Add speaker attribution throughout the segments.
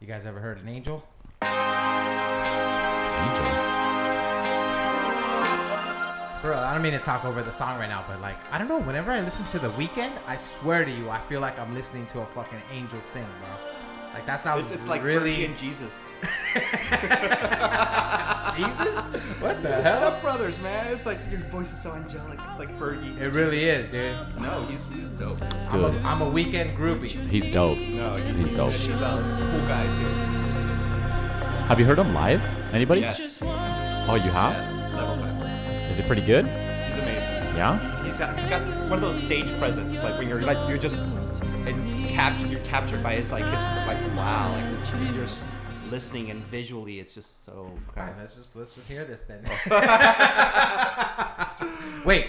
Speaker 1: You guys ever heard an angel?
Speaker 2: Angel.
Speaker 1: Bro, I don't mean to talk over the song right now, but like, I don't know. Whenever I listen to The Weeknd, I swear to you, I feel like I'm listening to a fucking angel sing, bro. Like that sounds
Speaker 3: It's, it's like really
Speaker 1: really
Speaker 3: and Jesus.
Speaker 1: Jesus. What the
Speaker 3: It's
Speaker 1: hell?
Speaker 3: Step Brothers, man. It's like your voice is so angelic. It's like Fergie.
Speaker 1: It really is, dude.
Speaker 3: no, he's, he's dope.
Speaker 1: I'm a,
Speaker 2: Dude.
Speaker 1: I'm a weekend groupie.
Speaker 2: He's dope.
Speaker 3: No,
Speaker 2: He's dope.
Speaker 3: He's a cool guy too.
Speaker 2: Have you heard him live? Anybody?
Speaker 3: Yes.
Speaker 2: Oh, you have?
Speaker 3: Yes, several times.
Speaker 2: Is it pretty good?
Speaker 3: He's amazing.
Speaker 2: Yeah.
Speaker 3: He's got, he's got one of those stage presence, like when you're like you're just and captured, you're captured by his like his like wow, like it's, you're just listening and visually, it's just so.
Speaker 1: All right,
Speaker 3: Crap.
Speaker 1: let's just let's just hear this then. Wait,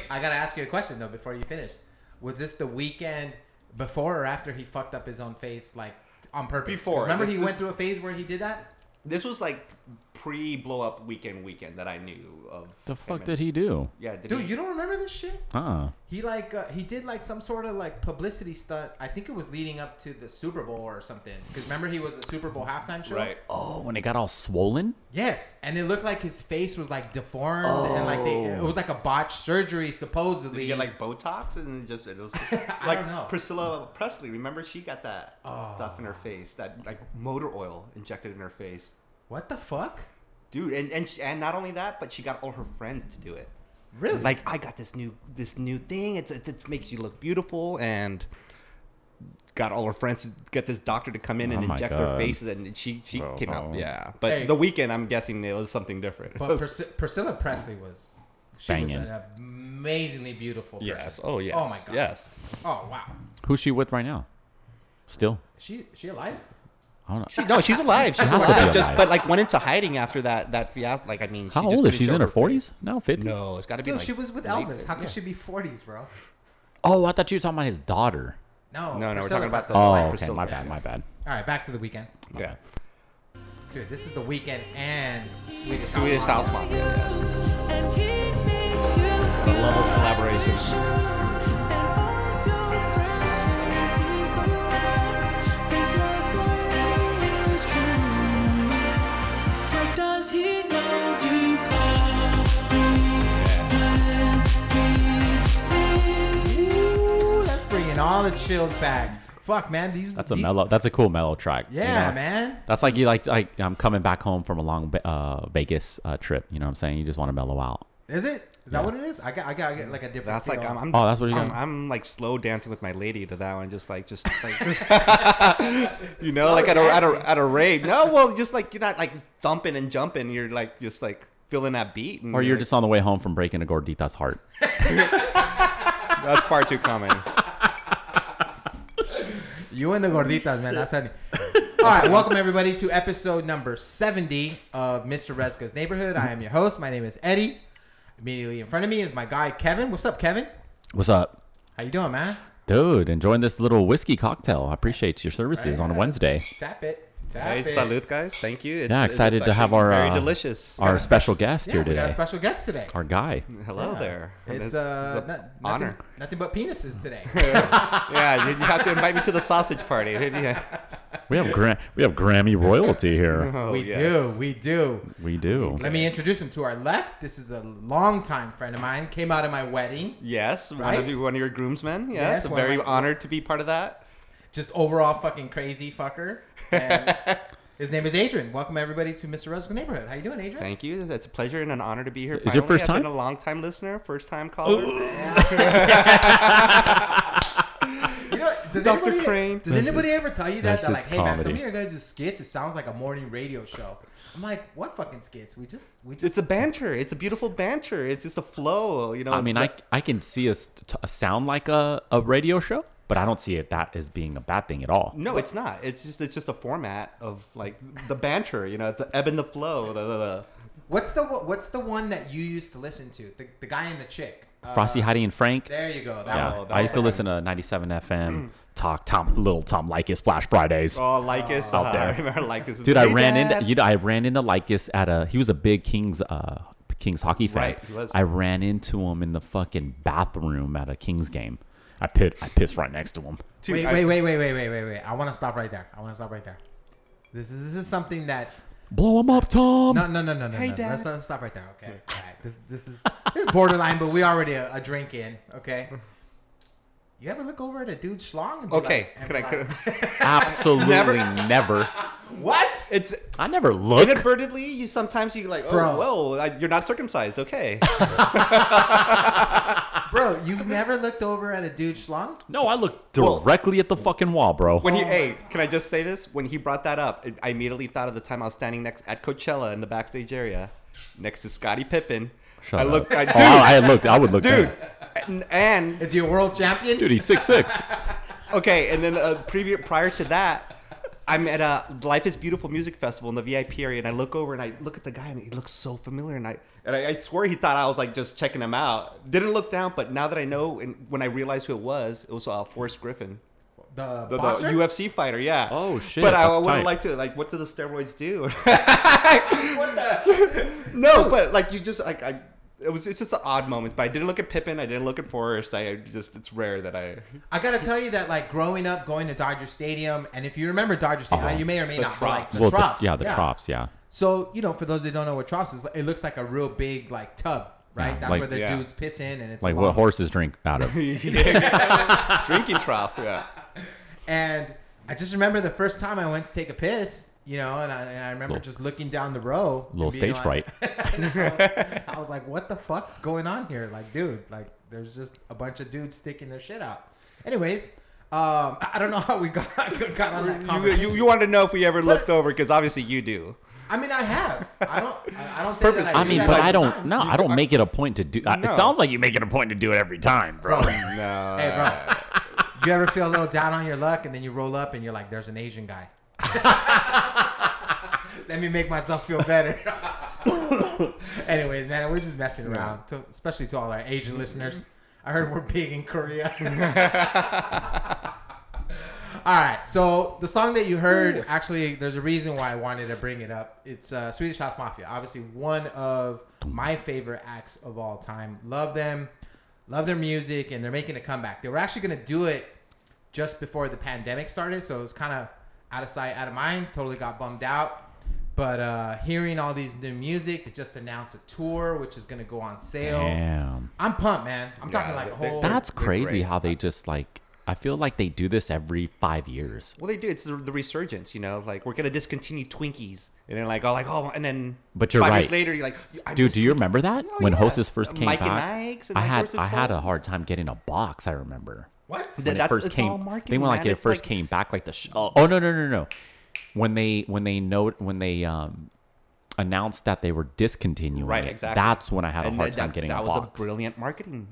Speaker 1: I gotta ask you a question though before you finish. Was this the weekend before or after he fucked up his own face, like on purpose?
Speaker 3: Before.
Speaker 1: Remember,
Speaker 3: This-
Speaker 1: he
Speaker 3: this-
Speaker 1: went through a phase where he did that.
Speaker 3: This was like pre blow up weekend weekend that I knew of.
Speaker 2: The fuck did he do?
Speaker 3: Yeah, did
Speaker 1: Dude,
Speaker 3: he?
Speaker 1: you don't remember this shit?
Speaker 2: Huh.
Speaker 1: He like uh, he did like some sort of like publicity stunt. I think it was leading up to the Super Bowl or something. Because remember, he was a Super Bowl halftime show.
Speaker 3: right.
Speaker 2: Oh, when it got all swollen?
Speaker 1: Yes, and it looked like his face was like deformed, and like they, it was like a botched surgery supposedly.
Speaker 3: Did he get like Botox and it just it was
Speaker 1: I
Speaker 3: like
Speaker 1: don't know. Oh.
Speaker 3: Priscilla Presley? Remember she got that stuff in her face, that like motor oil injected in her face,
Speaker 1: what the fuck?
Speaker 3: dude. And and she, and not only that, but she got all her friends to do it.
Speaker 1: Really?
Speaker 3: Like I got this new this new thing. It's, it's it makes you look beautiful and got all her friends to get this doctor to come in and
Speaker 2: Oh my
Speaker 3: inject
Speaker 2: God.
Speaker 3: her faces and she she
Speaker 2: Bro.
Speaker 3: came out
Speaker 2: Oh.
Speaker 3: yeah. But
Speaker 1: Hey.
Speaker 3: the weekend I'm guessing it was something different.
Speaker 1: But Pris- Priscilla Presley was she
Speaker 2: Banging.
Speaker 1: was an amazingly beautiful. Person.
Speaker 3: yes. Oh yes.
Speaker 1: Oh my god.
Speaker 3: Yes.
Speaker 1: Oh wow.
Speaker 2: Who's she with right now? Still?
Speaker 1: She she alive?
Speaker 2: I don't know.
Speaker 3: She, no, she's alive. She's
Speaker 2: has to be
Speaker 3: alive. Just
Speaker 2: alive.
Speaker 3: but like went into hiding after that that fiasco. Like I mean,
Speaker 2: How
Speaker 3: she just
Speaker 2: old is
Speaker 3: couldn't
Speaker 2: she? She's
Speaker 3: show
Speaker 2: in her
Speaker 3: face.
Speaker 2: forties? No, fifties.
Speaker 3: No, it's got to be.
Speaker 1: Dude,
Speaker 3: like
Speaker 1: she was with
Speaker 3: late
Speaker 1: Elvis.
Speaker 3: fifties.
Speaker 1: How could
Speaker 3: Yeah.
Speaker 1: she be forties, bro?
Speaker 2: Oh, I thought you were talking about his daughter.
Speaker 1: No.
Speaker 3: No, no, we're
Speaker 1: Priscilla
Speaker 3: talking about
Speaker 1: Presley.
Speaker 3: the-
Speaker 2: Oh,
Speaker 3: Like
Speaker 2: okay.
Speaker 3: Priscilla
Speaker 2: My
Speaker 3: Presley.
Speaker 2: bad. My bad.
Speaker 1: All right, back to the weekend.
Speaker 3: Yeah.
Speaker 1: Dude, this is the weekend and we just
Speaker 3: Swedish House Mafia. Yeah. Levels collaboration.
Speaker 4: Does he know you call me when he sleeps?
Speaker 1: Ooh, that's bringing all the chills back. Fuck, man, these.
Speaker 2: That's a
Speaker 1: these-
Speaker 2: mellow. That's a cool mellow track. you
Speaker 1: Yeah,
Speaker 2: know?
Speaker 1: man.
Speaker 2: That's like you like like I'm coming back home from a long Ve- uh, Vegas uh, trip. You know what I'm saying? You just want to mellow out.
Speaker 1: Is it? Is that what it is? I got, I got I get like a different.
Speaker 3: That's like
Speaker 1: feel.
Speaker 3: I'm. I'm
Speaker 2: Oh, that's what you're
Speaker 3: I'm,
Speaker 2: gonna-
Speaker 3: I'm like slow dancing with my lady to that one, just like just like just. you know, like at a at a at a rave. No, well, just like you're not like thumping and jumping. You're like just like feeling that beat. And
Speaker 2: Or you're
Speaker 3: like,
Speaker 2: just on the way home from breaking a gordita's heart.
Speaker 3: that's far too common.
Speaker 1: You and the gorditas, man. That's funny. All right, welcome everybody to episode number 70 of Mr. Resca's Neighborhood. I am your host. My name is Eddie. Immediately in front of me is my guy Kevin. What's up, Kevin?
Speaker 2: What's up,
Speaker 1: How you doing, man?
Speaker 2: dude? Enjoying this little whiskey cocktail. I appreciate your services on a Wednesday.
Speaker 1: Tap it. Tap
Speaker 3: Hey,
Speaker 1: it.
Speaker 3: salute, guys. Thank you. It's,
Speaker 2: Yeah,
Speaker 3: it's-
Speaker 2: excited
Speaker 3: it's
Speaker 2: to have
Speaker 3: actually
Speaker 2: our
Speaker 3: very
Speaker 2: uh,
Speaker 3: delicious.
Speaker 2: our special guest
Speaker 1: Yeah,
Speaker 2: here
Speaker 1: we got a
Speaker 2: today.
Speaker 1: special guest today.
Speaker 2: Our guy.
Speaker 3: Hello
Speaker 1: Yeah.
Speaker 3: there.
Speaker 1: It's,
Speaker 3: a-
Speaker 1: uh,
Speaker 3: it's a
Speaker 1: no- nothing,
Speaker 3: honor.
Speaker 1: Nothing but penises today.
Speaker 3: yeah, you you have to invite me to the sausage party. Yeah.
Speaker 2: We have gra- we have Grammy royalty here.
Speaker 3: Oh,
Speaker 1: we
Speaker 3: yes.
Speaker 1: do. We do.
Speaker 2: We do.
Speaker 1: Let me introduce him to our left. This is a longtime friend of mine. Came out of my wedding.
Speaker 3: Yes, one
Speaker 1: Right?
Speaker 3: of you, one of your groomsmen.
Speaker 1: Yes,
Speaker 3: Yes,
Speaker 1: one of
Speaker 3: very
Speaker 1: my-
Speaker 3: honored to be part of that.
Speaker 1: just overall fucking crazy fucker. And his name is Adrian. Welcome everybody to Mr. Roscoe's neighborhood. How you doing, Adrian?
Speaker 3: Thank you. It's a pleasure and an honor to be here.
Speaker 2: Is your
Speaker 3: finally.
Speaker 2: first
Speaker 3: I've
Speaker 2: time?
Speaker 3: Been a long time listener, first time caller.
Speaker 1: You know, does
Speaker 3: Dr.
Speaker 1: anybody-
Speaker 3: Crane.
Speaker 1: Does anybody ever tell you that?
Speaker 2: that
Speaker 1: They're like,
Speaker 2: shit's
Speaker 1: hey man, some of
Speaker 2: comedy.
Speaker 1: your guys do skits. It sounds like a morning radio show. I'm like, what fucking skits? We just we just
Speaker 3: It's a banter. It's a beautiful banter. It's just a flow. You know.
Speaker 2: I mean, I,
Speaker 3: the-
Speaker 2: I can see us t- sound like a, a radio show, but I don't see it that as being a bad thing at all.
Speaker 3: No, it's not. It's just it's just a format of like the banter. You know, the ebb and the flow. The, the, the.
Speaker 1: what's the what's the one that you used to listen to? The, the guy and the chick. Uh,
Speaker 2: Frosty, Heidi, and Frank.
Speaker 1: There you go. That
Speaker 2: Yeah,
Speaker 1: one.
Speaker 3: that
Speaker 2: I used to
Speaker 3: was-
Speaker 2: listen to 97 FM talk Tom Little Tom Likas Flash Fridays.
Speaker 3: Oh, Lycus
Speaker 2: Out there.
Speaker 3: I remember Lycus.
Speaker 2: Dude, I
Speaker 3: Hey,
Speaker 2: ran
Speaker 3: Dad.
Speaker 2: into you know, I ran into Likas at a he was a big Kings uh Kings hockey fan.
Speaker 3: Right, he was.
Speaker 2: I ran into him in the fucking bathroom at a Kings game. I pit I pissed right next to him.
Speaker 3: Dude,
Speaker 1: wait,
Speaker 3: I-
Speaker 1: wait, wait, wait, wait, wait, wait, wait. I want to stop right there. I want to stop right there. This is, this is something that
Speaker 2: Blow him up, Tom.
Speaker 1: no no no no no.
Speaker 3: Hey,
Speaker 1: no.
Speaker 3: Dad.
Speaker 1: Let's, let's stop right there. Okay. All right. This this is this is borderline, but we already a, a drink in. Okay. You ever look over at a dude's schlong? And be
Speaker 3: Okay,
Speaker 1: Like, and
Speaker 3: could
Speaker 1: be
Speaker 3: I? Could
Speaker 1: like,
Speaker 3: I
Speaker 2: Absolutely never.
Speaker 1: what?
Speaker 3: it's
Speaker 2: I never look.
Speaker 3: inadvertently. You sometimes you like, oh,
Speaker 1: Bro.
Speaker 3: whoa, I, you're not circumcised. Okay,
Speaker 1: Bro, you've never looked over at a dude's schlong?
Speaker 2: No, I look
Speaker 3: Well-
Speaker 2: directly at the fucking wall, bro.
Speaker 3: When he, hey, can I just say this? When he brought that up, I immediately thought of the time I was standing next at Coachella in the backstage area, next to Scottie Pippen.
Speaker 2: Shut
Speaker 3: I
Speaker 2: up.
Speaker 3: looked, I,
Speaker 2: Oh, I, I looked. I would look.
Speaker 3: dude, dude,
Speaker 2: down.
Speaker 3: and, and
Speaker 1: Is he a world champion?
Speaker 2: dude, he's six six.
Speaker 3: okay, and then uh, previous prior to that, I'm at a Life Is Beautiful music festival in the VIP area, and I look over and I look at the guy, and he looks so familiar, and I and I, I swear he thought I was like just checking him out. Didn't look down, but now that I know, and when I realized who it was, it was uh, Forrest Griffin.
Speaker 1: The,
Speaker 3: The, the
Speaker 1: boxer?
Speaker 3: UFC fighter, yeah.
Speaker 2: Oh, shit,
Speaker 3: But I
Speaker 2: that's
Speaker 3: would
Speaker 2: tight.
Speaker 3: like to like, what do the steroids do? no, but like you just like I, it was it's just the odd moments. But I didn't look at Pippen. I didn't look at Forrest. I just it's rare that I
Speaker 1: I gotta tell you that like growing up, going to Dodger Stadium, and if you remember Dodger Stadium,
Speaker 2: Uh-huh.
Speaker 1: you may or may
Speaker 3: The
Speaker 1: not but, like the
Speaker 2: well, the-
Speaker 1: troughs.
Speaker 2: yeah, the troughs. Yeah.
Speaker 1: So you know, for those that don't know what troughs is, it looks like a real big like tub, right?
Speaker 2: Yeah,
Speaker 1: That's
Speaker 2: like-
Speaker 1: where the
Speaker 3: yeah.
Speaker 1: dudes piss in, and it's
Speaker 2: Like
Speaker 1: long.
Speaker 2: what horses drink out of?
Speaker 3: drinking trough. Yeah.
Speaker 1: And I just remember the first time I went to take a piss, you know, and I, and I remember
Speaker 2: Little-
Speaker 1: just looking down the row, and
Speaker 2: Little
Speaker 1: being
Speaker 2: stage
Speaker 1: like-
Speaker 2: fright.
Speaker 1: I was like, what the fuck's going on here? Like, dude, like, there's just a bunch of dudes sticking their shit out. Anyways, um, I I don't know how we got, got on that
Speaker 3: You,
Speaker 1: conversation.
Speaker 3: you, you wanted to know if we ever looked over because obviously you do.
Speaker 1: I mean, I have. I don't. I I don't. Say
Speaker 3: Purpose.
Speaker 1: That I,
Speaker 2: I
Speaker 1: do
Speaker 2: mean,
Speaker 1: that
Speaker 2: but
Speaker 1: all
Speaker 2: I
Speaker 1: the
Speaker 2: don't.
Speaker 1: time.
Speaker 2: No, I don't make it a point to do. I,
Speaker 3: No.
Speaker 2: It sounds like you make it a point to do it every time, bro.
Speaker 3: No.
Speaker 1: Hey, bro. you ever feel a little down on your luck, and then you roll up, and you're like, "There's an Asian guy." Let me make myself feel better. Anyways, man, we're just messing around, to, especially to all our Asian listeners. I heard we're big in Korea. all right, so the song that you heard, actually, there's a reason why I wanted to bring it up. It's uh, Swedish House Mafia, obviously one of my favorite acts of all time. Love them, love their music, and they're making a comeback. They were actually going to do it just before the pandemic started, so it was kind of out of sight, out of mind. Totally got bummed out. But uh, hearing all these new music, they just announced a tour which is going to go on sale.
Speaker 2: Damn.
Speaker 1: I'm pumped, man. I'm talking like a
Speaker 3: they-
Speaker 1: whole.
Speaker 2: That's
Speaker 3: they're
Speaker 2: crazy
Speaker 3: great.
Speaker 2: how they just like. I feel like they do this every five years.
Speaker 3: Well, they do. It's the, the resurgence, you know. Like we're gonna discontinue Twinkies, and then like oh, like oh, and then
Speaker 2: But you're
Speaker 3: five years
Speaker 2: right.
Speaker 3: later, you're like, I
Speaker 2: Dude,
Speaker 3: miss
Speaker 2: do you
Speaker 3: Twinkies.
Speaker 2: remember that
Speaker 3: Oh,
Speaker 2: when
Speaker 3: yeah.
Speaker 2: Hostess first came
Speaker 3: Mike and
Speaker 2: back?
Speaker 3: Ike's and
Speaker 2: I
Speaker 3: Mike
Speaker 2: had
Speaker 3: versus
Speaker 2: I had a
Speaker 3: Folds.
Speaker 2: hard time getting a box. I remember
Speaker 1: what?
Speaker 2: when it
Speaker 3: That's-
Speaker 2: first
Speaker 3: it's
Speaker 2: came.
Speaker 3: all
Speaker 2: they
Speaker 3: marketing,
Speaker 2: went like
Speaker 3: man.
Speaker 2: it
Speaker 3: It's
Speaker 2: first
Speaker 3: like-
Speaker 2: came back like the sh- oh, oh no no no no when they when they know when they um announced that they were discontinuing
Speaker 3: Right,
Speaker 2: it.
Speaker 3: exactly.
Speaker 2: That's when I had a
Speaker 3: And
Speaker 2: hard
Speaker 3: that-
Speaker 2: time
Speaker 3: that-
Speaker 2: getting
Speaker 3: that
Speaker 2: a
Speaker 3: was
Speaker 2: box.
Speaker 3: a brilliant marketing.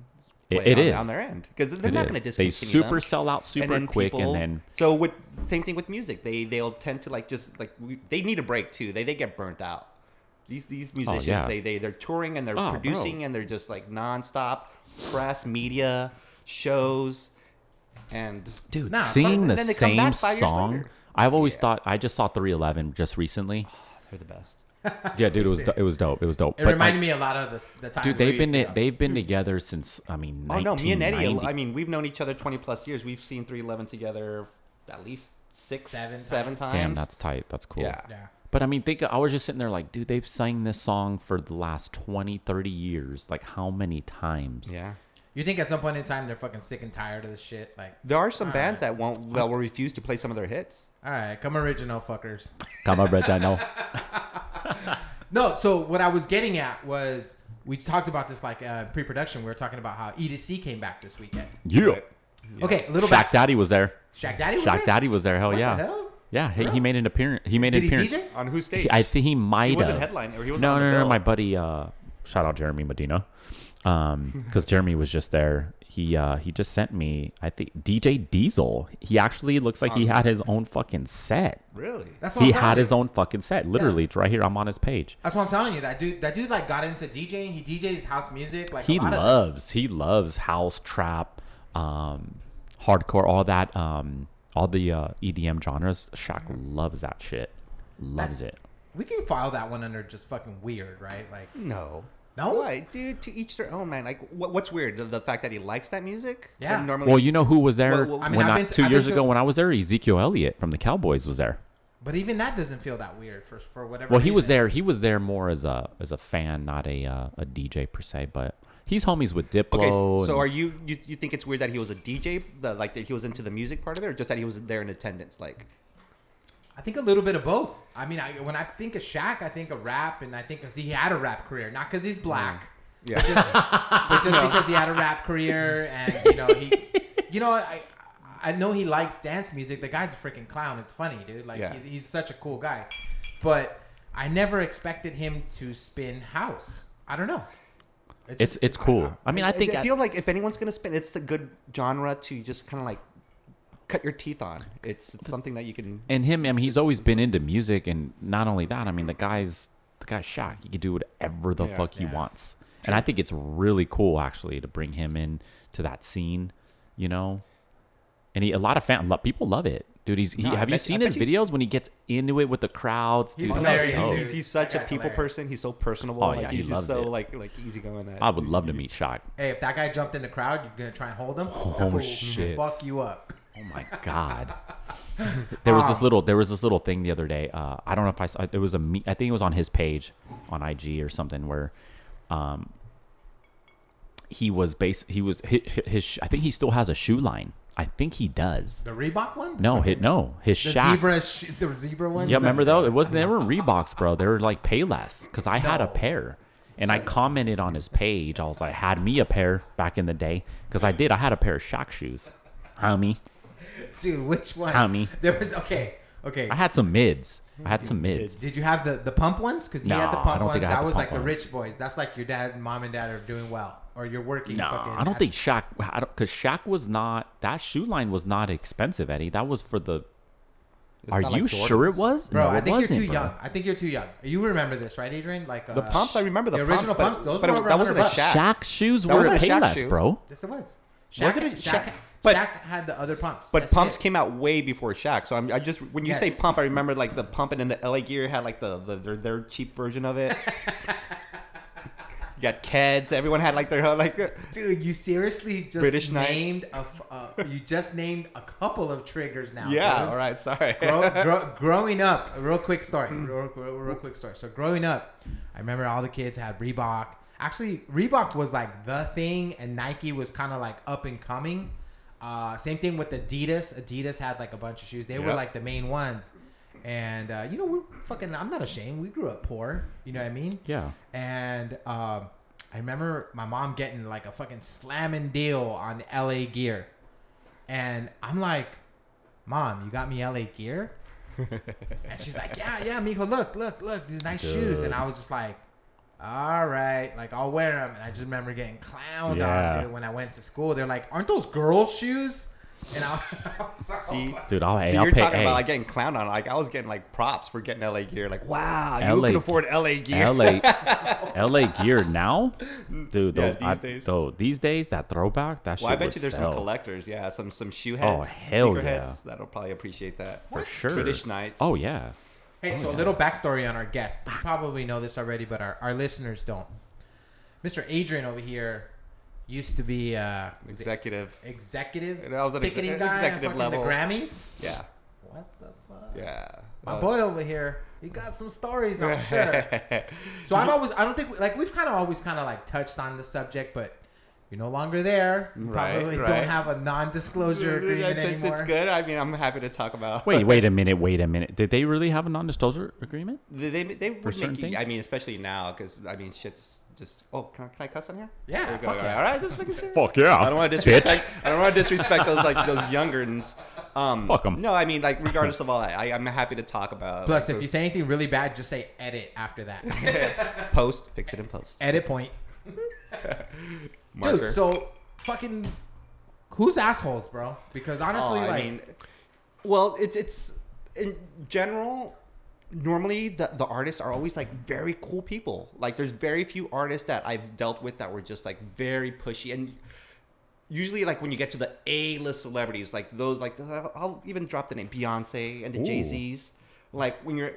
Speaker 2: It-
Speaker 3: play
Speaker 2: it
Speaker 3: on,
Speaker 2: is.
Speaker 3: on their end because they're
Speaker 2: It
Speaker 3: not going to
Speaker 2: is.
Speaker 3: discontinue
Speaker 2: They super
Speaker 3: them.
Speaker 2: sell out
Speaker 3: And
Speaker 2: super
Speaker 3: then
Speaker 2: quick,
Speaker 3: people-
Speaker 2: and then
Speaker 3: so with same thing with music, they they'll tend to like just like we, they need a break too. They they get burnt out. These these musicians
Speaker 2: Oh, yeah.
Speaker 3: they they they're touring and they're
Speaker 2: Oh,
Speaker 3: producing
Speaker 2: bro.
Speaker 3: and they're just like nonstop press media shows and
Speaker 2: dude
Speaker 1: Nah,
Speaker 2: singing the
Speaker 3: but then they come
Speaker 2: same
Speaker 3: back five years
Speaker 2: song.
Speaker 3: later.
Speaker 2: I've always thought I just saw 311 just recently.
Speaker 3: they're the best. Oh,
Speaker 2: Yeah, dude, it was do- it was dope. It was dope.
Speaker 1: It
Speaker 2: But,
Speaker 1: reminded
Speaker 2: like,
Speaker 1: me a lot of this. The time
Speaker 2: Dude,
Speaker 1: we
Speaker 2: they've been
Speaker 1: used to-
Speaker 2: they've been together since I mean.
Speaker 3: Oh no, me and Eddie.
Speaker 2: 1990.
Speaker 3: I mean, we've known each other twenty plus years. We've seen three eleven together at least six,
Speaker 1: Seven
Speaker 3: seven, seven times.
Speaker 2: Damn, that's tight. That's cool.
Speaker 3: Yeah.
Speaker 1: Yeah.
Speaker 2: But I mean, think I was just sitting there like, dude, they've sang this song for the last 20, 30 years. Like, how many times?
Speaker 3: yeah.
Speaker 1: You think at some point in time they're fucking sick and tired of this shit? Like,
Speaker 3: There are some bands that won't that will refuse to play some of their hits.
Speaker 1: all right, come original fuckers.
Speaker 2: Come on, Reg, I know.
Speaker 1: No, so what I was getting at was we talked about this like uh, pre-production. We were talking about how E2C came back this weekend.
Speaker 2: You.
Speaker 1: Okay, a little
Speaker 2: Shaq
Speaker 1: back.
Speaker 2: Daddy was there.
Speaker 1: Shaq Daddy. Was
Speaker 2: Shaq
Speaker 1: there?
Speaker 2: Daddy was there. Hell
Speaker 1: What
Speaker 2: yeah.
Speaker 1: the hell?
Speaker 2: Yeah, he, he made an appearance. He made
Speaker 1: Did
Speaker 2: an
Speaker 1: he
Speaker 2: appearance.
Speaker 1: DJ?
Speaker 3: On whose stage?
Speaker 2: He- I think he might
Speaker 3: He wasn't
Speaker 2: have.
Speaker 3: headline- or he wasn't
Speaker 2: no,
Speaker 3: on
Speaker 2: no,
Speaker 3: the
Speaker 2: no,
Speaker 3: bill.
Speaker 2: My buddy, uh, shout out Jeremy Medina, because Jeremy was just there. He uh, he just sent me. I think DJ Diesel. He actually looks like he had his own fucking set.
Speaker 3: really?
Speaker 1: That's what
Speaker 2: He
Speaker 1: I'm telling
Speaker 2: had
Speaker 1: you.
Speaker 2: his own fucking set. Literally, it's right here. I'm on his page.
Speaker 1: That's what I'm telling you. That dude, that dude, like got into DJing. He DJs house music. Like
Speaker 2: he
Speaker 1: a lot of-
Speaker 2: loves he loves house trap um hardcore all that um all the uh, EDM genres Shaq loves that shit loves it
Speaker 1: we can file that one under just fucking weird, right? Like,
Speaker 3: No.
Speaker 1: No?
Speaker 3: Why, dude? To each their own, man. Like, what, what's weird? The, the fact that he likes that music.
Speaker 1: Yeah.
Speaker 3: And normally,
Speaker 2: well you know who was there
Speaker 3: Well, well,
Speaker 1: I mean,
Speaker 2: when
Speaker 1: I've
Speaker 2: I-
Speaker 1: been to-
Speaker 2: 2
Speaker 1: I've
Speaker 2: years
Speaker 1: been to-
Speaker 2: ago when I was there Ezekiel Elliott from the Cowboys was there
Speaker 1: But even that doesn't feel that weird for for whatever.
Speaker 2: Well, he was
Speaker 1: reason.
Speaker 2: there. He was there more as a as a fan, not a uh, a DJ per se. But he's homies with Diplo.
Speaker 3: Okay, so, so
Speaker 2: and-
Speaker 3: are you, you you think it's weird that he was a DJ, the, like that he was into the music part of it, or just that he was there in attendance? Like,
Speaker 1: I think a little bit of both. I mean, I, when I think of Shaq, I think of rap, and I think because he had a rap career, not because he's black,
Speaker 3: yeah,
Speaker 2: Mm.
Speaker 1: but just because he had a rap career, and you know he, you know I. I know he likes dance music. The guy's a freaking clown. It's funny, dude. Like
Speaker 3: Yeah.
Speaker 1: he's, he's such a cool guy, but I never expected him to spin house. I don't know.
Speaker 2: it's it's cool. I mean, I think
Speaker 3: I
Speaker 2: I-
Speaker 3: feel like if anyone's gonna spin, it's a good genre to just kind of like cut your teeth on. It's, it's something that you can.
Speaker 2: and him, I mean, he's always been into music, and not only that, I mean, the guy's the guy's Shaq. He can do whatever the
Speaker 3: Yeah.
Speaker 2: fuck he
Speaker 1: Yeah.
Speaker 2: wants, and I think it's really cool actually to bring him in to that scene, you know. And he, a lot of fan, lo- people love it, dude. He's he,
Speaker 3: No, I
Speaker 2: have you
Speaker 3: bet-
Speaker 2: seen
Speaker 3: I
Speaker 2: his
Speaker 3: bet he's-
Speaker 2: videos when he gets into it with the crowds?
Speaker 1: He's
Speaker 2: dude?
Speaker 3: No,
Speaker 1: hilarious,
Speaker 3: he's-
Speaker 2: dope.
Speaker 1: dude.
Speaker 3: he's, he's such a
Speaker 1: That guy's
Speaker 3: people
Speaker 1: hilarious.
Speaker 3: person. He's so personable.
Speaker 2: Oh,
Speaker 3: like,
Speaker 2: yeah, he
Speaker 3: he's
Speaker 2: loves
Speaker 3: just so
Speaker 2: it.
Speaker 3: like like easygoing. That
Speaker 2: I would love to meet Shaq.
Speaker 1: Hey, if that guy jumped in the crowd, you're gonna try and hold him.
Speaker 2: Oh,
Speaker 1: That fool will
Speaker 2: shit.
Speaker 1: Fuck you up.
Speaker 2: Oh my god. There was this little there was this little thing the other day. Uh, I don't know if I saw it was a me, I think it was on his page on IG or something where um he was base he was his, his sh- I think he still has a shoe line. I think he does.
Speaker 1: The Reebok one?
Speaker 2: No, hit no. His
Speaker 1: The
Speaker 2: Shaq.
Speaker 1: zebra, sh- the zebra one.
Speaker 2: Yeah, remember though? It wasn't they were Reeboks, bro. They were like Payless because I had a
Speaker 1: No.
Speaker 2: pair. And I commented on his page. I was like, had me a pair back in the day because I did. I had a pair of Shaq shoes, homie.
Speaker 1: dude? Which one?
Speaker 2: Tommy.
Speaker 1: There was okay, okay.
Speaker 2: I had some mids. I had some mids.
Speaker 1: Did you have the the pump ones? Because he had the
Speaker 2: No, I
Speaker 1: pump
Speaker 2: don't
Speaker 1: ones.
Speaker 2: think I had
Speaker 1: that
Speaker 2: the
Speaker 1: was
Speaker 2: pump
Speaker 1: like
Speaker 2: ones.
Speaker 1: the rich boys. That's like your dad, and mom, and dad are doing well, or you're working.
Speaker 2: No,
Speaker 1: fucking
Speaker 2: I don't
Speaker 1: at-
Speaker 2: think Shaq. I don't because Shaq was not that shoe line was not expensive, Eddie. That was for the.
Speaker 3: It's
Speaker 2: Are
Speaker 3: not
Speaker 2: you
Speaker 3: like
Speaker 2: sure it
Speaker 3: Jordans.
Speaker 2: was?
Speaker 1: Bro,
Speaker 2: no,
Speaker 1: I
Speaker 2: it
Speaker 1: think you're
Speaker 2: wasn't.
Speaker 1: too
Speaker 2: bro.
Speaker 1: young. I think you're too young. You remember this, right, Adrian? Like uh,
Speaker 3: The pumps, I remember the
Speaker 1: original pumps.
Speaker 3: pumps, but-
Speaker 1: those
Speaker 3: but it-
Speaker 1: were
Speaker 3: that
Speaker 1: around
Speaker 3: wasn't a
Speaker 1: bucks.
Speaker 3: Shaq.
Speaker 2: Shack's shoes
Speaker 3: That
Speaker 2: were
Speaker 3: wasn't a Shaq
Speaker 2: Payless,
Speaker 3: shoe.
Speaker 2: bro.
Speaker 1: Yes, it was. Shaq,
Speaker 3: Was it a
Speaker 1: Shaq,
Speaker 3: Shaq? But-
Speaker 1: Shaq had the other pumps.
Speaker 3: But
Speaker 1: Yes, he
Speaker 3: pumps
Speaker 1: did.
Speaker 3: came out way before Shaq. So I'm, I just when you say
Speaker 1: Yes.
Speaker 3: pump, I remember like the pump and then the LA Gear had like the, the their, their cheap version of it. you got Keds. Everyone had like their like.
Speaker 1: Dude, you seriously just
Speaker 3: British Knights.
Speaker 1: named a f- uh, you just named a couple of triggers now.
Speaker 3: Yeah.
Speaker 1: dude.
Speaker 3: All right. Sorry.
Speaker 1: Grow, grow, growing up, a real quick story, real, real, real quick story. So growing up, I remember all the kids had Reebok. Actually, Reebok was like the thing, and Nike was kind of like up and coming. Uh, same thing with Adidas. Adidas had like a bunch of shoes. They were
Speaker 3: Yep.
Speaker 1: like the main ones. And uh, you know, we're fucking. I'm not ashamed. We grew up poor. You know what I mean?
Speaker 2: Yeah.
Speaker 1: And um, I remember my mom getting like a fucking slamming deal on LA Gear, and I'm like, "Mom, you got me LA Gear?" and she's like, "Yeah, yeah, mijo, look, look, look, these nice shoes." And I was just like, "All right, like I'll wear them." And I just remember getting clowned
Speaker 2: Yeah.
Speaker 1: on dude, when I went to school. They're like, "Aren't those girl shoes?" And I was like,
Speaker 3: See,
Speaker 2: Dude, I'll, hey,
Speaker 3: so
Speaker 2: I'll
Speaker 3: you're
Speaker 2: pay.
Speaker 3: talking
Speaker 2: hey,
Speaker 3: about like getting clowned on. Like I was getting like props for getting LA Gear. Like wow, you
Speaker 2: LA
Speaker 3: can afford LA Gear.
Speaker 2: LA, LA gear now, dude.
Speaker 3: Mm, Yeah,
Speaker 2: Those,
Speaker 3: these
Speaker 2: I,
Speaker 3: days.
Speaker 2: though, these days that throwback, that shit
Speaker 3: Well, I bet
Speaker 2: would
Speaker 3: you there's
Speaker 2: sell.
Speaker 3: some collectors. Yeah, some some shoe heads,
Speaker 2: Oh, hell
Speaker 3: sneaker
Speaker 2: yeah.
Speaker 3: heads that'll probably appreciate that.
Speaker 2: for sure.
Speaker 3: British Knights.
Speaker 2: Oh yeah.
Speaker 1: Hey, so a little backstory on our guest. You probably know this already, but our, our listeners don't. Mr. Adrian over here used to be uh, was it
Speaker 3: executive.
Speaker 1: executive
Speaker 3: And I was an exe-
Speaker 1: ticketing guy
Speaker 3: executive
Speaker 1: executive level.
Speaker 3: level.
Speaker 1: the Grammys.
Speaker 3: Yeah,
Speaker 1: What the fuck?
Speaker 3: yeah.
Speaker 1: My
Speaker 3: Uh,
Speaker 1: boy over here, he got some stories, I'm sure. so I've always, I don't think, like we've kind of always kind of like touched on the subject, but you're no longer there. You
Speaker 3: Right,
Speaker 1: probably
Speaker 3: right.
Speaker 1: don't have a non-disclosure
Speaker 3: It's-
Speaker 1: agreement
Speaker 3: it's, it's
Speaker 1: anymore.
Speaker 3: good. I mean, I'm happy to talk about.
Speaker 2: Wait, wait a minute. Wait a minute. Did they really have a non-disclosure agreement?
Speaker 3: they they, they would
Speaker 2: certain
Speaker 3: make you.
Speaker 2: things?
Speaker 3: I mean, especially now because I mean, shit's just. Oh, can I, can I cuss on here?
Speaker 1: Yeah,
Speaker 3: There we go.
Speaker 1: fuck
Speaker 3: all,
Speaker 1: yeah.
Speaker 3: right, all right, just making sure.
Speaker 2: Fuck yeah.
Speaker 3: I don't want to disrespect. I don't want to disrespect those like those youngerns. Um,
Speaker 2: Fuck 'em.
Speaker 3: No, I mean like regardless of all that, I, I'm happy to talk about.
Speaker 1: Plus, if
Speaker 3: like,
Speaker 1: you
Speaker 3: those-
Speaker 1: say anything really bad, just say edit after that.
Speaker 3: post, fix it in post.
Speaker 1: edit point.
Speaker 3: Marker.
Speaker 1: Dude, so fucking who's assholes, bro? Because honestly,
Speaker 3: Oh, I
Speaker 1: like
Speaker 3: mean, well, it's it's in general. Normally, the the artists are always like very cool people. Like, there's very few artists that I've dealt with that were just like very pushy and. Usually, like when you get to the A-list celebrities, like those, like I'll I'll even drop the name Beyonce and the
Speaker 2: Ooh.
Speaker 3: Jay Z's. Like when you're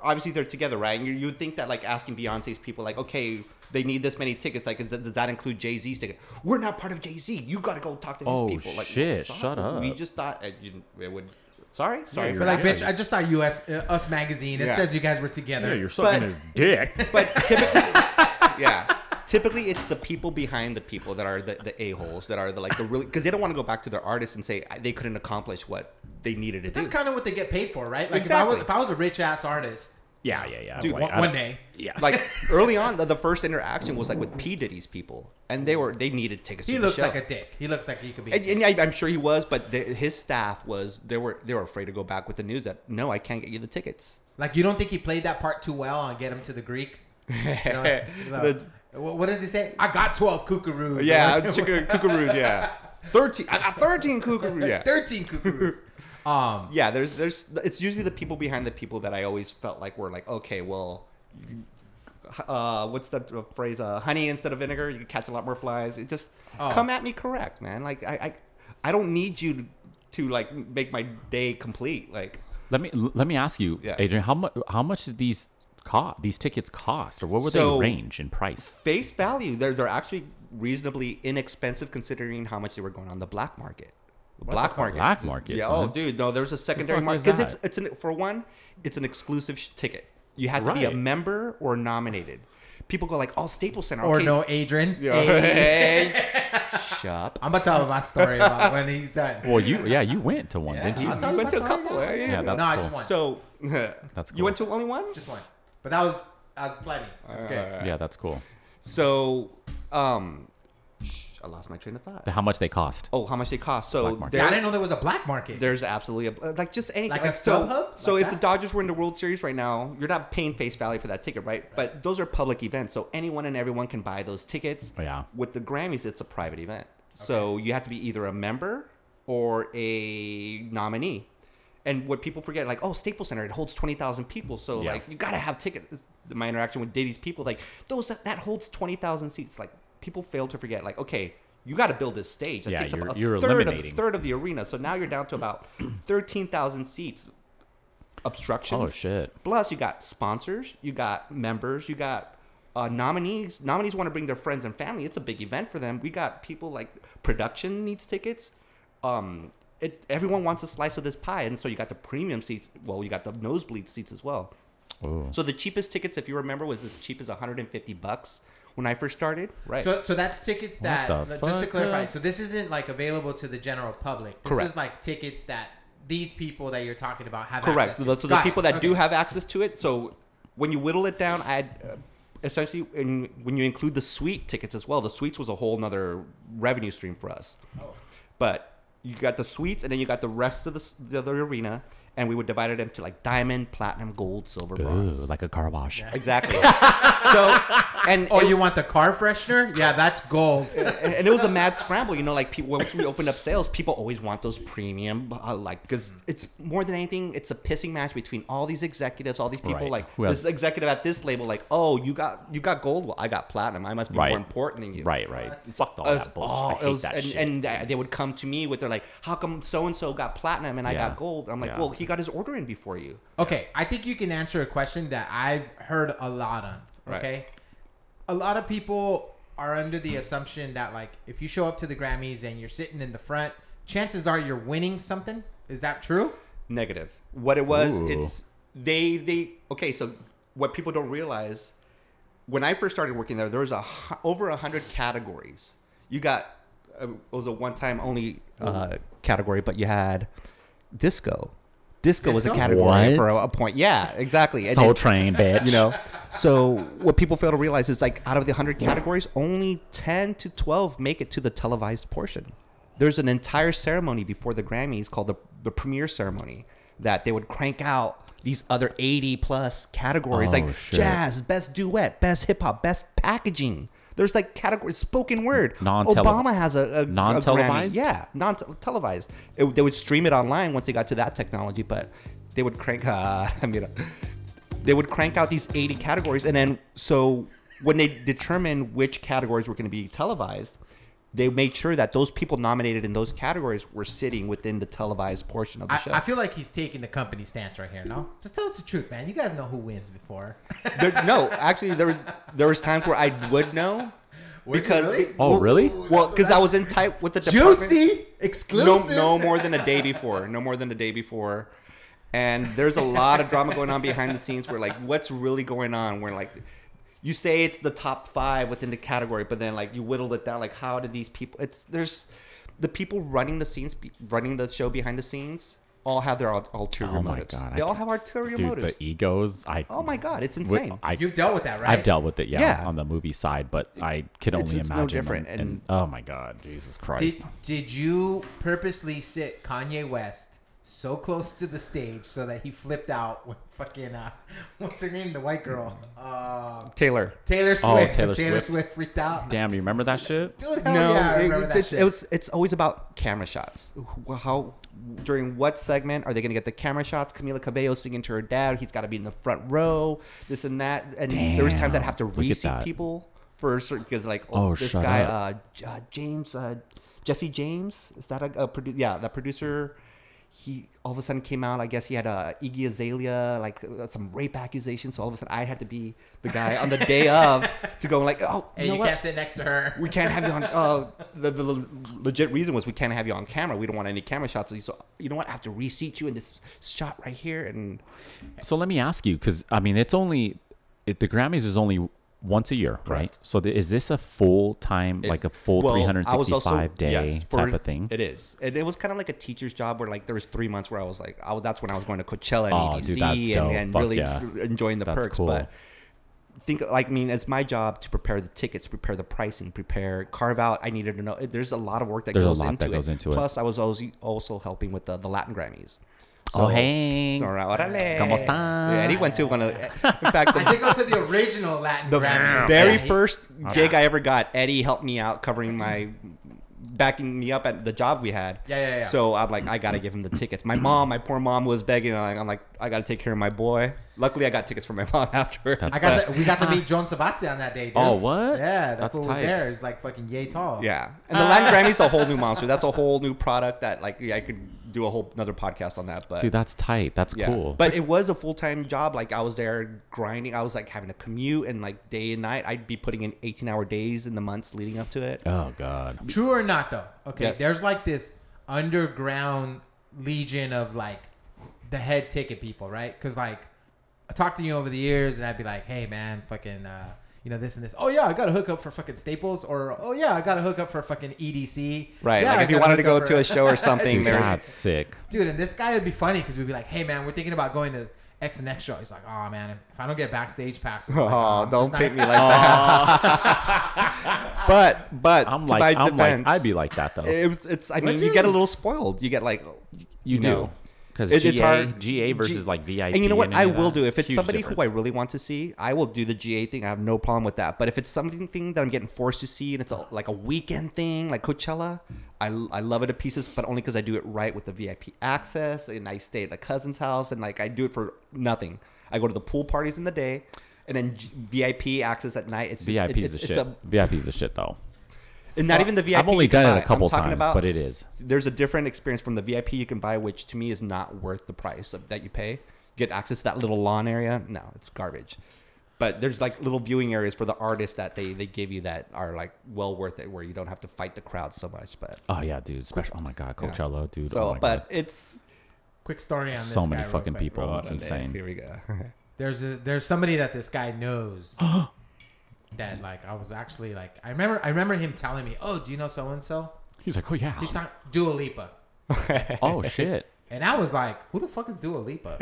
Speaker 3: obviously they're together, right? And you you would think that like asking Beyonce's people, like, okay, they need this many tickets. Like, is, does that include Jay Z's ticket? We're not part of Jay Z. You got to go talk to these
Speaker 2: Oh,
Speaker 3: people. Like,
Speaker 2: shit,
Speaker 3: sorry.
Speaker 2: shut
Speaker 3: We
Speaker 2: up.
Speaker 3: just thought it, uh, you, it would Sorry, sorry
Speaker 2: you're
Speaker 3: for
Speaker 1: But
Speaker 3: that.
Speaker 1: like, bitch, I just saw US uh, Us magazine. It
Speaker 3: Yeah.
Speaker 1: says you guys were together.
Speaker 2: Yeah, you're sucking
Speaker 3: But-
Speaker 2: his dick.
Speaker 3: But typically, yeah. Typically, it's the people behind the people that are the, the a holes that are the like the really because they don't want to go back to their artists and say "I- they couldn't accomplish what they needed to
Speaker 1: That's
Speaker 3: do.
Speaker 1: kind of what they get paid for, right? Like
Speaker 3: Exactly.
Speaker 1: if I was if I was a rich ass artist,
Speaker 2: Yeah, yeah, yeah.
Speaker 1: dude,
Speaker 2: Like,
Speaker 1: one,
Speaker 2: I-
Speaker 1: one day.
Speaker 2: Yeah.
Speaker 3: like early on, the, the first interaction was like with P Diddy's people, and they were they needed tickets.
Speaker 1: He
Speaker 3: to
Speaker 1: looks
Speaker 3: the show.
Speaker 1: like a dick. He looks like he could be. a
Speaker 3: And, and I, I'm sure he was, but the, his staff was they were they were afraid to go back with the news that no, I can't get you the tickets.
Speaker 1: Like you don't think he played that part too well on Get Him to the Greek? You know, the- what what does he say? I got twelve kookaroos.
Speaker 3: Yeah, chicken kookaroos. Yeah, thirteen. I got thirteen kookaroos. Yeah,
Speaker 1: thirteen kookaroos. um,
Speaker 3: yeah. There's there's it's usually the people behind the people that I always felt like were like okay, well, uh, what's that phrase? Uh, honey instead of vinegar, you can catch a lot more flies. It just
Speaker 1: Oh.
Speaker 3: come at me correct, man. Like I I, I don't need you to, to like make my day complete. Like
Speaker 2: Let me let me ask you,
Speaker 3: Yeah.
Speaker 2: Adrian, how much how much did these cost these tickets cost or what were
Speaker 3: So-
Speaker 2: they range in price?
Speaker 3: face value, they're they're actually reasonably inexpensive considering how much they were going on the black market. The black market.
Speaker 2: Black market,
Speaker 3: Yeah.
Speaker 2: son.
Speaker 3: Oh, dude. No, there's a secondary
Speaker 2: fuck
Speaker 3: market
Speaker 2: is
Speaker 3: because
Speaker 2: that?
Speaker 3: it's it's an, for one, it's an exclusive sh- ticket. You had to be a
Speaker 2: Right.
Speaker 3: member or nominated. People go like, "Oh, Staples Center."
Speaker 1: or
Speaker 3: okay.
Speaker 1: no, Adrian. Hey.
Speaker 3: Hey. Shut up.
Speaker 1: I'm gonna tell him my story about when he's done.
Speaker 2: Well, you yeah, you went to one,
Speaker 1: Yeah,
Speaker 2: didn't you?
Speaker 1: I'll
Speaker 3: You
Speaker 1: tell you
Speaker 3: went
Speaker 1: my
Speaker 3: to a
Speaker 1: story
Speaker 3: couple,
Speaker 1: now.
Speaker 3: eh? Yeah,
Speaker 2: Yeah,
Speaker 1: no,
Speaker 2: that's
Speaker 1: I
Speaker 2: cool.
Speaker 1: just one.
Speaker 3: So
Speaker 2: That's
Speaker 3: You
Speaker 2: cool.
Speaker 3: went to only one.
Speaker 1: just one. But that was that was plenty.
Speaker 3: Uh,
Speaker 1: That's good.
Speaker 2: Yeah, that's cool.
Speaker 3: So, um, sh- I lost my train of thought.
Speaker 2: But how much they cost?
Speaker 3: Oh, how much they cost? So
Speaker 2: Black market.
Speaker 1: Yeah, I
Speaker 3: there-
Speaker 1: didn't know there was a black market.
Speaker 3: There's absolutely a uh, like just anything.
Speaker 1: Like a
Speaker 3: so,
Speaker 1: StubHub?
Speaker 3: so
Speaker 1: Like
Speaker 3: if
Speaker 1: that?
Speaker 3: the Dodgers were in the World Series right now, you're not paying face value for that ticket, right? But those are public events, so anyone and everyone can buy those tickets.
Speaker 2: Oh, yeah.
Speaker 3: With the Grammys, it's a private event, so you have to be either a member or a nominee. And what people forget, like, oh, Staples Center, it holds twenty thousand people, so
Speaker 2: Yeah.
Speaker 3: like you gotta have tickets. My interaction with Diddy's people, like those that, that holds twenty thousand seats. Like people fail to forget, like, okay, you got to build this stage. That
Speaker 2: Yeah,
Speaker 3: takes up
Speaker 2: you're-
Speaker 3: a
Speaker 2: you're
Speaker 3: third of-
Speaker 2: eliminating.
Speaker 3: third of the arena. So now you're down to about 13,000 seats obstructions.
Speaker 2: Oh, shit.
Speaker 3: Plus you got sponsors, you got members, you got uh, nominees. Nominees want to bring their friends and family. It's a big event for them. We got people like production needs tickets. Um it, everyone wants a slice of this pie, and so you got the premium seats. Well, you got the nosebleed seats as well.
Speaker 2: Oh.
Speaker 3: So the cheapest tickets, if you remember, was as cheap as 150 bucks when I first started. Right.
Speaker 1: So, so that's tickets that
Speaker 2: the
Speaker 1: just to
Speaker 2: fuck,
Speaker 1: clarify.
Speaker 2: man?
Speaker 1: So this isn't like available to the general public. This
Speaker 3: Correct.
Speaker 1: is like tickets that these people that you're talking about have.
Speaker 3: Correct.
Speaker 1: access to.
Speaker 3: So the, so the
Speaker 1: Got it.
Speaker 3: people that do
Speaker 1: Okay.
Speaker 3: have access to it. So when you whittle it down, I uh, essentially in, when you include the suite tickets as well. The suites was a whole nother revenue stream for us.
Speaker 1: Oh.
Speaker 3: But you got the suites, and then you got the rest of the s- the, other arena, and we would divide it into like diamond, platinum, gold, silver, bronze.
Speaker 2: Ooh, like a car wash.
Speaker 3: exactly. so and
Speaker 1: Oh,
Speaker 3: it-
Speaker 1: you want the car freshener? Yeah, that's gold.
Speaker 3: and and it was a mad scramble, you know. Like people, once we opened up sales, people always want those premium, uh, like because
Speaker 2: Mm.
Speaker 3: it's more than anything, it's a pissing match between all these executives, all these people.
Speaker 2: Right.
Speaker 3: Like
Speaker 2: Who has-
Speaker 3: this executive at this label, like, oh, you got you got gold, well, I got platinum. I must be
Speaker 2: Right.
Speaker 3: more important than you.
Speaker 2: Right, right. Fuck all
Speaker 3: Uh, it's
Speaker 2: that bullshit.
Speaker 3: all-
Speaker 2: I
Speaker 3: it
Speaker 2: hate
Speaker 3: was-
Speaker 2: that
Speaker 3: and,
Speaker 2: shit.
Speaker 3: and th- they would come to me with their like, how come so and so got platinum and I
Speaker 2: Yeah.
Speaker 3: got gold? I'm like,
Speaker 2: Yeah.
Speaker 3: well, he got his order in before you.
Speaker 1: Okay, I think you can answer a question that I've heard a lot on.
Speaker 3: Right.
Speaker 1: Okay, a lot of people are under the assumption that like if you show up to the Grammys and you're sitting in the front, chances are you're winning something. Is that true?
Speaker 3: Negative. What it was,
Speaker 2: Ooh.
Speaker 3: it's they they okay. So what people don't realize when I first started working there, there was a hu- over a hundred categories. You got uh, it was a one time only uh, category, but you had disco. Disco, was a
Speaker 1: Disco?
Speaker 3: category
Speaker 2: What?
Speaker 3: for a, a point. Yeah, exactly. And
Speaker 2: Soul
Speaker 3: it-
Speaker 2: train, bitch.
Speaker 3: you know. So what people fail to realize is like out of the 100 categories, only 10 to 12 make it to the televised portion. There's an entire ceremony before the Grammys called the, the premiere ceremony that they would crank out these other 80 plus categories
Speaker 2: Oh,
Speaker 3: like
Speaker 2: shit.
Speaker 3: jazz, best duet, best hip hop, best packaging. There's like categories, spoken word.
Speaker 2: Non-tele-
Speaker 3: Obama has a, a- a
Speaker 2: Non-televised?
Speaker 3: Grammy. Yeah, non televised. It- They would stream it online once they got to that technology, but they would crank. Uh, I mean, they would crank out these 80 categories and then so when they determined which categories were going to be televised they made sure that those people nominated in those categories were sitting within the televised portion of the
Speaker 1: I,
Speaker 3: show
Speaker 1: I feel like he's taking the company stance right here. No, just tell us the truth, man. You guys know who wins before.
Speaker 3: There- no actually there was there was times where i would know
Speaker 1: Were you
Speaker 3: because
Speaker 1: really?
Speaker 2: Oh, really?
Speaker 3: Well, because I was in tight with the department.
Speaker 1: Juicy,
Speaker 3: No,
Speaker 1: exclusive.
Speaker 3: no more than a day before. No more than a day before. And there's a lot of drama going on behind the scenes where like what's really going on? Where like you say it's the top five within the category, but then like you whittled it down. Like how did these people? It's there's the people running the scenes, be- running the show behind the scenes, all have their ul- ulterior
Speaker 2: Oh my
Speaker 3: motives.
Speaker 2: God, I
Speaker 3: they all
Speaker 2: can't-
Speaker 3: have ulterior
Speaker 2: Dude,
Speaker 3: motives.
Speaker 2: the e- egos. I
Speaker 3: oh my god, it's
Speaker 2: w-
Speaker 3: insane.
Speaker 2: I,
Speaker 1: You've dealt with that, right?
Speaker 2: I've dealt with it, yeah,
Speaker 3: Yeah.
Speaker 2: on the movie side, but I can
Speaker 3: It's-
Speaker 2: only
Speaker 3: it's no
Speaker 2: imagine.
Speaker 3: different,
Speaker 2: And,
Speaker 3: and-
Speaker 2: oh my God, Jesus Christ!
Speaker 1: Did Did you purposely sit Kanye West so close to the stage so that he flipped out when fucking uh, what's her name, the white girl, uh,
Speaker 3: Taylor.
Speaker 1: Taylor
Speaker 2: Oh,
Speaker 1: Swift?
Speaker 2: Taylor
Speaker 1: Swift.
Speaker 2: Swift.
Speaker 1: freaked out.
Speaker 2: Damn, do you remember that shit?
Speaker 1: Dude, hell
Speaker 3: no,
Speaker 1: yeah, I
Speaker 3: it,
Speaker 1: remember
Speaker 3: it's-
Speaker 1: that
Speaker 3: it's,
Speaker 1: shit.
Speaker 3: it was. It's always about camera shots. Wh- How during what segment are they going to get the camera shots? Camila Cabello singing to her dad. He's got to be in the front row. This and that. And there was times I'd have to
Speaker 2: Damn, look at
Speaker 3: reseat
Speaker 2: that.
Speaker 3: people for certain because like
Speaker 2: Oh,
Speaker 3: oh, this
Speaker 2: shut
Speaker 3: guy
Speaker 2: up.
Speaker 3: uh, J- uh, James uh, Jesse James is that a, a producer? Yeah, that producer. He all of a sudden came out. I guess he had uh, Iggy Azalea, like uh, some rape accusation. So all of a sudden, I had to be the guy on the day of to go like, oh,
Speaker 1: and
Speaker 3: you know
Speaker 1: you
Speaker 3: what?
Speaker 1: can't sit next to her.
Speaker 3: we can't have you on. Uh, the, the le- legit reason was we can't have you on camera. We don't want any camera shots. So you, so, you know what? I have to reseat you in this shot right here. And
Speaker 2: So let me ask you, because I mean, it's only it, the Grammys is only once a year, right?
Speaker 3: Correct.
Speaker 2: So th- is this a full time, like a full
Speaker 3: Well, I was
Speaker 2: 365
Speaker 3: also-
Speaker 2: day
Speaker 3: yes, for-
Speaker 2: type of thing?
Speaker 3: It is. And it was kind of like a teacher's job where like there was three months where I was like, oh, that's when I was going to Coachella and
Speaker 2: Oh,
Speaker 3: EDC
Speaker 2: dude, that's
Speaker 3: and,
Speaker 2: dope.
Speaker 3: and
Speaker 2: Fuck
Speaker 3: really
Speaker 2: yeah.
Speaker 3: tr- enjoying the
Speaker 2: That's
Speaker 3: perks.
Speaker 2: cool.
Speaker 3: But think like I mean, it's my job to prepare the tickets, prepare the pricing, prepare carve out. I needed to know. There's a lot of work that
Speaker 2: There's a
Speaker 3: goes
Speaker 2: lot
Speaker 3: into
Speaker 2: that
Speaker 3: it.
Speaker 2: goes into it.
Speaker 3: Plus, I was also also helping with the, the Latin Grammys.
Speaker 2: Oh, hey.
Speaker 3: So, órale.
Speaker 2: ¿Cómo estás?
Speaker 3: Yeah, Eddie went to one of. In fact,
Speaker 1: I did
Speaker 3: the,
Speaker 1: go to the original Latin
Speaker 3: the
Speaker 1: Grammy.
Speaker 3: very
Speaker 1: Yeah, he-
Speaker 3: first gig I ever got, Eddie helped me out covering my, backing me up at the job we had.
Speaker 1: Yeah, yeah, yeah.
Speaker 3: So I'm like, I gotta give him the tickets. My mom, my poor mom, was begging. And I'm like- I'm like, I gotta take care of my boy. Luckily, I got tickets for my mom afterwards.
Speaker 2: That's
Speaker 1: I got to, we got to
Speaker 3: uh,
Speaker 1: meet John Sebastian that day. Dude.
Speaker 2: Oh, what?
Speaker 1: Yeah, that
Speaker 2: That's
Speaker 1: fool was
Speaker 2: tight.
Speaker 1: there. He's like fucking yay tall.
Speaker 3: Yeah, and the Latin Grammy's a whole new monster. That's a whole new product that like I could do a whole another podcast on that. But
Speaker 2: Dude, that's tight. That's
Speaker 3: Yeah.
Speaker 2: cool.
Speaker 3: But it was a full time job. Like I was there grinding. I was like having to commute and like day and night. I'd be putting in eighteen hour days in the months leading up to it.
Speaker 2: oh god.
Speaker 1: True or not though? Okay,
Speaker 3: Yes.
Speaker 1: there's like this underground legion of like the head ticket people, right? Because like I talked to you over the years, and I'd be like, "Hey man, fucking, uh, you know this and this. Oh yeah, I got a hookup for fucking Staples, or oh yeah, I got a hookup for fucking EDC.
Speaker 3: Right.
Speaker 1: Yeah,
Speaker 3: like
Speaker 1: I
Speaker 3: if you
Speaker 1: got
Speaker 3: wanted to go
Speaker 1: hookup
Speaker 3: to
Speaker 1: for-"
Speaker 3: a show or something,
Speaker 2: Dude,
Speaker 3: there's
Speaker 2: that's sick.
Speaker 1: dude, and this guy would be funny because we'd be like, "Hey man, we're thinking about going to." X and X show. He's like, oh man, if I don't get backstage passes, like,
Speaker 3: oh,
Speaker 1: I'm just
Speaker 3: don't
Speaker 1: not-
Speaker 3: pick me like that. but but
Speaker 2: I'm
Speaker 3: to
Speaker 2: like,
Speaker 3: my
Speaker 2: I'm
Speaker 3: defense,
Speaker 2: like, I'd be like that though.
Speaker 3: It was, it's. I mean,
Speaker 1: Would
Speaker 3: you? get a
Speaker 1: you?
Speaker 3: little spoiled. You get like.
Speaker 2: you do
Speaker 3: know,
Speaker 2: because
Speaker 3: it-
Speaker 2: GA,
Speaker 3: it's hard.
Speaker 2: GA versus
Speaker 3: G-
Speaker 2: like VIP.
Speaker 3: And you know what? I
Speaker 2: any of
Speaker 3: will
Speaker 2: that,
Speaker 3: do if it's
Speaker 2: huge
Speaker 3: somebody who I
Speaker 2: difference.
Speaker 3: really want to see, I will do the GA thing. I have no problem with that. But if it's something that I'm getting forced to see and it's a, like a weekend thing, like Coachella, I, I love it to pieces, but only because I do it right with the VIP access and I stay at a cousin's house and like I do it for nothing. I go to the pool parties in the day. And then G- VIP access at night. It's just,
Speaker 2: VIP
Speaker 3: it's,
Speaker 2: is the
Speaker 3: it's
Speaker 2: shit.
Speaker 3: a-
Speaker 2: VIP is the shit though.
Speaker 3: and not even the VIP.
Speaker 2: I've only
Speaker 3: you can
Speaker 2: done
Speaker 3: buy.
Speaker 2: it a couple
Speaker 3: I'm talking
Speaker 2: times,
Speaker 3: about-
Speaker 2: but it is.
Speaker 3: there's a different experience from the VIP you can buy, which to me is not worth the price of, that you pay. You get access to that little lawn area. No, it's garbage. But there's like little viewing areas for the artists that they they give you that are like well worth it, where you don't have to fight the crowd so much. But
Speaker 2: Oh yeah, dude. Special. Oh my god,
Speaker 3: Yeah.
Speaker 2: Coachella, dude.
Speaker 3: so,
Speaker 2: oh my
Speaker 3: but
Speaker 2: god.
Speaker 3: it's
Speaker 1: Quick story on this.
Speaker 2: So
Speaker 1: guy
Speaker 2: many
Speaker 1: real
Speaker 2: fucking
Speaker 1: quick.
Speaker 2: people. It's
Speaker 3: Hold on,
Speaker 2: insane.
Speaker 3: Here we go.
Speaker 1: there's a there's somebody that this guy knows that like I was actually like I remember I remember him telling me, "Oh, do you know so and so?"
Speaker 2: he's like, oh yeah.
Speaker 1: He's not Dua Lipa.
Speaker 2: oh shit.
Speaker 1: And I was like, "Who the fuck is Dua Lipa?"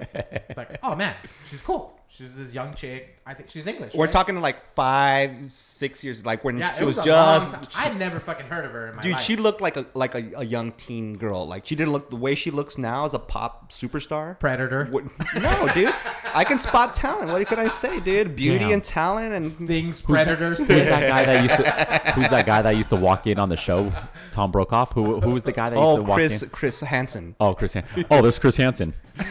Speaker 1: It's like, "Oh man, she's cool. She's this young chick. I think she's English."
Speaker 3: We're
Speaker 1: right?
Speaker 3: talking like five, six years, like when
Speaker 1: Yeah,
Speaker 3: she
Speaker 1: it was,
Speaker 3: was,
Speaker 1: a
Speaker 3: just.
Speaker 1: long time. I'd never fucking heard of her in my
Speaker 3: Dude,
Speaker 1: life.
Speaker 3: she looked like a like a, a young teen girl. Like she didn't look the way she looks now as a pop superstar.
Speaker 1: predator
Speaker 3: What- no, dude. I can spot talent. What could I say, dude? Beauty
Speaker 2: Damn.
Speaker 3: and talent and
Speaker 1: things predator.
Speaker 2: Who's
Speaker 1: said.
Speaker 2: that guy that used to? Who's that guy that used to walk in on the show? Tom Brokaw. Who who was the guy that used to
Speaker 3: oh,
Speaker 2: walk
Speaker 3: Chris
Speaker 2: in?
Speaker 3: Chris Hansen.
Speaker 2: Oh, Chris. Han- oh, there's Chris Hansen.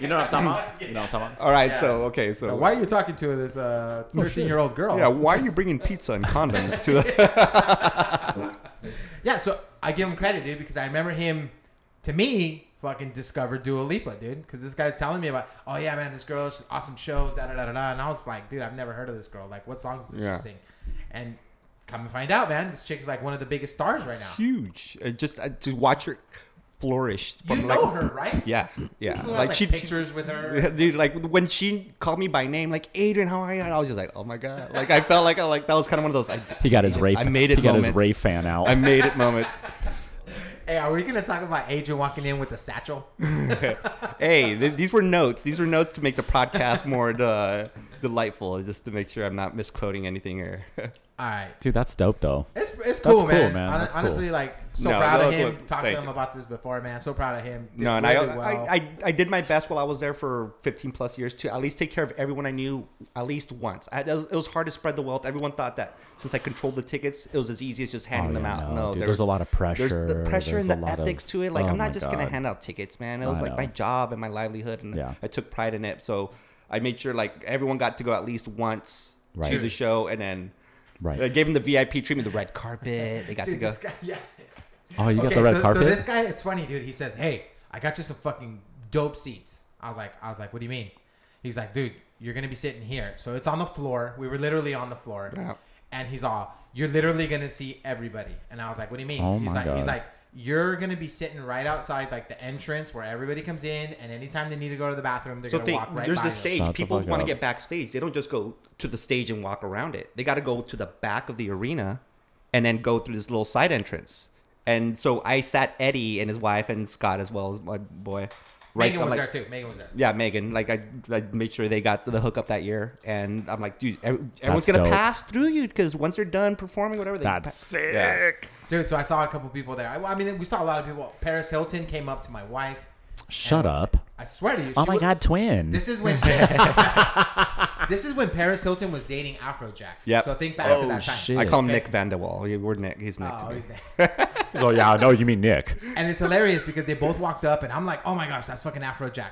Speaker 2: you know what I'm talking about? You know what I'm talking about?
Speaker 3: All right, so okay, so
Speaker 1: Why are you talking to this uh, 13 year old girl?
Speaker 3: Oh, yeah, why are you bringing pizza and condoms to the?
Speaker 1: Yeah, so I give him credit, dude, because I remember him, to me, fucking discovered Dua Lipa, dude. Because this guy's telling me about, oh yeah, man, this girl, she's an awesome show, da da da da da. And I was like, dude, I've never heard of this girl. Like, what songs does
Speaker 3: Yeah.
Speaker 1: she sing? And come and find out, man. This chick's like one of the biggest stars right now.
Speaker 3: Huge. Uh, just uh, to watch her flourish.
Speaker 1: You
Speaker 3: like,
Speaker 1: know her, right?
Speaker 3: Yeah, yeah.
Speaker 1: People have, like,
Speaker 3: she-
Speaker 1: pictures with her.
Speaker 3: Dude, like when she called me by name, like Adrian, how are you? And I was just like, oh my god, like I felt like I like that was kind of one of those. I,
Speaker 2: He got his
Speaker 3: I-
Speaker 2: Ray.
Speaker 3: I made it.
Speaker 2: He got his
Speaker 3: moments.
Speaker 2: Ray fan out.
Speaker 3: I made it moment.
Speaker 1: Hey, are we gonna talk about Adrian walking in with a satchel?
Speaker 3: hey, th- these were notes. These were notes to make the podcast more uh, delightful, just to make sure I'm not misquoting anything or.
Speaker 1: All right.
Speaker 2: Dude, that's dope though.
Speaker 1: It's, it's cool,
Speaker 2: cool,
Speaker 1: man.
Speaker 2: man.
Speaker 1: Hon-
Speaker 2: That's cool.
Speaker 1: Honestly, like so
Speaker 3: No,
Speaker 1: proud of
Speaker 3: look,
Speaker 1: him.
Speaker 3: look,
Speaker 1: Talked to
Speaker 3: thank
Speaker 1: him
Speaker 3: you.
Speaker 1: about this before, man. So proud of him. Did
Speaker 3: No, and
Speaker 1: really
Speaker 3: I,
Speaker 1: well.
Speaker 3: I, I I did my best while I was there for 15 plus years to at least take care of everyone I knew at least once. I, it, was, it was hard to spread the wealth. Everyone thought that since I controlled the tickets, it was as easy as just handing
Speaker 2: Oh,
Speaker 3: them
Speaker 2: yeah,
Speaker 3: out.
Speaker 2: no,
Speaker 3: No,
Speaker 2: dude,
Speaker 3: there
Speaker 2: there's
Speaker 3: was-
Speaker 2: a lot of
Speaker 3: There's
Speaker 2: pressure.
Speaker 3: the pressure and
Speaker 2: There's
Speaker 3: the
Speaker 2: a lot of-
Speaker 3: ethics to it. Like
Speaker 2: Oh
Speaker 3: I'm not
Speaker 2: my
Speaker 3: just gonna
Speaker 2: God.
Speaker 3: hand out tickets, man. It was
Speaker 2: I
Speaker 3: like my
Speaker 2: know.
Speaker 3: job and my livelihood, and
Speaker 2: Yeah.
Speaker 3: I took pride in it. So I made sure like everyone got to go at least once
Speaker 2: Right.
Speaker 3: to the show, and then.
Speaker 2: Right.
Speaker 3: I gave them the VIP treatment, the red carpet. They got to
Speaker 1: Dude,
Speaker 3: go.
Speaker 1: this guy, yeah.
Speaker 2: Oh, you got
Speaker 1: okay,
Speaker 2: the red
Speaker 1: so,
Speaker 2: carpet.
Speaker 1: so this guy, it's funny, dude. He says, "Hey, I got you some fucking dope seats." I was like, "I was like, what do you mean?" He's like, "Dude, you're gonna be sitting here." So it's on the floor. We were literally on the floor,
Speaker 3: Yeah.
Speaker 1: and he's all, "You're literally gonna see everybody." And I was like, "What do you mean?"
Speaker 2: Oh
Speaker 1: he's
Speaker 2: my
Speaker 1: like, "He's
Speaker 2: God.
Speaker 1: like." You're gonna be sitting right outside, like the entrance where everybody comes in, and anytime they need to go to the bathroom, they're
Speaker 3: So
Speaker 1: gonna
Speaker 3: they,
Speaker 1: walk right
Speaker 3: there's
Speaker 1: by
Speaker 3: the
Speaker 1: you.
Speaker 3: stage.
Speaker 2: Shut the
Speaker 3: People
Speaker 2: fuck
Speaker 3: want
Speaker 2: up.
Speaker 3: to get backstage. They don't just go to the stage and walk around it. They got to go to the back of the arena and then go through this little side entrance. And so I sat Eddie and his wife and Scott as well as my boy.
Speaker 1: Megan
Speaker 3: I'm
Speaker 1: was
Speaker 3: like-
Speaker 1: there too. Megan was there.
Speaker 3: Yeah, Megan. Like I, I made sure they got the hookup that year, and I'm like, dude, every, everyone's
Speaker 2: That's
Speaker 3: gonna
Speaker 2: dope.
Speaker 3: pass through you because once they're done performing, whatever. They
Speaker 2: That's
Speaker 3: pa-
Speaker 2: sick.
Speaker 3: Yeah.
Speaker 1: Dude, so I saw a couple people there. I, I mean, we saw a lot of people. Paris Hilton came up to my wife.
Speaker 2: Shut up.
Speaker 1: I swear to you.
Speaker 2: Oh
Speaker 1: she
Speaker 2: my
Speaker 1: wa-
Speaker 2: god, twin.
Speaker 1: This is when this is when Paris Hilton was dating Afrojack.
Speaker 3: Yep.
Speaker 1: So think back to
Speaker 2: Oh,
Speaker 1: that time.
Speaker 2: shit.
Speaker 3: I call him
Speaker 1: Okay.
Speaker 3: Nick Vandewall. We're Nick. He's Nick
Speaker 1: Oh,
Speaker 3: to me.
Speaker 1: he's there.
Speaker 2: oh yeah, no, you mean Nick.
Speaker 1: and it's hilarious because they both walked up, and I'm like, "Oh my gosh, that's fucking Afrojack,"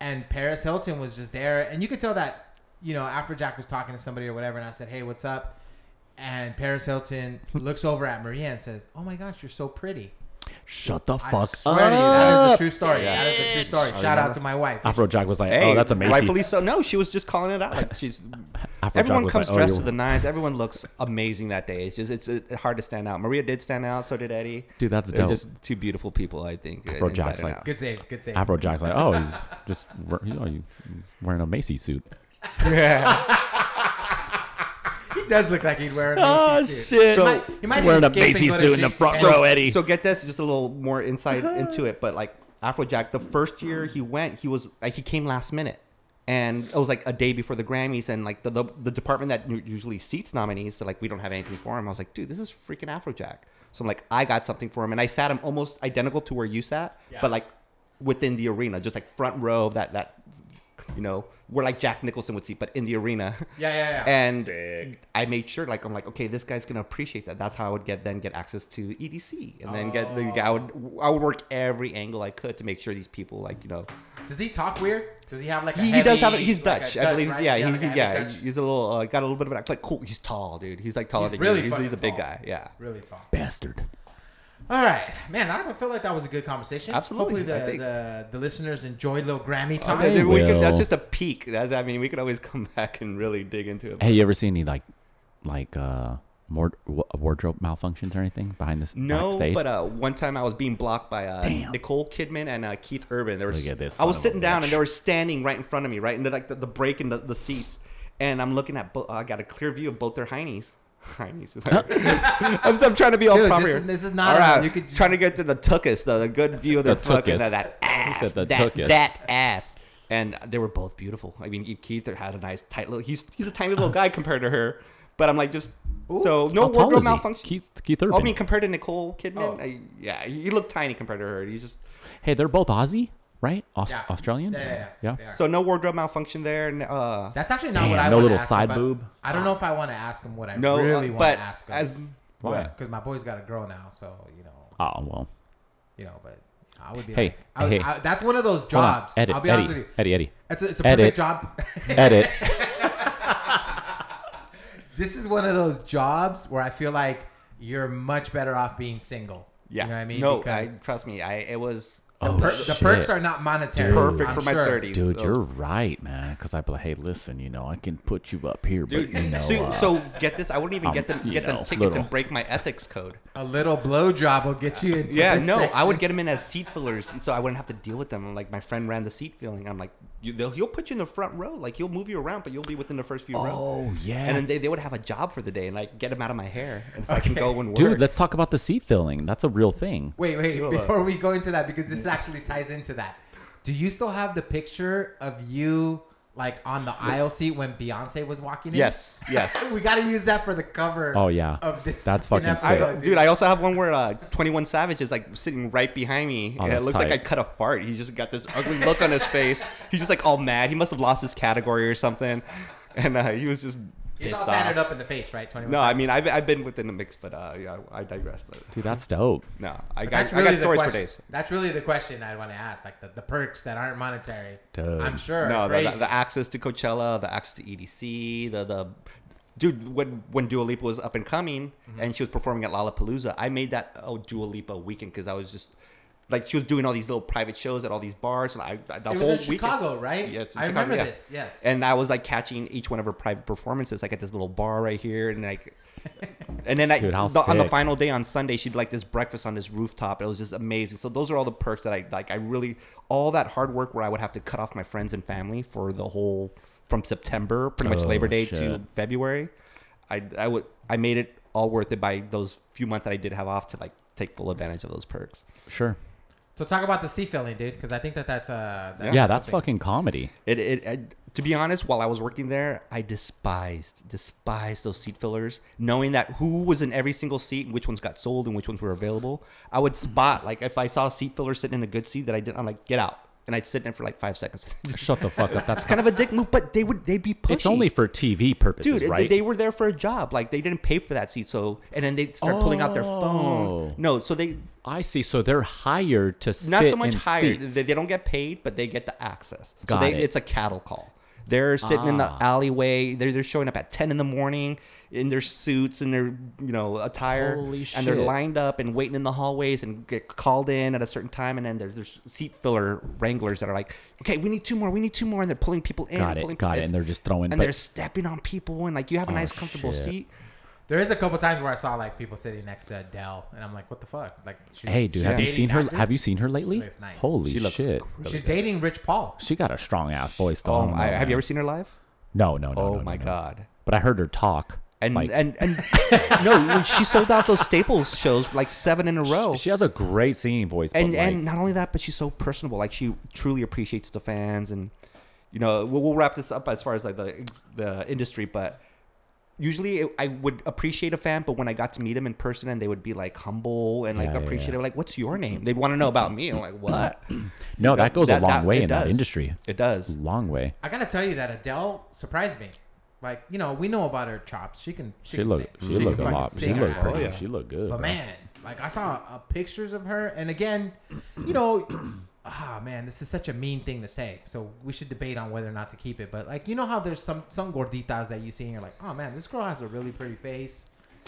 Speaker 1: and Paris Hilton was just there, and you could tell that you know Afrojack was talking to somebody or whatever, and I said, "Hey, what's up?" And Paris Hilton looks over at Maria and says, "Oh my gosh, you're so pretty."
Speaker 2: Shut the
Speaker 1: I
Speaker 2: fuck
Speaker 1: swear
Speaker 2: up. Oh,
Speaker 1: to you, that is a true story. That is a true story. Shout out to my wife.
Speaker 2: Afrojack was like,
Speaker 3: Hey,
Speaker 2: "Oh, that's amazing."
Speaker 3: Rightfully so. No, she was just calling it out. Like she's
Speaker 2: Afrojack
Speaker 3: everyone
Speaker 2: was
Speaker 3: comes
Speaker 2: like, "Oh,
Speaker 3: dressed
Speaker 2: you're-
Speaker 3: to the nines. Everyone looks amazing that day. It's just it's, uh hard to stand out. Maria did stand out. So did Eddie.
Speaker 2: Dude, that's
Speaker 3: They're
Speaker 2: dope.
Speaker 3: just two beautiful people. I think. uh,
Speaker 2: Afrojack's
Speaker 3: inside and
Speaker 2: like-
Speaker 3: out.
Speaker 1: Good save. Good save.
Speaker 2: Afrojack's like, "Oh, he's just wear- you know, you wearing a Macy suit."
Speaker 1: He does look like he'd wear a Macy's
Speaker 2: Oh,
Speaker 1: suit.
Speaker 3: So-
Speaker 1: He might, he might
Speaker 2: wearing a
Speaker 1: escape and
Speaker 2: Macy
Speaker 1: go to
Speaker 2: suit in the
Speaker 1: Jake's
Speaker 2: front
Speaker 1: Family.
Speaker 2: row, Eddie.
Speaker 3: So get this, just a little more insight into it. But like Afrojack, the first year he went, he was like he came last minute, and it was like a day before the Grammys, and like the the, the department that nu- usually seats nominees, so like we don't have anything for him. I was like, dude, this is freaking Afrojack. So I'm like, I got something for him, and I sat him almost identical to where you sat, but like within the arena, just like front row of that that you know where like Jack Nicholson would seat, but in the arena.
Speaker 1: Yeah, yeah, yeah.
Speaker 3: And I made sure, like, I'm like, okay, this guy's gonna appreciate that. That's how I would get then get access to EDC, and then get the I would I would work every angle I could to make sure these people, like, you know,
Speaker 1: Does he talk weird? Does he have like a
Speaker 3: he, he
Speaker 1: heavy,
Speaker 3: does have a, he's
Speaker 1: like a
Speaker 3: Dutch, I believe.
Speaker 1: right?
Speaker 3: Yeah,
Speaker 1: like
Speaker 3: he,
Speaker 1: a
Speaker 3: he,
Speaker 1: heavy
Speaker 3: yeah,
Speaker 1: Dutch?
Speaker 3: he's a little uh, got a little bit of that, but cool. He's tall, dude. He's like taller
Speaker 1: He's
Speaker 3: than
Speaker 1: really
Speaker 3: you. He's, he's a
Speaker 1: fucking
Speaker 3: big
Speaker 1: tall.
Speaker 3: guy. Yeah.
Speaker 1: really tall.
Speaker 2: Bastard.
Speaker 1: All right, man. I feel like that was a good conversation.
Speaker 3: Absolutely,
Speaker 1: Hopefully,
Speaker 3: I
Speaker 1: the,
Speaker 3: think- Oh,
Speaker 1: the, the listeners enjoyed little Grammy time.
Speaker 3: Th- we could-
Speaker 2: will.
Speaker 3: that's just a peak. That's, I mean, we could always come back and really dig into it.
Speaker 2: Hey, you ever seen any like, like uh, more wardrobe malfunctions or anything behind this
Speaker 3: No,
Speaker 2: backstage?
Speaker 3: but uh, one time I was being blocked by uh,
Speaker 2: Damn.
Speaker 3: Nicole Kidman and uh, Keith Urban. They were
Speaker 2: Look at this
Speaker 3: I was
Speaker 2: son of a
Speaker 3: sitting down
Speaker 2: bitch.
Speaker 3: and they were standing right in front of me, right in the like the, the break in the, the seats, and I'm looking at. Bo- I got a clear view of both their heinies. Heinies. is- I'm, I'm trying to be all
Speaker 1: Dude,
Speaker 3: proper.
Speaker 1: this
Speaker 3: here.
Speaker 1: is- this is not- you could
Speaker 3: trying to get to the tuckus, the, the good view of their
Speaker 2: The
Speaker 3: fucking uh,
Speaker 2: tuchus.
Speaker 3: that, that
Speaker 2: He
Speaker 3: ass,
Speaker 2: said the
Speaker 3: that,
Speaker 2: tuchus.
Speaker 3: that ass. And they were both beautiful. I mean, Keith had a nice tight little. He's he's a tiny little guy compared to her, but I'm like just so no
Speaker 2: How tall
Speaker 3: wardrobe
Speaker 2: is he?
Speaker 3: malfunction.
Speaker 2: Keith, Keith
Speaker 3: Oh, I
Speaker 2: Urban.
Speaker 3: mean, compared to Nicole Kidman,
Speaker 1: Oh.
Speaker 3: I, yeah, he he looked tiny compared to her. He's just
Speaker 2: hey, they're both Aussie, right? Aus-
Speaker 1: Yeah.
Speaker 2: Australian.
Speaker 1: Yeah, yeah, yeah. They are.
Speaker 3: so no wardrobe malfunction there. n- Uh,
Speaker 1: That's actually not
Speaker 2: Damn,
Speaker 1: what I
Speaker 2: no
Speaker 1: wanna
Speaker 2: little
Speaker 1: ask
Speaker 2: side
Speaker 1: him, but
Speaker 2: boob?
Speaker 1: I don't know if I want to ask him what I
Speaker 3: no, uh,
Speaker 1: really want
Speaker 3: but
Speaker 1: to ask him.
Speaker 3: as
Speaker 2: Why?
Speaker 1: because my boy's got a girl now, so you know,
Speaker 2: Oh well.
Speaker 1: you know, but I would be
Speaker 2: Hey,
Speaker 1: like, I would,
Speaker 2: hey.
Speaker 1: I, that's one of those
Speaker 2: Hold on.
Speaker 1: jobs.
Speaker 2: Edit,
Speaker 1: I'll be
Speaker 2: Eddie,
Speaker 1: honest with you,
Speaker 2: Eddie, Eddie,
Speaker 1: it's a, it's a
Speaker 2: Edit.
Speaker 1: perfect job.
Speaker 2: edit.
Speaker 1: this is one of those jobs where I feel like you're much better off being single.
Speaker 3: yeah,
Speaker 1: you know what I mean.
Speaker 3: no, I,
Speaker 1: because
Speaker 3: trust me, I it was
Speaker 1: The,
Speaker 2: Oh,
Speaker 1: per- the
Speaker 2: shit.
Speaker 1: perks are not monetary.
Speaker 2: Dude.
Speaker 3: Perfect
Speaker 1: I'm
Speaker 3: for my
Speaker 1: sure.
Speaker 3: 30s.
Speaker 2: Dude,
Speaker 3: So-
Speaker 2: you're right, man. Because I'd be like, hey, listen, you know, I can put you up here,
Speaker 3: Dude,
Speaker 2: but you know,
Speaker 3: so,
Speaker 2: uh,
Speaker 3: so get this. I wouldn't even
Speaker 2: um,
Speaker 3: get them
Speaker 2: you
Speaker 3: get
Speaker 2: know,
Speaker 3: them tickets
Speaker 2: little.
Speaker 3: and break my ethics code.
Speaker 1: A little blowjob will get you into
Speaker 3: Yeah,
Speaker 1: this
Speaker 3: no, I
Speaker 1: section.
Speaker 3: would get them in as seat fillers, so I wouldn't have to deal with them. And, Like my friend ran the seat filling. I'm like, you, they'll, he'll put you in the front row. Like he'll move you around, but you'll be within the first few rows.
Speaker 2: Oh, yeah.
Speaker 3: And then they, they would have a job for the day, and like get them out of my hair, and so I can go and work.
Speaker 2: Dude, let's talk about the seat filling. That's a real thing.
Speaker 1: Wait, wait,
Speaker 3: Sure.
Speaker 1: before we go into that, because this actually ties into that. Do you still have the picture of you like on the aisle seat when Beyonce was walking in?
Speaker 3: Yes, yes.
Speaker 1: we gotta use that for the cover.
Speaker 2: Oh, yeah.
Speaker 1: of this.
Speaker 2: That's
Speaker 1: fucking
Speaker 2: fucking
Speaker 1: episode,
Speaker 3: I, dude, I also have one where uh, 21 Savage is like sitting right behind me,
Speaker 2: Oh,
Speaker 3: and it
Speaker 2: that's
Speaker 3: looks like
Speaker 2: tight.
Speaker 3: I cut a fart. He's just got this ugly look on his face. He's just like all mad. He must have lost his category or something, and uh, he was just
Speaker 1: It's
Speaker 3: pissed
Speaker 1: all tatted
Speaker 3: off.
Speaker 1: up in the face, right? Twenty.
Speaker 3: No, I mean I've, I've been within the mix, but uh, yeah, I digress. But
Speaker 2: Dude, that's dope.
Speaker 3: no, I
Speaker 1: that's
Speaker 3: got
Speaker 1: really
Speaker 3: I got
Speaker 1: the
Speaker 3: stories
Speaker 1: question.
Speaker 3: for days.
Speaker 1: That's really the question I want to ask. Like the, the perks that aren't monetary.
Speaker 2: Dude.
Speaker 1: I'm sure. are
Speaker 3: No, the,
Speaker 1: crazy.
Speaker 3: the, the access to Coachella, the access to EDC, the the dude when when Dua Lipa was up and coming
Speaker 1: Mm-hmm.
Speaker 3: and she was performing at Lollapalooza, I made that oh Dua Lipa weekend because I was just like she was doing all these little private shows at all these bars and I the
Speaker 1: it was
Speaker 3: whole
Speaker 1: in
Speaker 3: weekend-
Speaker 1: Chicago, right?
Speaker 3: Yes, in
Speaker 1: I
Speaker 3: Chicago,
Speaker 1: remember
Speaker 3: yeah.
Speaker 1: this. Yes.
Speaker 3: And I was like catching each one of her private performances, like at this little bar right here, and like, and then I
Speaker 2: Dude, how
Speaker 3: the- on the
Speaker 2: sick.
Speaker 3: final day on Sunday, she'd like this breakfast on this rooftop. It was just amazing. So those are all the perks that I like. I really all that hard work where I would have to cut off my friends and family for the whole from September, pretty much
Speaker 2: Oh,
Speaker 3: Labor Day
Speaker 2: shit.
Speaker 3: to February. I I would I made it all worth it by those few months that I did have off to like take full advantage of those perks.
Speaker 2: Sure.
Speaker 1: so talk about the sea filling, dude, because I think that that's uh.
Speaker 2: Yeah,
Speaker 1: that-
Speaker 2: that's
Speaker 1: a big-
Speaker 2: fucking comedy.
Speaker 3: It, it, it to be honest, while I was working there, I despised despised those seat fillers. Knowing that who was in every single seat and which ones got sold and which ones were available, I would spot like if I saw a seat filler sitting in a good seat that I didn't, I'm like get out, and I'd sit in it for like five seconds. it's
Speaker 2: Shut the fuck up. That's
Speaker 3: kind of a dick move, but they would they'd be pushy.
Speaker 2: It's only for TV purposes,
Speaker 3: Dude, it-
Speaker 2: right?
Speaker 3: they were there for a job. Like they didn't pay for that seat, so and then they start pulling out their phone.
Speaker 2: Oh.
Speaker 3: No, so they
Speaker 2: I see. So they're hired to
Speaker 3: not
Speaker 2: sit
Speaker 3: so much
Speaker 2: in
Speaker 3: hired.
Speaker 2: seats.
Speaker 3: They, they don't get paid, but they get the access.
Speaker 2: Got
Speaker 3: so they,
Speaker 2: it.
Speaker 3: it's a cattle call. They're sitting in the
Speaker 2: Ah.
Speaker 3: alleyway. They're, they're showing up at ten in the morning in their suits and their you know attire,
Speaker 2: Holy
Speaker 3: and they're
Speaker 2: shit.
Speaker 3: lined up and waiting in the hallways and get called in at a certain time. And then there's there's seat filler wranglers that are like, okay, we need two more, we need two more, and they're pulling people in.
Speaker 2: Got it,
Speaker 3: pulling-
Speaker 2: got it,
Speaker 3: it's-
Speaker 2: and they're just throwing-
Speaker 3: and
Speaker 2: but-
Speaker 3: they're stepping on people and like you have a
Speaker 2: Oh,
Speaker 3: nice comfortable
Speaker 2: shit.
Speaker 3: seat.
Speaker 1: There is a couple times where I saw like people sitting next to Adele, and I'm like, what the fuck? Like, she's,
Speaker 2: hey, dude,
Speaker 1: she's
Speaker 2: have you
Speaker 1: dating
Speaker 2: seen her?
Speaker 1: active?
Speaker 2: Have you seen her lately?
Speaker 1: She looks nice.
Speaker 2: Holy
Speaker 3: She looks
Speaker 2: shit.
Speaker 1: She's dating Rich Paul.
Speaker 2: She got a strong ass voice, though. I
Speaker 3: Oh,
Speaker 2: don't
Speaker 3: I,
Speaker 2: know,
Speaker 3: have
Speaker 2: man.
Speaker 3: you ever seen her live?
Speaker 2: No, no, no.
Speaker 3: oh
Speaker 2: no, no,
Speaker 3: my
Speaker 2: no.
Speaker 3: god.
Speaker 2: But I heard her talk.
Speaker 3: And,
Speaker 2: like,
Speaker 3: and and no, she sold out those Staples shows for like seven in a row.
Speaker 2: she has a great singing voice.
Speaker 3: oh. and
Speaker 2: but,
Speaker 3: and
Speaker 2: like,
Speaker 3: not only that, but she's so personable. Like she truly appreciates the fans, and you know we'll, we'll wrap this up as far as like the the industry. But usually it, I would appreciate a fan, but when I got to meet them in person, and they would be like humble and like
Speaker 2: Yeah, yeah,
Speaker 3: appreciative, like what's your name? They'd want to know about me. I'm like what?
Speaker 2: no, that goes a long
Speaker 3: that-
Speaker 2: way
Speaker 3: it
Speaker 2: in that
Speaker 3: does.
Speaker 2: industry.
Speaker 3: It does.
Speaker 2: Long way.
Speaker 1: I gotta tell you that Adele surprised me. Like, you know, we know about her chops. She can. She,
Speaker 2: She
Speaker 1: can
Speaker 2: looked.
Speaker 1: sing.
Speaker 2: She looked a
Speaker 1: can fucking
Speaker 2: lot. She
Speaker 1: sing her
Speaker 2: looked
Speaker 1: ass off.
Speaker 2: pretty.
Speaker 3: Oh, yeah.
Speaker 2: She looked good.
Speaker 1: But
Speaker 2: bro.
Speaker 1: man, like I saw uh, pictures of her, and again, you know, ah man, this is such a mean thing to say. So we should debate on whether or not to keep it. But like, you know how there's some some gorditas that you see, and you're like, oh man, this girl has a really pretty face.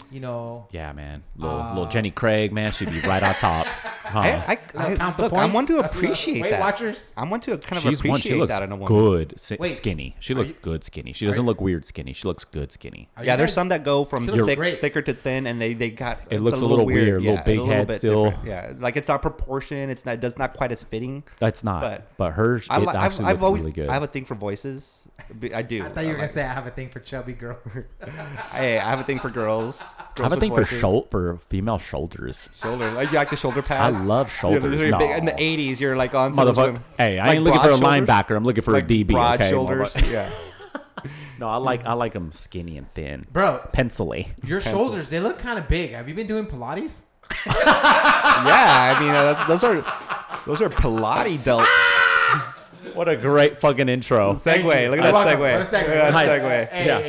Speaker 1: You know,
Speaker 2: Yeah, man. Little,
Speaker 1: Uh,
Speaker 2: little Jenny Craig, man, she'd be right on top. Huh.
Speaker 3: I, I, I,
Speaker 1: Count the
Speaker 3: look, I
Speaker 1: points.
Speaker 3: want to
Speaker 1: That's the
Speaker 3: appreciate
Speaker 1: Weight
Speaker 3: that.
Speaker 1: Watchers.
Speaker 3: I want to kind of
Speaker 2: She's
Speaker 3: appreciate
Speaker 2: one. She looks
Speaker 3: that in a woman.
Speaker 2: good, si-
Speaker 1: Wait,
Speaker 2: skinny. She
Speaker 1: are
Speaker 2: looks
Speaker 1: you-
Speaker 2: good, skinny. She doesn't
Speaker 1: you-
Speaker 2: look weird, skinny. She looks good, skinny.
Speaker 1: Are
Speaker 3: Yeah,
Speaker 1: you
Speaker 3: there's
Speaker 1: guys-
Speaker 3: some that go from
Speaker 1: She looks
Speaker 3: thick,
Speaker 1: great.
Speaker 3: thicker to thin, and they they got
Speaker 2: It
Speaker 3: it's
Speaker 2: looks a little weird, a little big head
Speaker 3: bit
Speaker 2: still.
Speaker 3: different. Yeah, like it's not proportion. It's not does not quite as fitting.
Speaker 2: That's not. But,
Speaker 3: But-
Speaker 2: hers, it
Speaker 3: I li- I've,
Speaker 2: actually
Speaker 3: I've
Speaker 2: looked
Speaker 3: always
Speaker 2: really good.
Speaker 3: I have a thing for voices. B- I do.
Speaker 1: I thought you were
Speaker 3: like-
Speaker 1: gonna say I have a thing for chubby girls.
Speaker 3: Hey, I have a thing for girls.
Speaker 2: I have a
Speaker 3: girls with
Speaker 2: thing for
Speaker 3: voices.
Speaker 2: shou- for female shoulders.
Speaker 3: Shoulder, like you like the shoulder pads.
Speaker 2: love
Speaker 3: Yeah,
Speaker 2: shoulders.
Speaker 3: those are your big- in
Speaker 2: No.
Speaker 3: the '80s, you're like on some of those
Speaker 2: Motherfucker.
Speaker 3: women-
Speaker 2: Hey, I
Speaker 3: like
Speaker 2: ain't looking for a
Speaker 3: broad shoulders.
Speaker 2: linebacker. I'm looking for a
Speaker 3: Like
Speaker 2: DB.
Speaker 3: broad
Speaker 2: okay,
Speaker 3: shoulders.
Speaker 2: motherfucker?
Speaker 3: yeah.
Speaker 2: No, I like I like them skinny and thin,
Speaker 1: Bro,
Speaker 2: pencily.
Speaker 1: your shoulders, they look kind of big. Have you been doing Pilates?
Speaker 3: yeah, I mean uh, that's, those are those are Pilates delts.
Speaker 2: What a great fucking intro.
Speaker 3: Segue. Look at
Speaker 1: You're
Speaker 3: that
Speaker 1: welcome.
Speaker 3: segue.
Speaker 1: What a
Speaker 3: Look
Speaker 1: segue.
Speaker 3: at
Speaker 1: What
Speaker 3: that
Speaker 1: a
Speaker 3: segue.
Speaker 1: Hey,
Speaker 2: Yeah.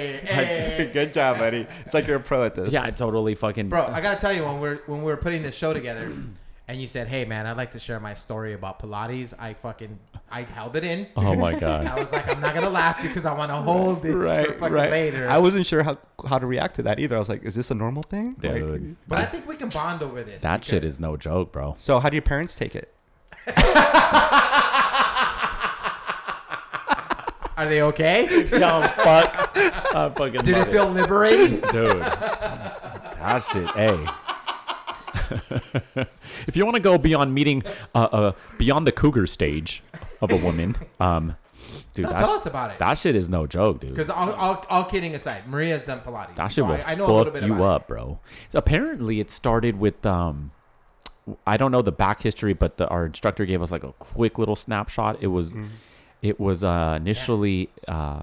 Speaker 1: hey.
Speaker 3: Good job, buddy. It's like you're a pro at this.
Speaker 2: Yeah, I totally fucking.
Speaker 1: Bro, I gotta tell you, when we're when we were putting this show together, and you said, "Hey, man, I'd like to share my story about Pilates," I fucking I held it in.
Speaker 2: oh my
Speaker 1: I
Speaker 2: god.
Speaker 1: was like, I'm not gonna laugh because I want to hold this for fucking later.
Speaker 3: I wasn't sure how how to react to that either. I was like, is this a normal thing? Like-
Speaker 2: Dude,
Speaker 1: but I think we can bond over this.
Speaker 2: that shit
Speaker 1: because-
Speaker 2: is no joke, bro.
Speaker 3: so how do your parents take it?
Speaker 1: Are they okay? Did
Speaker 2: Yo, fuck. I fucking
Speaker 1: it
Speaker 2: love
Speaker 1: feel liberating?
Speaker 2: dude. That shit, hey. if you want to go beyond meeting, uh, uh, beyond the cougar stage of a woman, um, dude,
Speaker 1: No,
Speaker 2: that
Speaker 1: tell
Speaker 2: sh-
Speaker 1: us about it.
Speaker 2: That shit is no joke, dude.
Speaker 1: Because all, all, all kidding aside, Maria's done Pilates.
Speaker 2: That shit
Speaker 1: so
Speaker 2: will
Speaker 1: I, I know a little
Speaker 2: fuck
Speaker 1: bit
Speaker 2: you
Speaker 1: about
Speaker 2: up, bro. So apparently, it started with um, I don't know the back history, but the, our instructor gave us like a quick little snapshot. It was, it was uh, initially uh,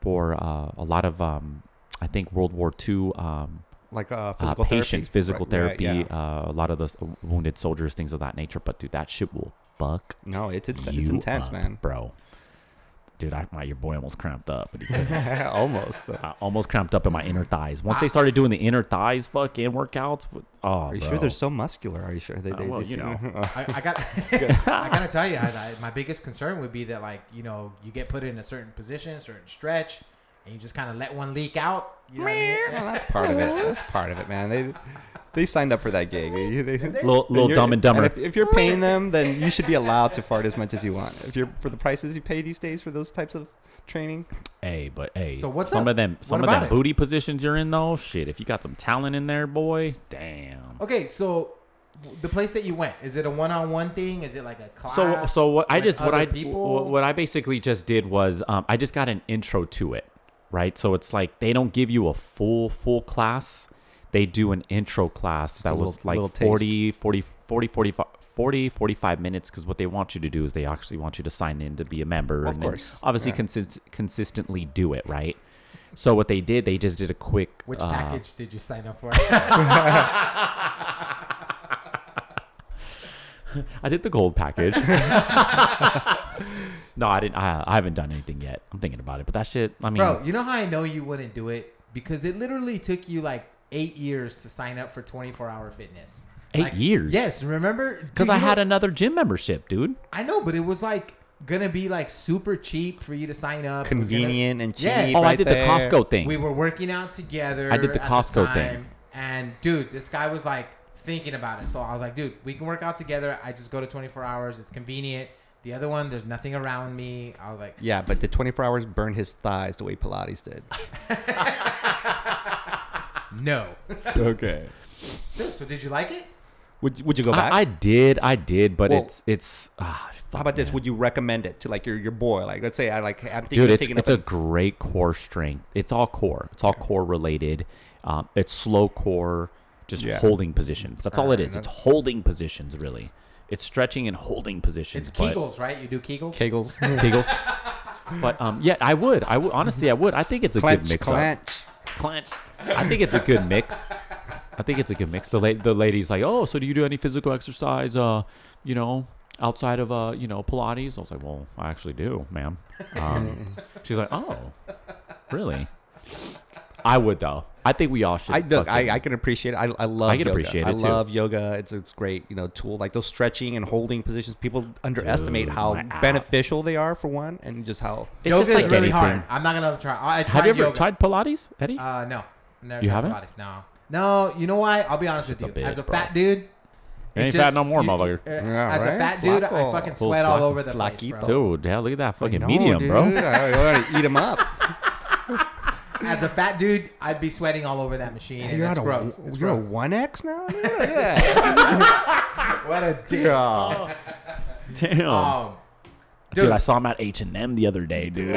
Speaker 2: for uh, a lot of um, I think World War II um,
Speaker 3: Like uh,
Speaker 2: uh,
Speaker 3: physical
Speaker 2: patients,
Speaker 3: therapy.
Speaker 2: physical
Speaker 3: Right, right,
Speaker 2: therapy,
Speaker 3: yeah.
Speaker 2: uh, a lot of the wounded soldiers, things of that nature. But dude, that shit will fuck
Speaker 3: No, it's it's,
Speaker 2: uh, you
Speaker 3: it's intense,
Speaker 2: up,
Speaker 3: man.
Speaker 2: bro. Dude, I, my your boy almost cramped up, but he couldn't.
Speaker 3: Almost.
Speaker 2: I almost cramped up in my inner thighs. Once they started doing the inner thighs fucking workouts, w- oh,
Speaker 3: Are you
Speaker 2: bro.
Speaker 3: sure they're so muscular? Are you sure they?
Speaker 2: Uh,
Speaker 3: they Oh,
Speaker 2: well,
Speaker 3: they
Speaker 2: you
Speaker 3: seem-
Speaker 2: know.
Speaker 1: I, I got. I gotta tell you, I, I, my biggest concern would be that like you know you get put in a certain position, certain stretch, and you just kind of let one leak out. You know what I mean?
Speaker 3: Well, that's part of it. That's part of it, man. They they signed up for that gig. They, they,
Speaker 2: Little-
Speaker 3: then
Speaker 2: little
Speaker 3: you're-
Speaker 2: Dumb and Dumber.
Speaker 3: if, if you're paying them, then you should be allowed to fart as much as you want. If you're for the prices you pay these days for those types of training,
Speaker 2: Hey, but hey,
Speaker 1: So what's
Speaker 2: some
Speaker 1: up?
Speaker 2: of them, some
Speaker 1: What
Speaker 2: of
Speaker 1: about
Speaker 2: them
Speaker 1: it?
Speaker 2: booty positions you're in though. Shit, if you got some talent in there, boy, damn.
Speaker 1: Okay, so w- the place that you went is it a one-on-one thing? Is it like a class?
Speaker 2: So, so what I
Speaker 1: with
Speaker 2: just what
Speaker 1: other
Speaker 2: I what, what I basically just did was um, I just got an intro to it, right? So it's like they don't give you a full full class. They do an intro class
Speaker 3: a
Speaker 2: that was
Speaker 3: little-
Speaker 2: like
Speaker 3: little taste.
Speaker 2: 40, 40, 40, 45, 40, 45 minutes because what they want you to do is they actually want you to sign in to be a member.
Speaker 3: Of
Speaker 2: and then
Speaker 3: course,
Speaker 2: Obviously
Speaker 3: yeah.
Speaker 2: consist- consistently do it, right? So what they did, they just did a quick
Speaker 1: Which
Speaker 2: uh,
Speaker 1: package did you sign up for?
Speaker 2: I did the gold package. no, I didn't. I, I haven't done anything yet. I'm thinking about it, but that shit. I mean,
Speaker 1: Bro, you know how I know you wouldn't do it because it literally took you like eight years to sign up for 24-hour fitness.
Speaker 2: Eight
Speaker 1: Like-
Speaker 2: years?
Speaker 1: Yes, remember?
Speaker 2: because
Speaker 1: Dude,
Speaker 2: I
Speaker 1: you know-
Speaker 2: had another gym membership, dude.
Speaker 1: I know, but it was like gonna be like super cheap for you to sign up. It was gonna-
Speaker 3: convenient and cheap.
Speaker 1: Yes.
Speaker 2: Oh, I
Speaker 3: right
Speaker 2: did
Speaker 3: there.
Speaker 2: the Costco thing.
Speaker 1: We were working out together.
Speaker 2: I did the
Speaker 1: at
Speaker 2: Costco thing.
Speaker 1: time, And dude, this guy was like thinking about it. So I was like, dude, we can work out together. I just go to 24 hours. It's convenient. The other one, there's nothing around me. I was like,
Speaker 3: Yeah, but the 24 hours burned his thighs the way Pilates did.
Speaker 1: no.
Speaker 3: okay.
Speaker 1: Dude, so did you like it?
Speaker 3: Would Would you go back?
Speaker 2: I, I did, I did, but
Speaker 3: Well,
Speaker 2: it's it's. ah,
Speaker 3: How
Speaker 2: fuck,
Speaker 3: about this?
Speaker 2: man.
Speaker 3: Would you recommend it to like your your boy? Like, let's say I like I'm thinking
Speaker 2: dude?
Speaker 3: of
Speaker 2: It's
Speaker 3: taking
Speaker 2: it's
Speaker 3: up
Speaker 2: a great core strength. It's all core. It's all core related. Um, it's slow core, just
Speaker 3: Yeah.
Speaker 2: holding positions. That's all it is. It's
Speaker 3: that's-
Speaker 2: holding positions, really. It's stretching and holding positions.
Speaker 1: It's
Speaker 2: but-
Speaker 1: Kegels, right? You do Kegels?
Speaker 3: Kegels,
Speaker 2: Kegels. But um, yeah, I would. I would honestly, I would. I think it's a good
Speaker 3: clench,
Speaker 2: mix.
Speaker 3: clench.
Speaker 2: Clench. I think it's a good mix. I think it's a good mix. The la- the lady's like, oh, so do you do any physical exercise? Uh, you know, outside of uh, you know, Pilates. I was like, well, I actually do, ma'am. Um, she's like, oh, really? I would though. I think we all should.
Speaker 3: I look,
Speaker 2: fucking-
Speaker 3: I, I can appreciate it. I, I love.
Speaker 2: I can
Speaker 3: yoga.
Speaker 2: appreciate
Speaker 3: I
Speaker 2: it, too.
Speaker 3: love yoga. It's it's great. You know, tool like those stretching and holding positions. People underestimate
Speaker 2: Dude,
Speaker 3: how
Speaker 2: my app.
Speaker 3: beneficial they are for one, and just how.
Speaker 2: It's
Speaker 1: Yoga
Speaker 2: just like
Speaker 1: is really
Speaker 2: anything.
Speaker 1: hard. I'm not gonna try. I, I tried
Speaker 2: Have you ever
Speaker 1: yoga.
Speaker 2: tried Pilates, Eddie?
Speaker 1: Uh, no. Never
Speaker 2: You
Speaker 1: tried
Speaker 2: haven't?
Speaker 1: Pilates, No. No, you know why? I'll be honest with
Speaker 2: It's a
Speaker 1: you.
Speaker 2: bitch,
Speaker 1: As a
Speaker 2: bro.
Speaker 1: fat dude, it
Speaker 2: ain't
Speaker 1: just-
Speaker 2: fat no more,
Speaker 1: you-
Speaker 2: motherfucker.
Speaker 1: uh,
Speaker 3: Yeah,
Speaker 1: as a
Speaker 3: right?
Speaker 1: fat dude,
Speaker 3: Flaco.
Speaker 1: I fucking
Speaker 2: Full
Speaker 1: sweat all
Speaker 2: flaco-
Speaker 1: over the place,
Speaker 3: flaquito.
Speaker 1: bro.
Speaker 2: Dude, hell, look at that fucking
Speaker 3: No,
Speaker 2: medium,
Speaker 3: dude,
Speaker 2: bro.
Speaker 3: I, I want to eat them up.
Speaker 1: As a fat dude, I'd be sweating all over that machine. and
Speaker 3: you're
Speaker 1: it's
Speaker 3: on a
Speaker 1: gross. It's
Speaker 3: you're
Speaker 1: gross.
Speaker 3: a one X now. Dude? Look at
Speaker 1: What a dick.
Speaker 3: that.
Speaker 2: Damn.
Speaker 1: Um,
Speaker 2: Dude,
Speaker 1: dude,
Speaker 2: I saw him at H and M the other day, dude.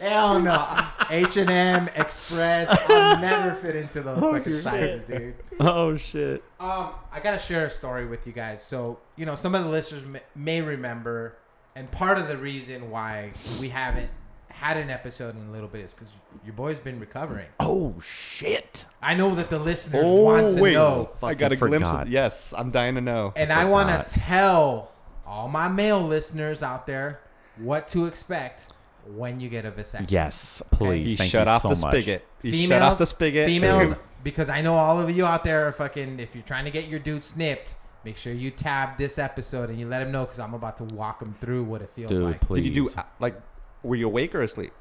Speaker 1: hell no. H and M Express. I'll never fit into those fucking sizes, dude.
Speaker 2: oh shit.
Speaker 1: Um, I gotta share a story with you guys. So you know, some of the listeners m- may remember, and part of the reason why we haven't had an episode in a little bit is because your boy's been recovering.
Speaker 2: Oh shit.
Speaker 1: I know that the listeners want
Speaker 3: oh
Speaker 1: to
Speaker 3: wait,
Speaker 1: know,
Speaker 3: I got a
Speaker 2: Fucking
Speaker 3: glimpse.
Speaker 2: forgot.
Speaker 3: of Yes, I'm dying to know.
Speaker 1: and I want
Speaker 2: forgot.
Speaker 1: to tell all my male listeners out there what to expect when you get a vasectomy.
Speaker 2: Yes,
Speaker 1: Okay.
Speaker 2: please.
Speaker 3: He
Speaker 2: Thank
Speaker 3: shut
Speaker 2: you
Speaker 3: off
Speaker 2: so
Speaker 3: the
Speaker 2: much.
Speaker 3: spigot. He shut off the spigot.
Speaker 1: Females,
Speaker 3: Dude.
Speaker 1: because I know all of you out there are fucking. If you're trying to get your dude snipped, make sure you tab this episode and you let him know because I'm about to walk him through what it feels
Speaker 2: Dude,
Speaker 1: like.
Speaker 2: please.
Speaker 3: Did you do uh, like? Were you awake or asleep?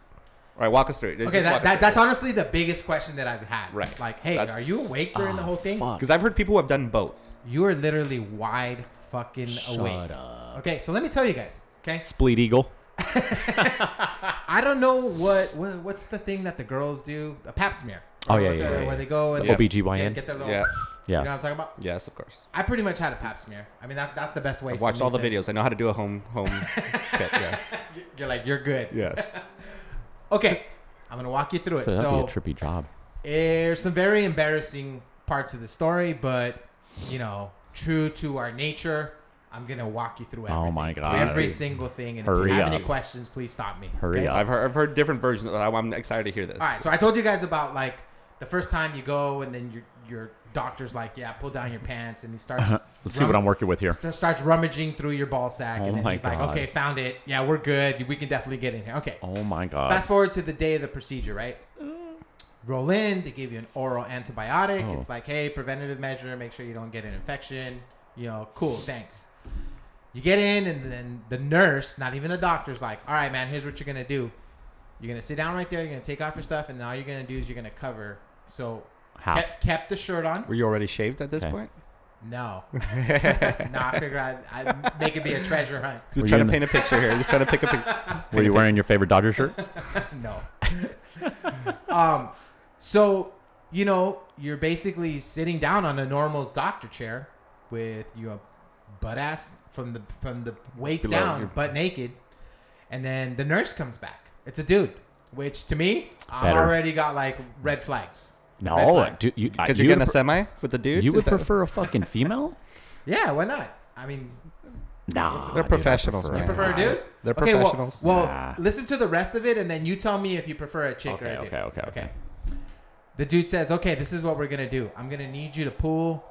Speaker 3: All right, walk us through. it. Just
Speaker 1: Okay, that,
Speaker 3: walk us
Speaker 1: that,
Speaker 3: through
Speaker 1: that's
Speaker 3: it.
Speaker 1: honestly the biggest question that I've had.
Speaker 3: Right.
Speaker 1: Like, hey,
Speaker 3: That's- oh,
Speaker 1: are you awake during the whole thing?
Speaker 2: fuck.
Speaker 3: Because I've heard people who have done both.
Speaker 1: You are literally wide fucking awake.
Speaker 2: up. up.
Speaker 1: Okay, so let me tell you guys. Okay,
Speaker 2: Spleet Eagle.
Speaker 1: I don't know what, what what's the thing that the girls do? A pap smear.
Speaker 2: Oh,
Speaker 1: Or
Speaker 2: yeah,
Speaker 1: what's
Speaker 2: yeah,
Speaker 1: the-
Speaker 2: yeah,
Speaker 1: Where
Speaker 2: yeah.
Speaker 1: they go and
Speaker 3: Yeah.
Speaker 2: OBGYN.
Speaker 1: get, get their little.
Speaker 3: Yeah.
Speaker 1: You know what
Speaker 2: Yeah.
Speaker 1: I'm talking about?
Speaker 3: Yes, of course.
Speaker 1: I pretty much had a pap smear. I mean, that, that's the best way.
Speaker 3: I've
Speaker 1: for
Speaker 3: watched
Speaker 1: me
Speaker 3: all the
Speaker 1: to-
Speaker 3: videos. I know how to do a home home kit. Yeah.
Speaker 1: You're like, you're good.
Speaker 3: Yes.
Speaker 1: Okay, I'm gonna walk you through it.
Speaker 2: So that'd
Speaker 1: So,
Speaker 2: be a trippy job.
Speaker 1: there's some very embarrassing parts of the story, but you know, true to our nature, I'm gonna walk you through everything.
Speaker 2: Oh my God.
Speaker 1: Every
Speaker 2: Please.
Speaker 1: single thing. And if
Speaker 2: Hurry
Speaker 1: you have
Speaker 2: up.
Speaker 1: any questions, please stop me.
Speaker 2: Hurry up.
Speaker 3: I've heard, I've heard different versions. of it. I'm excited to hear this.
Speaker 1: All right, so I told you guys about like the first time you go, and then your your doctor's like, yeah, pull down your pants, and he starts.
Speaker 2: Uh-huh. Let's see what I'm working with here.
Speaker 1: st- starts rummaging through your ball sack,
Speaker 2: Oh
Speaker 1: and then
Speaker 2: my
Speaker 1: he's like,
Speaker 2: God.
Speaker 1: "Okay, found it. Yeah, we're good. We can definitely get in here." Okay.
Speaker 2: Oh my god.
Speaker 1: Fast forward to the day of the procedure, right?
Speaker 2: Uh.
Speaker 1: Roll in. They give you an oral antibiotic.
Speaker 2: Oh.
Speaker 1: It's like, hey, preventative measure. Make sure you don't get an infection. You know, cool. Thanks. You get in, and then the nurse, not even the doctor's, like, all right, man, here's what you're gonna do. You're gonna sit down right there. You're gonna take off your stuff, and all you're gonna do is you're gonna cover. So
Speaker 2: Half.
Speaker 1: kept, kept the shirt on.
Speaker 3: Were you already shaved at this
Speaker 2: Okay.
Speaker 3: point?
Speaker 1: No, no. I figure I'd, I'd make it be a treasure hunt.
Speaker 3: Just
Speaker 2: Were you
Speaker 3: trying
Speaker 2: in the-
Speaker 3: to paint a picture here. Just trying to pick a picture.
Speaker 2: Were you wearing your favorite Dodger shirt?
Speaker 1: no. um, so you know you're basically sitting down on a normal doctor chair with your butt ass from the from the waist
Speaker 3: Below
Speaker 1: down,
Speaker 3: your-
Speaker 1: butt naked, and then the nurse comes back. It's a dude, which to me, I've
Speaker 2: Better.
Speaker 1: already got like red flags. Red
Speaker 2: No,
Speaker 1: flag.
Speaker 2: dude, you, uh,
Speaker 3: Because
Speaker 2: you
Speaker 3: you're
Speaker 2: would
Speaker 3: getting a
Speaker 2: pre-
Speaker 3: semi with the dude.
Speaker 2: you would
Speaker 3: Is that-
Speaker 2: prefer a fucking female?
Speaker 1: Yeah, why not? I mean,
Speaker 2: Nah,
Speaker 3: They're
Speaker 2: dude, I
Speaker 3: professionals,
Speaker 2: prefer
Speaker 3: man.
Speaker 2: a
Speaker 1: prefer a
Speaker 2: guy.
Speaker 1: dude.
Speaker 3: They're
Speaker 1: Okay, well-
Speaker 3: professionals.
Speaker 1: Well,
Speaker 2: Nah.
Speaker 1: listen to the rest of it, and then you tell me if you prefer a chick or
Speaker 2: Okay,
Speaker 1: a dude.
Speaker 2: okay, okay, okay.
Speaker 1: The dude says, "Okay, this is what we're gonna do. I'm gonna need you to pull.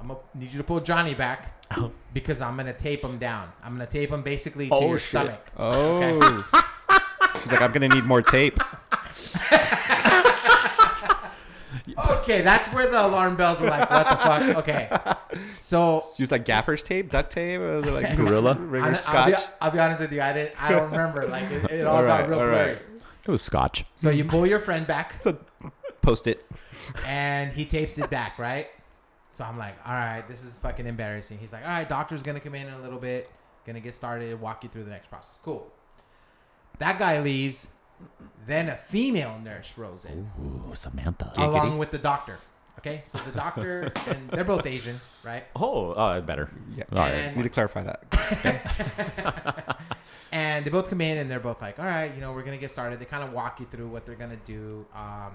Speaker 1: I'm gonna need you to pull Johnny back because I'm gonna tape him down. I'm gonna tape him basically to
Speaker 2: Oh,
Speaker 1: your
Speaker 2: shit.
Speaker 1: stomach.
Speaker 3: Oh. She's like, I'm gonna need more tape.
Speaker 1: Okay, that's where the alarm bells were like, what the fuck? Okay, so
Speaker 3: She's like gaffer's tape, duct tape, or was it like
Speaker 2: Gorilla?
Speaker 3: ringer
Speaker 1: I'm- I'll, be,
Speaker 3: scotch.
Speaker 1: I'll be honest with you, I didn't. I don't remember. Like it, it all,
Speaker 3: All
Speaker 1: got
Speaker 3: right,
Speaker 1: real
Speaker 3: all
Speaker 1: blurry.
Speaker 3: right.
Speaker 2: It was Scotch.
Speaker 1: So you pull your friend back.
Speaker 3: It's a post it.
Speaker 1: and he tapes it back, right? So I'm like, all right, this is fucking embarrassing. He's like, all right, doctor's gonna come in in a little bit, gonna get started, walk you through the next process. Cool. That guy leaves. Then a female nurse rolls in
Speaker 2: Ooh, Samantha.
Speaker 1: along with the doctor. Okay, so the doctor and they're both Asian, right?
Speaker 2: Oh, uh, better.
Speaker 3: Yeah.
Speaker 2: All right.
Speaker 1: And-
Speaker 3: Need to clarify that.
Speaker 1: And they both come in and they're both like, all right, you know, we're going to get started. They kind of walk you through what they're going to do. Um,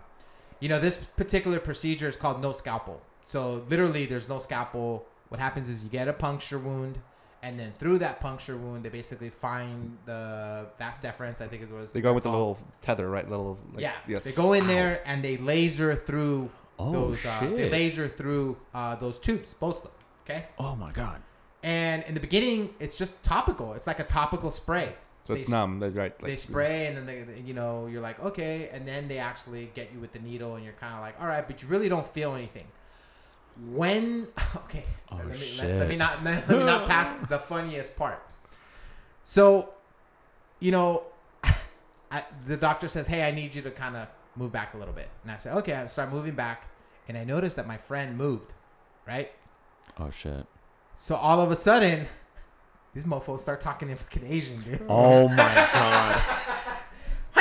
Speaker 1: you know, this particular procedure is called no scalpel. So literally, there's no scalpel. What happens is you get a puncture wound. And then through that puncture wound, they basically find the vas deferens, I think is what it's
Speaker 3: They go with the
Speaker 1: called.
Speaker 3: little tether, right? Little. Like,
Speaker 1: Oh. yeah.
Speaker 3: Yes.
Speaker 1: They go in there and they laser through
Speaker 2: Oh,
Speaker 1: those. Uh, they
Speaker 2: shit.
Speaker 1: laser through uh, those tubes, both of them. Okay.
Speaker 2: Oh my god.
Speaker 1: And in the beginning, it's just topical. It's like a topical spray.
Speaker 3: So
Speaker 1: They
Speaker 3: it's numb, like, right?
Speaker 1: they
Speaker 3: like-
Speaker 1: spray and then they, they- you know you're like okay and then they actually get you with the needle and you're kind of like all right but you really don't feel anything when okay
Speaker 2: Oh,
Speaker 1: let, me, let,
Speaker 2: shit.
Speaker 1: let me not let, let me not pass the funniest part so you know I, the doctor says hey i need you to kind of move back a little bit and i said okay i start moving back and i noticed that my friend moved right
Speaker 2: Oh shit.
Speaker 1: so all of a sudden these mofos start talking in fucking asian dude
Speaker 2: Oh my god.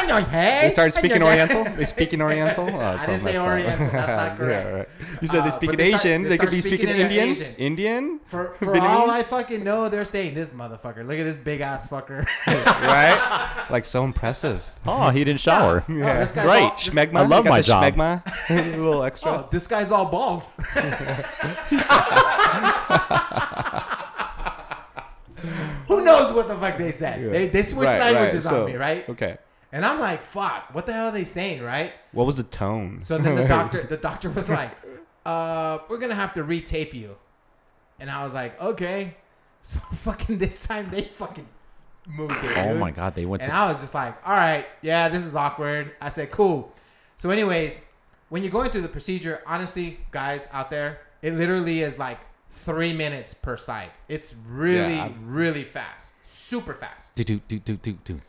Speaker 3: They start speaking Oriental. They speak in Oriental. Oh, that
Speaker 1: I
Speaker 3: sounds
Speaker 1: didn't say
Speaker 3: messed up.
Speaker 1: Oriental. That's not correct.
Speaker 3: yeah, right. You said
Speaker 1: Uh,
Speaker 3: they speak
Speaker 1: but
Speaker 3: in
Speaker 1: they start-
Speaker 3: Asian.
Speaker 1: they
Speaker 3: They,
Speaker 1: start
Speaker 3: could be
Speaker 1: speaking
Speaker 3: speaking
Speaker 1: in
Speaker 3: Indian.
Speaker 1: Asian.
Speaker 3: Indian.
Speaker 1: For, for
Speaker 3: Vietnamese?
Speaker 1: all I fucking know, they're saying this motherfucker. Look at this big ass fucker.
Speaker 3: right? Like so impressive.
Speaker 2: Oh, he didn't shower.
Speaker 1: Oh, this guy's
Speaker 2: Great.
Speaker 1: all- this-
Speaker 3: Schmegma.
Speaker 2: I love
Speaker 3: You got
Speaker 2: my
Speaker 3: the
Speaker 2: job.
Speaker 3: Schmegma. a little extra.
Speaker 1: oh, this guy's all balls. Who knows what the fuck they said?
Speaker 3: Yeah.
Speaker 1: They, they switched
Speaker 3: Right, right.
Speaker 1: languages
Speaker 3: So,
Speaker 1: on me, right?
Speaker 3: Okay.
Speaker 1: And I'm like, fuck, what the hell are they saying, right?
Speaker 3: What was the tone?
Speaker 1: So then the doctor, the doctor was like, uh, "We're gonna have to retape you," and I was like, "Okay." So fucking this time they fucking moved it.
Speaker 2: Oh
Speaker 1: dude.
Speaker 2: my god, they went
Speaker 1: And
Speaker 2: to
Speaker 1: I was just like, "All right, yeah, this is awkward." I said, "Cool." So, anyways, when you're going through the procedure, honestly, guys out there, it literally is like three minutes per side. It's really,
Speaker 3: Yeah, I'm-
Speaker 1: really fast, super fast.
Speaker 2: do do do do do do.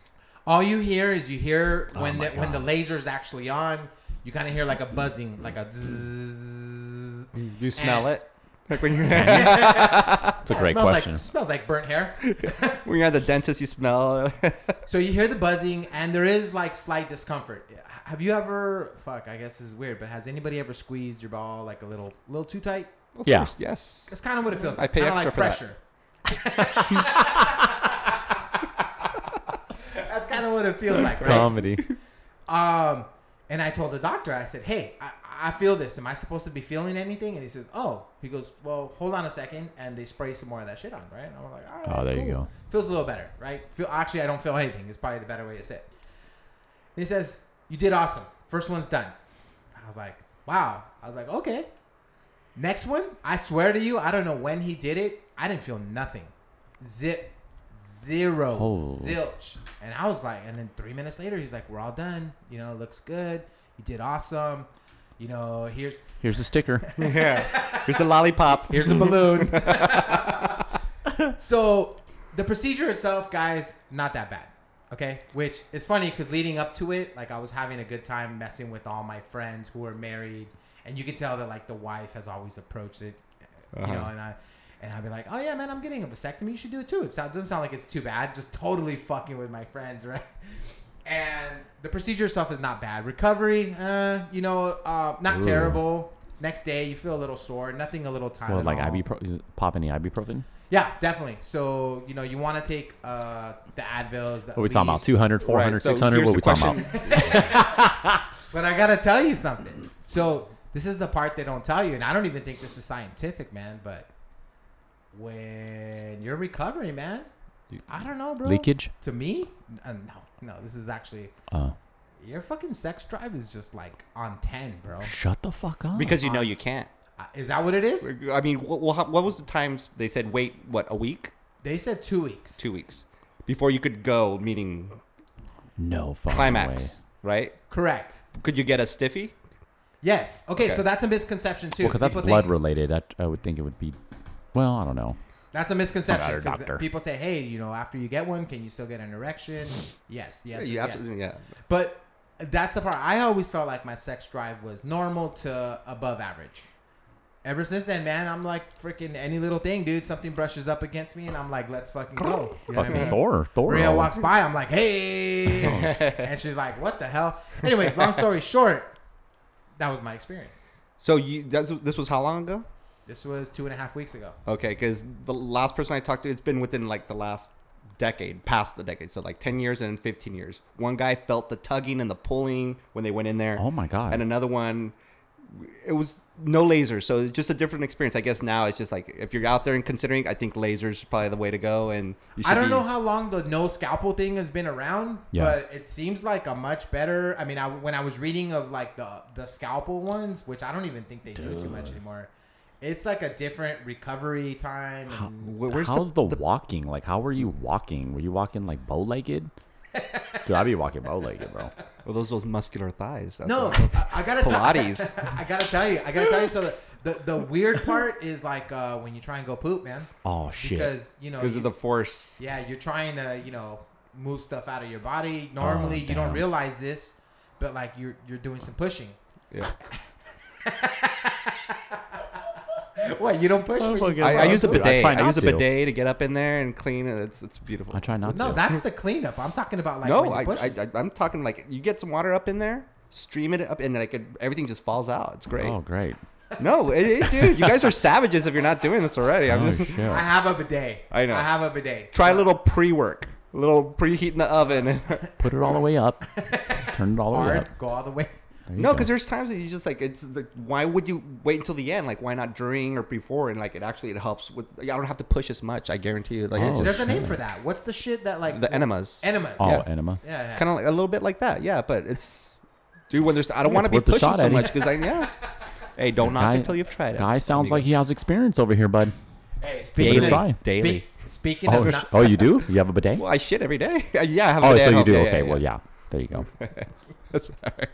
Speaker 1: All you hear is you hear when
Speaker 2: Oh my
Speaker 1: the when the
Speaker 2: God.
Speaker 1: laser's actually on. You kind of hear like a buzzing, like a. Zzzz.
Speaker 3: Do you smell
Speaker 1: And-
Speaker 3: it? Like when
Speaker 1: Eh.
Speaker 3: you're
Speaker 2: That's a great
Speaker 1: smells
Speaker 2: question.
Speaker 1: Like, smells like burnt hair.
Speaker 3: when you're at the dentist, you smell.
Speaker 1: So you hear the buzzing, and there is like slight discomfort. Have you ever? Fuck, I guess this is weird, but has anybody ever squeezed your ball like a little, little too tight?
Speaker 3: Of
Speaker 2: Yeah.
Speaker 3: course, yes.
Speaker 1: That's kind of what it feels.
Speaker 3: I
Speaker 1: like.
Speaker 3: pay
Speaker 1: Kinda
Speaker 3: extra
Speaker 1: like
Speaker 3: for that.
Speaker 1: pressure. That's kind of what it feels like, right?
Speaker 2: Comedy.
Speaker 1: Um, and I told the doctor, I said, "Hey, I, I feel this. Am I supposed to be feeling anything?" And he says, "Oh." He goes, "Well, hold on a second. And they spray some more of that shit on, right? And I'm like, "All right."
Speaker 2: Oh, there you
Speaker 1: cool.
Speaker 2: go.
Speaker 1: Feels a little better, right? Feel actually, I don't feel anything. It's probably the better way to say it. And he says, "You did awesome. First one's done." I was like, "Wow." I was like, "Okay." Next one, I swear to you, I don't know when he did it. I didn't feel nothing. Zip, zero,
Speaker 2: Oh.
Speaker 1: zilch. And I was like, and then three minutes later, he's like, we're all done. You know, it looks good. You did awesome. You know, here's
Speaker 2: Here's a sticker.
Speaker 3: Yeah. Here's the lollipop.
Speaker 1: here's a balloon. so the procedure itself, guys, not that bad. Okay, which is funny because leading up to it, like I was having a good time messing with all my friends who are married, and you could tell that like the wife has always approached it, you
Speaker 2: Uh-huh.
Speaker 1: know, and I. And I'd be like, "Oh yeah, man, I'm getting a vasectomy. You should do it too. It sound, doesn't sound like it's too bad. Just totally fucking with my friends, right? And the procedure itself is not bad. Recovery, uh, you know, uh, not
Speaker 2: Ooh.
Speaker 1: terrible. Next day, you feel a little sore. Nothing a little time.
Speaker 2: Well, like ibuprofen, pop any ibuprofen.
Speaker 1: Yeah, definitely. So you know, you want to take uh, the Advils. The
Speaker 2: What are we talking about?
Speaker 1: Aleve.
Speaker 2: 200, 400,
Speaker 3: Right, so
Speaker 2: 600? What
Speaker 3: here's
Speaker 2: are we
Speaker 3: the
Speaker 2: talking about?
Speaker 3: question.
Speaker 1: But I gotta tell you something. So this is the part they don't tell you, and I don't even think this is scientific, man. But when you're recovering, man, I don't know, bro.
Speaker 2: Leakage?
Speaker 1: To me, uh, no, no. This is actually
Speaker 2: Uh,
Speaker 1: your fucking sex drive is just like on ten, bro.
Speaker 2: shut the fuck up.
Speaker 3: Because you know you can't.
Speaker 1: Uh, Is that what it is?
Speaker 3: I mean, wh- wh- how- what was the times they said wait? What a week,
Speaker 1: They said two weeks.
Speaker 3: two weeks before you could go, meaning
Speaker 2: no fucking way.
Speaker 3: climax, right?
Speaker 1: Correct.
Speaker 3: Could you get a stiffy?
Speaker 1: Yes. Okay,
Speaker 3: Okay.
Speaker 1: so that's a misconception too.
Speaker 2: Well, because that's
Speaker 1: People
Speaker 2: blood
Speaker 1: think-
Speaker 2: related. I, I would think it would be. Well, I don't know.
Speaker 1: That's a misconception.
Speaker 2: Matter,
Speaker 1: 'cause
Speaker 2: doctor.
Speaker 1: People say, "Hey, you know, after you get one, can you still get an erection?" Yes, the answer
Speaker 3: you
Speaker 1: is yes.
Speaker 3: absolutely- yeah.
Speaker 1: But that's the part. I always felt like my sex drive was normal to above average. Ever since then, man, I'm like freaking any little thing, dude. Something brushes up against me, and I'm like, "Let's fucking go." You know what I
Speaker 2: Fucking
Speaker 1: mean?
Speaker 2: Thor. Thor.
Speaker 1: Maria walks by. I'm like, hey, and she's like, what the hell? Anyways, long story short, that was my experience.
Speaker 3: So you that's, this was how long ago?
Speaker 1: This was two and a half weeks ago.
Speaker 3: Okay, because the last person I talked to, it's been within like the last decade, past the decade, so like ten years and fifteen years. One guy felt the tugging and the pulling when they went in there.
Speaker 2: Oh my God.
Speaker 3: And another one, it was no lasers, so it's just a different experience. I guess now it's just like if you're out there and considering, I think lasers is probably the way to go. And you
Speaker 1: I
Speaker 3: should
Speaker 1: don't
Speaker 3: be-
Speaker 1: know how long the no scalpel thing has been around,
Speaker 2: Yeah.
Speaker 1: but it seems like a much better. I mean, I, when I was reading of like the the scalpel ones, which I don't even think they do too much anymore, it's like a different recovery time. And
Speaker 3: Where- where's
Speaker 2: How's
Speaker 3: the,
Speaker 2: the, walking? Like, how were you walking? Were you walking like bow legged? Dude, I be walking bow legged, bro.
Speaker 3: well, oh, those those muscular thighs? That's
Speaker 1: no,
Speaker 3: what-
Speaker 1: I, I gotta tell- I gotta-
Speaker 3: Pilates.
Speaker 1: I gotta tell you, I gotta tell you. So the the, the weird part is like uh, when you try and go poop, man,
Speaker 2: Oh shit.
Speaker 1: because you know
Speaker 3: because
Speaker 1: you-
Speaker 3: of the force.
Speaker 1: Yeah, you're trying to, you know, move stuff out of your body.
Speaker 3: Oh,
Speaker 1: Normally, you don't
Speaker 2: damn.
Speaker 1: realize this, but like you're you're doing some pushing.
Speaker 3: Yeah.
Speaker 1: What? You don't push?
Speaker 2: Oh
Speaker 1: when
Speaker 2: my
Speaker 1: you-
Speaker 2: God.
Speaker 3: I, I use a
Speaker 2: I try
Speaker 3: bidet. I,
Speaker 2: not
Speaker 3: use a
Speaker 2: to.
Speaker 3: bidet to get up in there and clean. it. It's it's beautiful.
Speaker 2: I try not
Speaker 1: No,
Speaker 2: to.
Speaker 1: that's the cleanup. I'm talking about like when
Speaker 3: no,
Speaker 1: you
Speaker 3: I,
Speaker 1: push.
Speaker 3: I, I I'm talking like you get some water up in there, stream it up, and like it, everything just falls out. It's great.
Speaker 2: Oh great.
Speaker 3: No, it, it- dude, you guys are savages if you're not doing this already. I'm
Speaker 2: Oh,
Speaker 3: just
Speaker 2: shit.
Speaker 1: I have a bidet.
Speaker 3: I know.
Speaker 1: I have a bidet.
Speaker 3: try a little pre-work, a little preheat in the oven.
Speaker 2: Put it all the way up. Turn it all the way
Speaker 1: hard.
Speaker 2: up.
Speaker 1: Go all the way.
Speaker 2: There you
Speaker 3: no,
Speaker 2: go.
Speaker 3: because there's times that you just like it's like why would you wait until the end? Like why not during or before? And like it actually it helps with. Like, I don't have to push as much. I guarantee you. Like it's
Speaker 2: Oh,
Speaker 1: There's
Speaker 3: just
Speaker 1: a name
Speaker 2: shit.
Speaker 1: for that. What's the shit that like
Speaker 3: the enemas.
Speaker 1: Enemas.
Speaker 2: Oh,
Speaker 1: yeah.
Speaker 2: enema.
Speaker 1: yeah, yeah.
Speaker 3: It's kind of like, a little bit like that, yeah. But it's dude when there's I don't want to
Speaker 2: it's
Speaker 3: be
Speaker 2: worth the
Speaker 3: pushing
Speaker 2: shot,
Speaker 3: so
Speaker 2: Eddie.
Speaker 3: much because I yeah. Hey, don't knock
Speaker 2: Guy-
Speaker 3: until you've tried it.
Speaker 2: Guy sounds
Speaker 3: There
Speaker 2: like
Speaker 3: you
Speaker 2: he has experience over here, bud.
Speaker 1: hey, speaking
Speaker 2: Daily.
Speaker 1: of
Speaker 2: Try.
Speaker 1: speak-
Speaker 3: Daily.
Speaker 1: speaking
Speaker 2: Oh,
Speaker 1: of
Speaker 2: sh-
Speaker 1: not,
Speaker 2: oh, you do? You have a bidet?
Speaker 3: go. Well, I shit every day. yeah, I have. a
Speaker 2: oh,
Speaker 3: day
Speaker 2: so
Speaker 3: at
Speaker 2: you
Speaker 3: home.
Speaker 2: do?
Speaker 3: Yeah, yeah,
Speaker 2: okay,
Speaker 3: yeah.
Speaker 2: well, yeah. There you go.
Speaker 3: That's all right.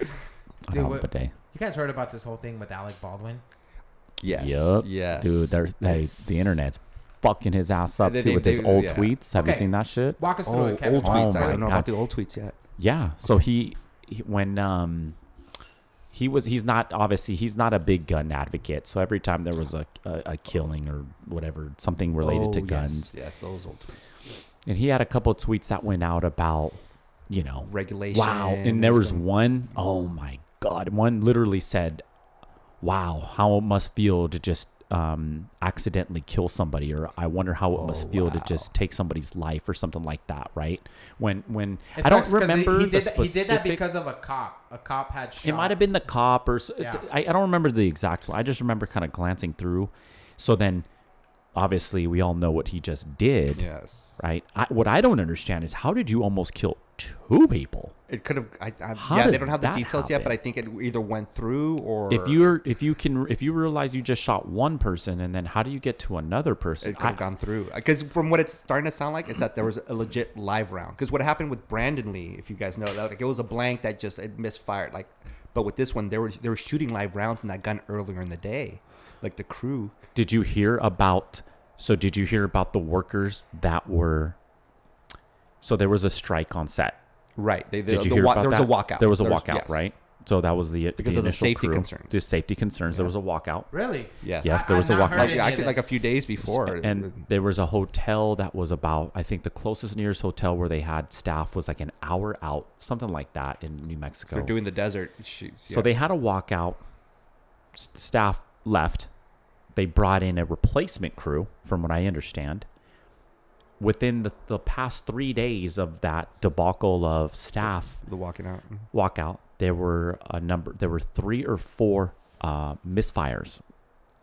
Speaker 2: I
Speaker 1: Dude,
Speaker 2: have a
Speaker 1: what-
Speaker 2: bidet.
Speaker 1: you guys heard about this whole thing with Alec Baldwin?
Speaker 3: Yes.
Speaker 2: Yup.
Speaker 3: Yes.
Speaker 2: Dude, there's, hey,
Speaker 3: That's-
Speaker 2: the internet's fucking his ass up
Speaker 3: They-
Speaker 2: too
Speaker 3: they-
Speaker 2: with his
Speaker 3: they-
Speaker 2: old
Speaker 3: yeah.
Speaker 2: tweets. Have you
Speaker 1: Okay.
Speaker 2: seen that shit?
Speaker 1: Walk us through
Speaker 3: Oh,
Speaker 1: it,
Speaker 3: old
Speaker 1: Kevin.
Speaker 2: Oh
Speaker 3: tweets. I
Speaker 2: my
Speaker 3: don't know about
Speaker 2: God.
Speaker 3: the old tweets yet.
Speaker 2: Yeah. So he, he when um he was he's not obviously he's not a big gun advocate. So every time there was a a, a killing or whatever something related to guns,
Speaker 3: Oh, Yes, those old tweets.
Speaker 2: and he had a couple of tweets that went out about you know
Speaker 3: Regulation.
Speaker 2: wow and there was one oh my god one literally said wow how it must feel to just um accidentally kill somebody or i wonder how it
Speaker 1: Oh,
Speaker 2: must feel to just take somebody's life or something like that right when when
Speaker 1: It
Speaker 2: i don't
Speaker 1: sucks 'cause he-
Speaker 2: remember
Speaker 1: He,
Speaker 2: the
Speaker 1: did that, he did that
Speaker 2: specific-
Speaker 1: because of a cop. A cop had shot.
Speaker 2: it might have been the cop or s uh,
Speaker 1: Yeah.
Speaker 2: I, I don't remember the exact one. I just remember kind of glancing through. So then, obviously, we all know what he just did,
Speaker 3: Yes.
Speaker 2: right? I, what I don't understand is how did you almost kill two people?
Speaker 3: It could have. I, I,
Speaker 2: How
Speaker 3: yeah, they
Speaker 2: does
Speaker 3: don't have the
Speaker 2: that
Speaker 3: details yet, but I
Speaker 2: happen?
Speaker 3: think it either went through or
Speaker 2: If you're if you can if you realize you just shot one person and then how do you get to another person?
Speaker 3: It could have
Speaker 2: I-
Speaker 3: gone through. Because from what it's starting to sound like, it's that there was a legit live round. Because what happened with Brandon Lee, if you guys know that, like it was a blank that just it misfired. Like, but with this one, they were they were shooting live rounds in that gun earlier in the day, like the crew.
Speaker 2: Did you hear about? So did you hear about the workers that were? So there was a strike on set.
Speaker 3: Right. They, they,
Speaker 2: Did you
Speaker 3: the
Speaker 2: hear
Speaker 3: wa-
Speaker 2: about
Speaker 3: There was
Speaker 2: that?
Speaker 3: a walkout.
Speaker 2: There was a walkout,
Speaker 3: yes.
Speaker 2: right? So that was the
Speaker 3: Because
Speaker 2: the
Speaker 3: of the
Speaker 2: initial
Speaker 3: safety
Speaker 2: crew.
Speaker 3: concerns.
Speaker 2: The safety concerns. There was a walkout.
Speaker 1: Really?
Speaker 3: Yes.
Speaker 2: Yes, there was
Speaker 1: I've
Speaker 2: a
Speaker 1: not
Speaker 2: walkout.
Speaker 1: heard
Speaker 3: Like
Speaker 1: any of
Speaker 3: actually, like a
Speaker 1: this.
Speaker 3: few days before.
Speaker 2: and there was a hotel that was about i think the closest nearest hotel where they had staff was like an hour out something like that in new mexico
Speaker 3: they're doing the desert shoots.
Speaker 2: so they had a walkout S- staff left they brought in a replacement crew from what i understand within the, the past three days of that debacle of staff
Speaker 3: the walking out.
Speaker 1: Mm-hmm.
Speaker 2: walkout, there were a number. There were three or four uh, misfires.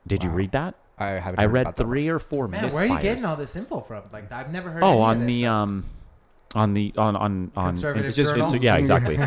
Speaker 2: Did you
Speaker 3: Wow.
Speaker 2: read that?
Speaker 3: I haven't.
Speaker 2: I
Speaker 3: heard
Speaker 2: read
Speaker 3: about that one.
Speaker 2: three or four
Speaker 1: Man,
Speaker 2: misfires.
Speaker 1: where are you getting all this info from? Like, I've never heard.
Speaker 2: Oh,
Speaker 1: any
Speaker 2: on
Speaker 1: of this
Speaker 2: the
Speaker 1: stuff.
Speaker 2: um, on the on on on
Speaker 1: Conservative
Speaker 2: it's just- it's-
Speaker 1: Journal?
Speaker 2: yeah, exactly.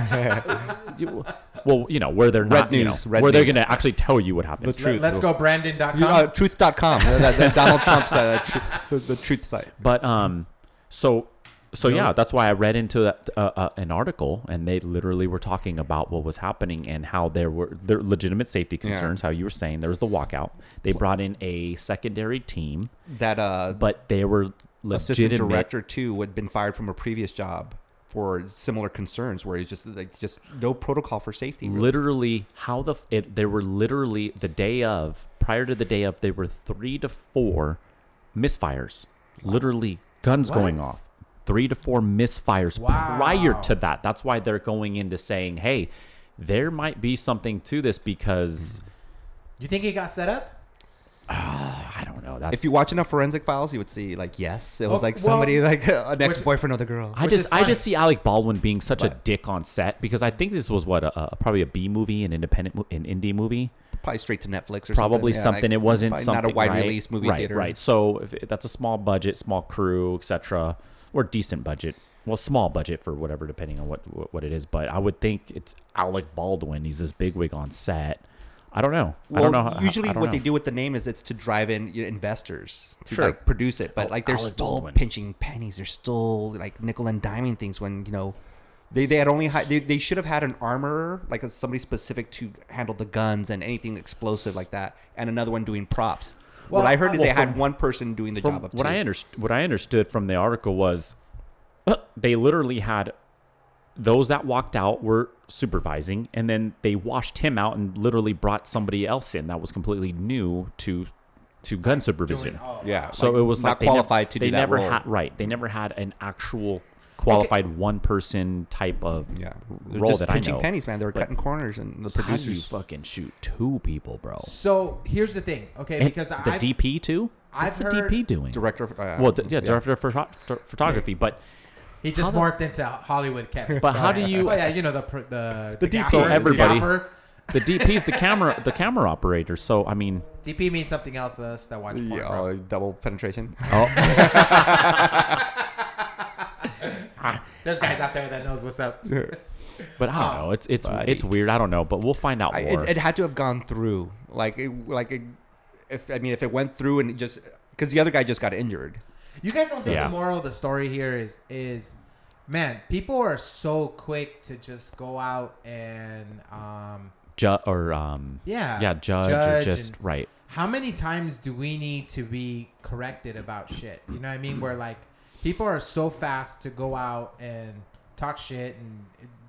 Speaker 2: You- well, you know where they're not, you know,
Speaker 3: news, red
Speaker 2: where they're
Speaker 3: news.
Speaker 2: going to actually tell you what happened.
Speaker 3: The truth.
Speaker 1: Let, us go, Brandon.com.
Speaker 3: You- uh, truth.com. that, that, that Donald Trump's uh, tru- the, the truth site.
Speaker 2: But um, so so yeah, that's why I read into that uh, uh, an article, and they literally were talking about what was happening and how there were there legitimate safety concerns. How you were saying there was the walkout. They brought in a secondary team,
Speaker 3: That uh,
Speaker 2: but they were
Speaker 3: assistant
Speaker 2: legitimate.
Speaker 3: director too had been fired from a previous job for similar concerns where he's just like just no protocol for safety. really.
Speaker 2: literally how the f- it, there were literally the day of prior to the day of there were three to four misfires literally guns going
Speaker 1: What?
Speaker 2: off three to four misfires
Speaker 1: Wow.
Speaker 2: prior to that that's why they're going into saying hey there might be something to this
Speaker 1: Hmm.
Speaker 2: because
Speaker 1: you think he got set up?
Speaker 2: i don't know that's
Speaker 3: If you watch enough forensic files, you would see like yes, it was
Speaker 1: Oh,
Speaker 3: like
Speaker 1: well,
Speaker 3: somebody like an
Speaker 1: which-
Speaker 3: ex boyfriend of the girl.
Speaker 2: I
Speaker 1: which is
Speaker 2: just, I
Speaker 1: fine.
Speaker 2: just see Alec Baldwin being such a
Speaker 3: But-
Speaker 2: dick on set because I think this was what a, a probably a B movie, an independent, mo- an indie movie.
Speaker 3: probably straight to Netflix or
Speaker 2: probably
Speaker 3: something. Yeah,
Speaker 2: something.
Speaker 3: like,
Speaker 2: it wasn't
Speaker 3: probably
Speaker 2: something
Speaker 3: not a wide
Speaker 2: right?
Speaker 3: release movie
Speaker 2: right,
Speaker 3: theater.
Speaker 2: Right, so if it- that's a small budget, small crew, etc., or decent budget. Well, small budget for whatever, depending on what what what it is. But I would think it's Alec Baldwin. He's this bigwig on set. I don't know. I
Speaker 3: Well,
Speaker 2: don't know. how-
Speaker 3: usually
Speaker 2: I don't
Speaker 3: what
Speaker 2: know.
Speaker 3: they do with the name is it's to drive in your investors to
Speaker 2: Sure.
Speaker 3: like produce it, but
Speaker 2: Oh,
Speaker 3: like they're
Speaker 2: Alec
Speaker 3: still
Speaker 2: Baldwin.
Speaker 3: pinching pennies. They're still like nickel and diming things when you know they they had only hi- they, they should have had an armorer like a, somebody specific to handle the guns and anything explosive like that, and another one doing props.
Speaker 1: Well,
Speaker 3: what I heard is
Speaker 1: well,
Speaker 3: they had one person doing the
Speaker 2: From
Speaker 3: job of
Speaker 2: what
Speaker 3: two.
Speaker 2: I underst- what I understood from the article was they literally had those that walked out were supervising and then they washed him out and literally brought somebody else in that was completely new to to gun supervision.
Speaker 1: Doing- oh.
Speaker 3: yeah,
Speaker 2: So it was
Speaker 3: not
Speaker 2: like they nev-
Speaker 3: qualified to
Speaker 2: they
Speaker 3: do that
Speaker 2: never
Speaker 3: role.
Speaker 2: had right. They never had an actual qualified one person type of
Speaker 3: yeah, they're
Speaker 2: role
Speaker 3: just
Speaker 2: that I
Speaker 3: pinching
Speaker 2: know.
Speaker 3: pennies, man. They were
Speaker 2: But
Speaker 3: cutting corners, and the
Speaker 2: How do you
Speaker 3: producers.
Speaker 2: fucking shoot two people, bro?
Speaker 1: So here's the thing, okay?
Speaker 2: And
Speaker 1: because
Speaker 2: the
Speaker 1: I've,
Speaker 2: DP too.
Speaker 1: I've
Speaker 2: What's the DP
Speaker 1: heard-
Speaker 2: doing?
Speaker 3: Director, of, uh,
Speaker 2: Well, d- yeah, director of photo- photo- photography, but
Speaker 1: he just
Speaker 2: how the-
Speaker 1: morphed into Hollywood Kevin.
Speaker 2: But how do you-
Speaker 1: Oh yeah, you know the pr- the
Speaker 3: DP.
Speaker 1: gaffer,
Speaker 3: So
Speaker 2: everybody-
Speaker 1: gaffer.
Speaker 2: the DP's the camera the camera operator. So I mean,
Speaker 1: DP means something else to us that watch porn.
Speaker 3: Yeah,
Speaker 1: bro.
Speaker 3: oh, double penetration.
Speaker 2: oh,
Speaker 1: There's guys out there that knows what's up.
Speaker 2: but I don't know. It's it's
Speaker 3: Ah, Buddy.
Speaker 2: it's weird. I don't know, but we'll find out
Speaker 3: I,
Speaker 2: more.
Speaker 3: it, it had to have gone through. Like, it, like, it, if I mean, if it went through and it just because the other guy just got injured.
Speaker 1: You guys don't think
Speaker 2: Yeah.
Speaker 1: the moral of the story here is is man, people are so quick to just go out and um
Speaker 2: Ju- or um,
Speaker 1: yeah.
Speaker 2: yeah, judge,
Speaker 1: judge
Speaker 2: or just
Speaker 1: and-
Speaker 2: right.
Speaker 1: how many times do we need to be corrected about shit? You know what I mean? Where like people are so fast to go out and talk shit and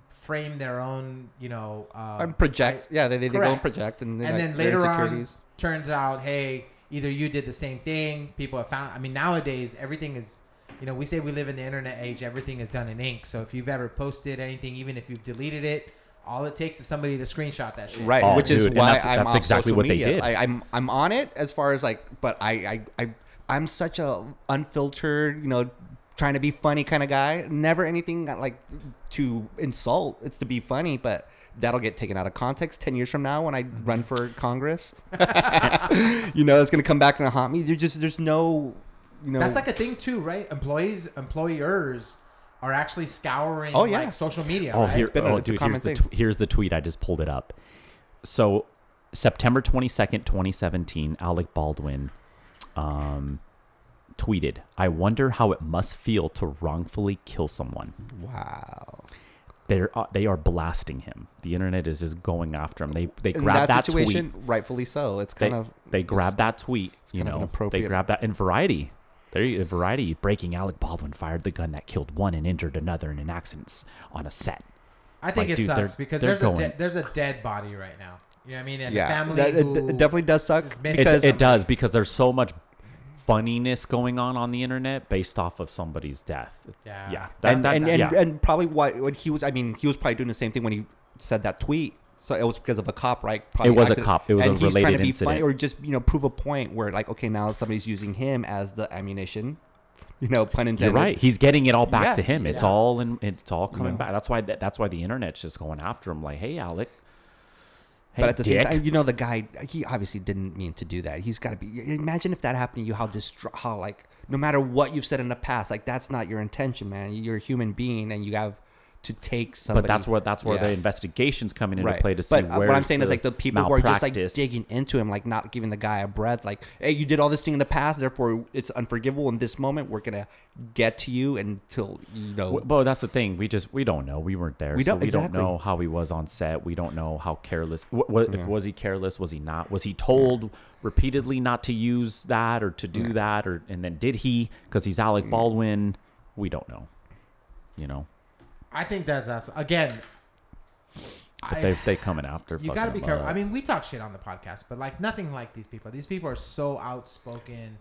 Speaker 1: frame their own, you know, um,
Speaker 3: And project. Yeah, they, they, they go and
Speaker 1: Correct.
Speaker 3: project, and,
Speaker 1: and then
Speaker 3: like, their
Speaker 1: later on,
Speaker 3: insecurities.
Speaker 1: turns out, hey, either you did the same thing. People have found. I mean, nowadays everything is, you know, we say we live in the internet age. Everything is done in ink. So if you've ever posted anything, even if you've deleted it, all it takes is somebody to screenshot that shit.
Speaker 3: right
Speaker 2: Oh,
Speaker 3: which
Speaker 2: dude,
Speaker 3: is
Speaker 2: and
Speaker 3: why
Speaker 2: that's-
Speaker 3: i'm
Speaker 2: that's
Speaker 3: off
Speaker 2: exactly
Speaker 3: social
Speaker 2: what they
Speaker 3: media.
Speaker 2: did.
Speaker 3: I, i'm i'm on it as far as like but i i, I i'm such a unfiltered you know trying to be funny kind of guy never anything that, like to insult it's to be funny but that'll get taken out of context 10 years from now when i
Speaker 2: Mm-hmm.
Speaker 3: run for congress you know it's gonna come back and haunt me there's just there's no you know
Speaker 1: That's like a thing too, right? Employees, employers are actually scouring
Speaker 3: Oh, yeah.
Speaker 1: like social media.
Speaker 2: Oh,
Speaker 1: right?
Speaker 2: here,
Speaker 3: been a-
Speaker 2: oh
Speaker 3: it's a
Speaker 2: dude, here's
Speaker 3: common
Speaker 2: the,
Speaker 3: thing.
Speaker 2: tw- here's the tweet. I just pulled it up. So, September 22nd, 2017, Alec Baldwin um, tweeted, I wonder how it must feel to wrongfully kill someone.
Speaker 3: wow
Speaker 2: They're, uh, they are blasting him. The internet is just going after him. They, they
Speaker 3: in
Speaker 2: grabbed
Speaker 3: that,
Speaker 2: that,
Speaker 3: situation
Speaker 2: tweet.
Speaker 3: rightfully so it's
Speaker 2: They,
Speaker 3: kind of
Speaker 2: they grabbed that tweet. You
Speaker 3: kind of
Speaker 2: know, they
Speaker 3: inappropriate.
Speaker 2: grabbed that in Variety. There, you- Variety breaking Alec Baldwin fired the gun that killed one and injured another in an accident on a set.
Speaker 1: I think
Speaker 2: Like,
Speaker 1: it
Speaker 2: dude,
Speaker 1: sucks
Speaker 2: they're-
Speaker 1: because
Speaker 2: they're
Speaker 1: there's a
Speaker 2: going-
Speaker 1: de- there's a dead body right now. You know what I mean? And a
Speaker 3: yeah
Speaker 1: family
Speaker 3: that, it,
Speaker 1: who-
Speaker 3: it definitely does suck
Speaker 1: is missing
Speaker 3: because
Speaker 2: it, it does because there's so much funniness going on on the internet based off of somebody's death.
Speaker 1: Yeah.
Speaker 2: yeah, that,
Speaker 3: and
Speaker 2: that's-
Speaker 3: and, and,
Speaker 2: yeah.
Speaker 3: and probably what when he was I mean he was probably doing the same thing when he said that tweet. So it was because of a cop, right? Probably
Speaker 2: It was a
Speaker 3: accident.
Speaker 2: cop. It was
Speaker 3: and
Speaker 2: a
Speaker 3: he's trying to
Speaker 2: related
Speaker 3: be
Speaker 2: incident.
Speaker 3: funny or just you know prove a point where like okay now somebody's using him as the ammunition, you know pun
Speaker 2: you're
Speaker 3: intended.
Speaker 2: right. He's getting it all back
Speaker 3: Yeah,
Speaker 2: to him.
Speaker 1: yes.
Speaker 2: It's all in. It's all coming
Speaker 3: know.
Speaker 2: back. That's why. That, that's why the internet's just going after him. Like, hey, Alec. Hey,
Speaker 3: But at the
Speaker 2: dick.
Speaker 3: same time, you know the guy. He obviously didn't mean to do that. He's got to be. Imagine if that happened to you. How distra- How like no matter what you've said in the past, like that's not your intention, man. You're a human being, and you have to take somebody.
Speaker 2: but that's where that's where the
Speaker 3: Yeah.
Speaker 2: investigations coming into play to see
Speaker 3: but uh,
Speaker 2: where.
Speaker 3: what I'm saying is like the people who are just like digging into him, like not giving the guy a breath. Like, hey, you did all this thing in the past, therefore it's unforgivable. In this moment, we're gonna get to you until you know.
Speaker 2: W- Well, that's the thing. We just we don't know. We weren't there.
Speaker 3: We
Speaker 2: so
Speaker 3: don't-
Speaker 2: we
Speaker 3: exactly.
Speaker 2: don't know how he was on set. We don't know how careless. What, if was he careless? Was he not? Was he told repeatedly not to use that or to do
Speaker 3: Yeah. Mm.
Speaker 2: that or and then did he? Because he's Alec Baldwin. We don't know. You know,
Speaker 1: I think that that's again.
Speaker 2: but
Speaker 1: I-
Speaker 2: they they coming after.
Speaker 1: You
Speaker 2: fucking uh,
Speaker 1: got to be
Speaker 2: him
Speaker 1: careful.
Speaker 2: up.
Speaker 1: I mean, we talk shit on the podcast, but like nothing like these people. These people are so outspoken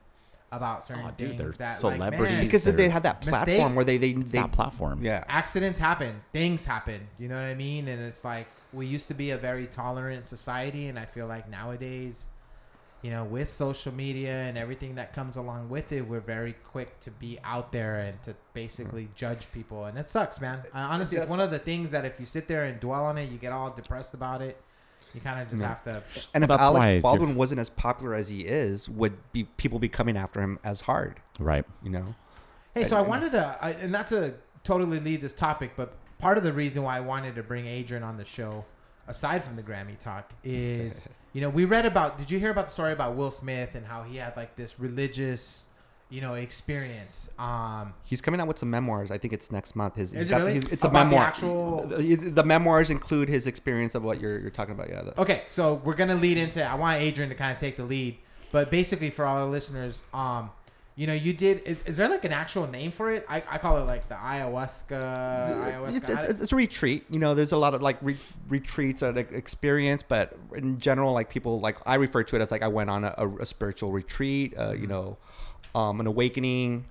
Speaker 1: about certain
Speaker 2: Aw, dude,
Speaker 1: things
Speaker 2: they're
Speaker 1: that Like,
Speaker 2: celebrities.
Speaker 1: man,
Speaker 3: because
Speaker 2: they're-
Speaker 3: they have that platform
Speaker 1: Mistake-
Speaker 3: where they they,
Speaker 2: it's
Speaker 3: they
Speaker 2: that platform.
Speaker 3: yeah.
Speaker 1: accidents happen, things happen. You know what I mean? And it's like we used to be a very tolerant society, and I feel like nowadays, you know, with social media and everything that comes along with it, we're very quick to be out there and to
Speaker 2: Hmm.
Speaker 1: basically judge people, and it sucks, man. I, honestly, it's
Speaker 3: That's-
Speaker 1: one of the things that if you sit there and dwell on it, you get all depressed about it. You kind of just have to.
Speaker 3: And if
Speaker 2: That's why
Speaker 3: Alec
Speaker 2: you're-
Speaker 3: Baldwin wasn't as popular as he is, would be people be coming after him as hard?
Speaker 2: Right.
Speaker 3: You know.
Speaker 1: Hey, so I wanted to, I, and not to totally leave this topic, but part of the reason why I wanted to bring Adrian on the show, aside from the Grammy talk, is you know we read about. Did you hear about the story about Will Smith and how he had like this religious, you know, experience? Um,
Speaker 3: He's coming out with some memoirs. I think it's next month. His, he's
Speaker 1: Is it really?
Speaker 3: his- it's a
Speaker 1: About the
Speaker 3: memoir.
Speaker 1: actual-
Speaker 3: The- his- the memoirs include his experience of what you're, you're talking about. Yeah. the-
Speaker 1: okay, so we're gonna lead into. I want Adrian to kind of take the lead, but basically for all our listeners, um. You know, you did. Is, is there like an actual name for it? I, I call it like the ayahuasca. ayahuasca
Speaker 3: it's, it's, it's a retreat. You know, there's a lot of like re- retreats and like, experience, but in general, like people like I refer to it as like I went on a, a, a spiritual retreat. Uh, you know, um, an awakening.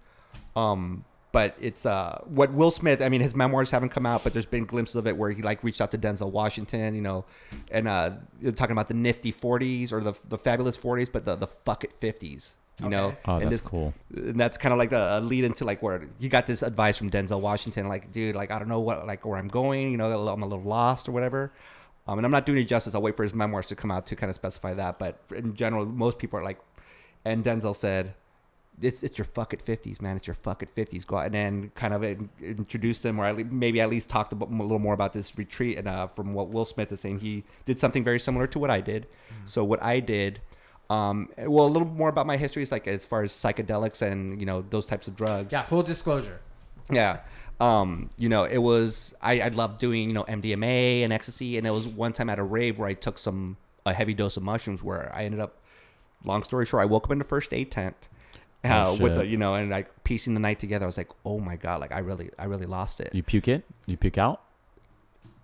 Speaker 3: Um, but it's uh, what Will Smith. I mean, his memoirs haven't come out, but there's been glimpses of it where he like reached out to Denzel Washington. You know, and uh, you're talking about the nifty 40s or the the fabulous 40s, but the the fuck it 50s. You know,
Speaker 1: Okay.
Speaker 2: Oh,
Speaker 3: and
Speaker 2: that's
Speaker 3: this,
Speaker 2: cool.
Speaker 3: and that's kind of like a, a lead into like where you got this advice from Denzel Washington, like, dude, like I don't know what, like where I'm going, you know, I'm a little lost or whatever. Um, and I'm not doing it justice. I'll wait for his memoirs to come out to kind of specify that. But in general, most people are like, and Denzel said, "It's it's your fuck at fifties, man. It's your fuck at fifties. Go out and then kind of in- introduce them, or at least, maybe at least talked about, a little more about this retreat. And uh, from what Will Smith is saying, he did something very similar to what I did. So what I did, um, well, a little more about my history is like as far as psychedelics and you know those types of drugs.
Speaker 1: yeah, full disclosure.
Speaker 3: Yeah. Um, you know, it was I, I loved doing, you know, MDMA and ecstasy and it was one time at a rave where I took some a heavy dose of mushrooms where I ended up long story short, I woke up in the first aid tent. Uh,
Speaker 2: Oh,
Speaker 3: with the
Speaker 2: shit.
Speaker 3: you know, and like piecing the night together, I was like, Oh my god, like I really I really lost it.
Speaker 2: You puke it. You puke out.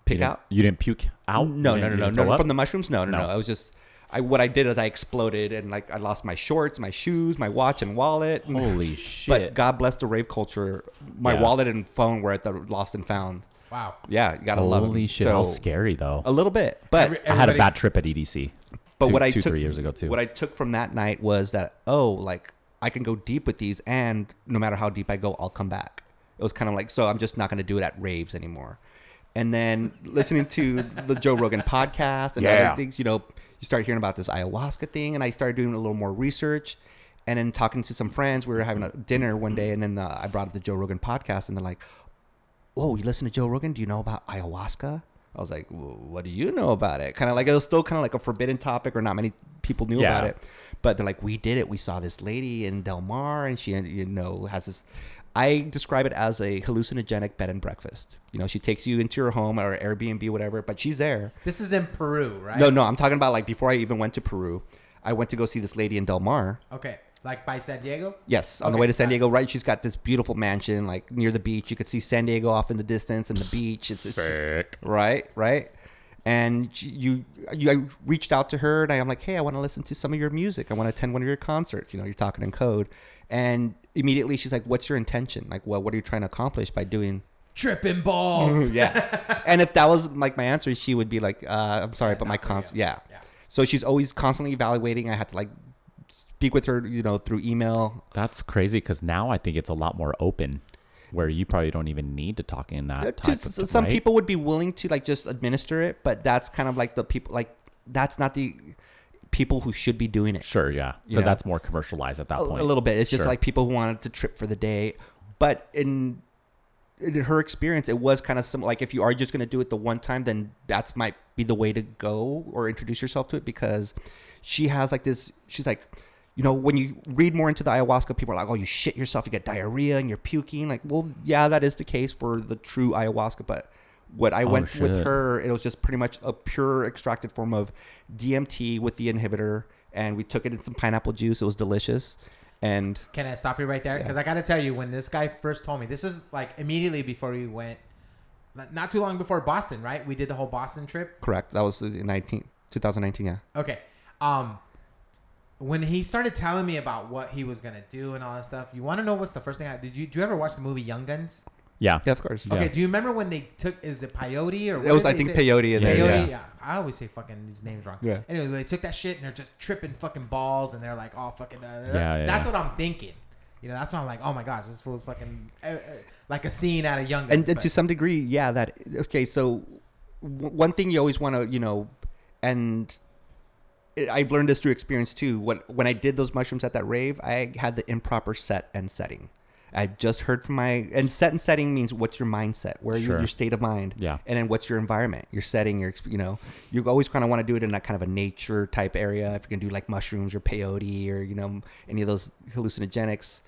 Speaker 3: puke
Speaker 2: didn't-
Speaker 3: out.
Speaker 2: You didn't puke out?
Speaker 3: No,
Speaker 2: You
Speaker 3: no, no,
Speaker 2: didn't- you
Speaker 3: no,
Speaker 2: didn't
Speaker 3: no,
Speaker 2: throw
Speaker 3: no.
Speaker 2: up?
Speaker 3: From the mushrooms? No, no,
Speaker 2: No.
Speaker 3: no. I was just, I what I did is I exploded and like I lost my shorts, my shoes, my watch and wallet. and-
Speaker 2: Holy
Speaker 3: But
Speaker 2: shit.
Speaker 3: God bless the rave culture. My
Speaker 2: Yeah.
Speaker 3: wallet and phone were at the lost and found.
Speaker 1: Wow.
Speaker 3: Yeah, you gotta love. 'em.
Speaker 2: Holy shit. how
Speaker 3: So,
Speaker 2: scary, though.
Speaker 3: A little bit, but
Speaker 1: Every-
Speaker 2: I had a
Speaker 1: everybody-
Speaker 2: bad trip at EDC.
Speaker 3: but
Speaker 2: two,
Speaker 3: what I
Speaker 2: two,
Speaker 3: took,
Speaker 2: three years ago, too.
Speaker 3: What I took from that night was that oh, like I can go deep with these, and no matter how deep I go, I'll come back. It was kind of like so I'm just not going to do it at raves anymore. And then listening to the Joe Rogan podcast and
Speaker 2: Yeah.
Speaker 3: other things, you know, you start hearing about this ayahuasca thing, and I started doing a little more research. And then talking to some friends, we were having a dinner one day, and then uh, I brought up the Joe Rogan podcast, and they're like, whoa, oh, you listen to Joe Rogan? Do you know about ayahuasca? I was like, well, what do you know about it? Kind of like it was still kind of like a forbidden topic, or not many people knew
Speaker 2: Yeah.
Speaker 3: about it. But they're like, we did it. We saw this lady in Del Mar, and she, you know, has this. I describe it as a hallucinogenic bed and breakfast. You know, she takes you into your home or Airbnb, whatever, but she's there.
Speaker 1: This is in Peru, right?
Speaker 3: No, no, I'm talking about like before I even went to Peru, I went to go see this lady in Del Mar.
Speaker 1: Okay. Like by San Diego?
Speaker 3: Yes, on the
Speaker 1: Okay.
Speaker 3: way to San Diego, right? She's got this beautiful mansion, like near the beach. You could see San Diego off in the distance and the beach. It's, it's just-
Speaker 2: Sick.
Speaker 3: right, right. And she- you, you, I reached out to her and I'm like, hey, I want to listen to some of your music. I want to attend one of your concerts. You know, you're talking in code, and immediately she's like, what's your intention? Like, well, what are you trying to accomplish by doing?
Speaker 1: Tripping
Speaker 3: Mm-hmm.
Speaker 1: balls.
Speaker 3: yeah. And if that was like my answer, she would be like, uh, I'm sorry, but my concert, yeah.
Speaker 1: Yeah.
Speaker 3: So she's always constantly evaluating. I had to like speak with her, you know, through email.
Speaker 2: That's crazy because now I think it's a lot more open where you probably don't even need to talk in that
Speaker 3: Uh,
Speaker 2: type
Speaker 3: to,
Speaker 2: of
Speaker 3: s- some
Speaker 2: right?
Speaker 3: people would be willing to like just administer it but that's kind of like the people like that's not the people who should be doing it
Speaker 2: Sure, yeah.
Speaker 3: You
Speaker 2: Because
Speaker 3: know.
Speaker 2: that's more commercialized at that
Speaker 3: a,
Speaker 2: point.
Speaker 3: a little bit it's just
Speaker 2: Sure.
Speaker 3: like people who wanted to trip for the day but in in her experience it was kind of some like if you are just going to do it the one time then that's might be the way to go or introduce yourself to it because she has like this she's like you know when you read more into the ayahuasca people are like oh you shit yourself you get diarrhea and you're puking like well yeah that is the case for the true ayahuasca but what i
Speaker 2: Oh,
Speaker 3: went with
Speaker 2: shit.
Speaker 3: her her, it was just pretty much a pure extracted form of DMT with the inhibitor, and we took it in some pineapple juice. It was delicious, and
Speaker 1: Can I stop you right there? Because I got to tell you, when this guy first told me, this was like immediately before we went, not- not too long before Boston, right? We did the whole Boston trip.
Speaker 3: correct. That was in 19, 2019, Yeah,
Speaker 1: Okay. Um, when he started telling me about what he was gonna do and all that stuff, you want to know what's the first thing I did? You do you ever watch the movie Young Guns?
Speaker 2: yeah.
Speaker 3: yeah, of course.
Speaker 1: Okay.
Speaker 2: Yeah.
Speaker 1: Do you remember when they took? Is it peyote or? what
Speaker 3: It was,
Speaker 1: did
Speaker 3: I
Speaker 1: they
Speaker 3: think,
Speaker 1: say?
Speaker 3: peyote in
Speaker 2: Yeah,
Speaker 3: there.
Speaker 1: Peyote, yeah.
Speaker 3: Yeah.
Speaker 1: I always say fucking these names wrong.
Speaker 3: Yeah.
Speaker 1: Anyway, they took that shit and they're just tripping fucking balls and they're like, oh fucking. Uh,
Speaker 2: Yeah, yeah,
Speaker 1: That's
Speaker 2: yeah.
Speaker 1: what I'm thinking. You know, that's what I'm like. Oh my gosh, this fool's fucking uh, uh, like a scene out of Young Guns.
Speaker 3: and, and uh,
Speaker 1: but-
Speaker 3: to some degree, yeah. That okay. So w- one thing you always want to, you know, and it- I've learned this through experience too. When when I did those mushrooms at that rave, I had the improper set and setting. I just heard from my and set and setting means what's your mindset, where your,
Speaker 2: Sure.
Speaker 3: your state of mind,
Speaker 2: Yeah.
Speaker 3: and then what's your environment, your setting, your exp- you know, you always kind of want to do it in that kind of a nature type area. If you can do like mushrooms or peyote or you know any of those hallucinogenics,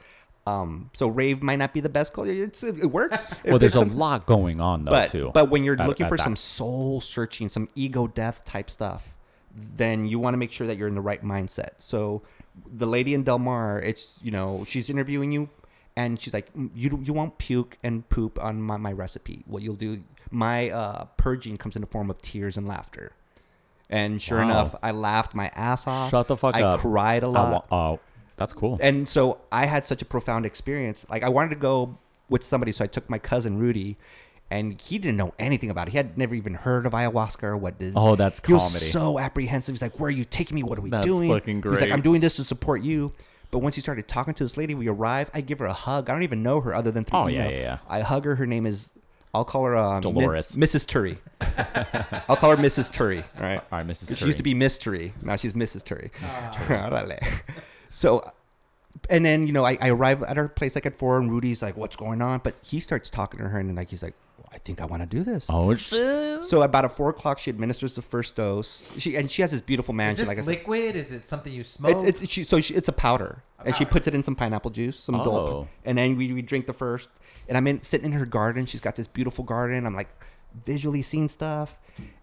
Speaker 3: um, so rave might not be the best culture. It's it, it works. It-
Speaker 2: Well, there's a
Speaker 3: sometimes-
Speaker 2: lot going on, though,
Speaker 3: but,
Speaker 2: too.
Speaker 3: But when you're
Speaker 2: at-
Speaker 3: looking
Speaker 2: at
Speaker 3: for
Speaker 2: that.
Speaker 3: some soul searching, some ego death type stuff, then you want to make sure that you're in the right mindset. So the lady in Del Mar, it's you know she's interviewing you, and she's like, "Mm, you you won't puke and poop on my, my recipe. What you'll do, my uh, purging comes in the form of tears and laughter. And sure
Speaker 2: Wow.
Speaker 3: enough, I laughed my ass off.
Speaker 2: Shut the fuck
Speaker 3: I
Speaker 2: up.
Speaker 3: cried a
Speaker 2: I
Speaker 3: lot
Speaker 2: wa- oh, that's cool.
Speaker 3: and so I had such a profound experience. Like I wanted to go with somebody, so I took my cousin Rudy, and he didn't know anything about it. He had never even heard of ayahuasca or what this.
Speaker 2: Oh, that's
Speaker 3: he was
Speaker 2: comedy.
Speaker 3: so apprehensive. He's like, "Where are you taking me? What are we
Speaker 2: That's
Speaker 3: doing?"
Speaker 2: fucking
Speaker 3: He's like,
Speaker 2: great.
Speaker 3: "I'm doing this to support you." But once he started talking to this lady, we arrive. I give her a hug. I don't even know her other than through
Speaker 2: Oh, yeah,
Speaker 3: email.
Speaker 2: yeah, yeah.
Speaker 3: I hug her. Her name is. I'll call her um, Mi-
Speaker 2: Dolores.
Speaker 3: Mrs. Turi. I'll call her Mrs. Turi. All right.
Speaker 2: All right, Mrs.
Speaker 3: She used to
Speaker 2: Turi.
Speaker 3: be Mystery. Now she's Mrs. Turi. Órale. so, and then, you know, I, I arrive at her place like at four, and Rudy's like, what's going on? But he starts talking to her, and then, like, he's like, "Well, I think I want to do this.
Speaker 2: Oh, shit.
Speaker 3: So about at four o'clock, she administers the first dose. She and she has this beautiful
Speaker 1: is
Speaker 3: mansion.
Speaker 1: this
Speaker 3: like I said,
Speaker 1: liquid? Is it something you smoke?
Speaker 3: it's, it's she, so she, it's a powder, and she
Speaker 1: powder.
Speaker 3: puts it in some pineapple juice, some
Speaker 2: Oh.
Speaker 3: dope, and then we, we drink the first. And I'm in, sitting in her garden. She's got this beautiful garden. I'm like visually seeing stuff,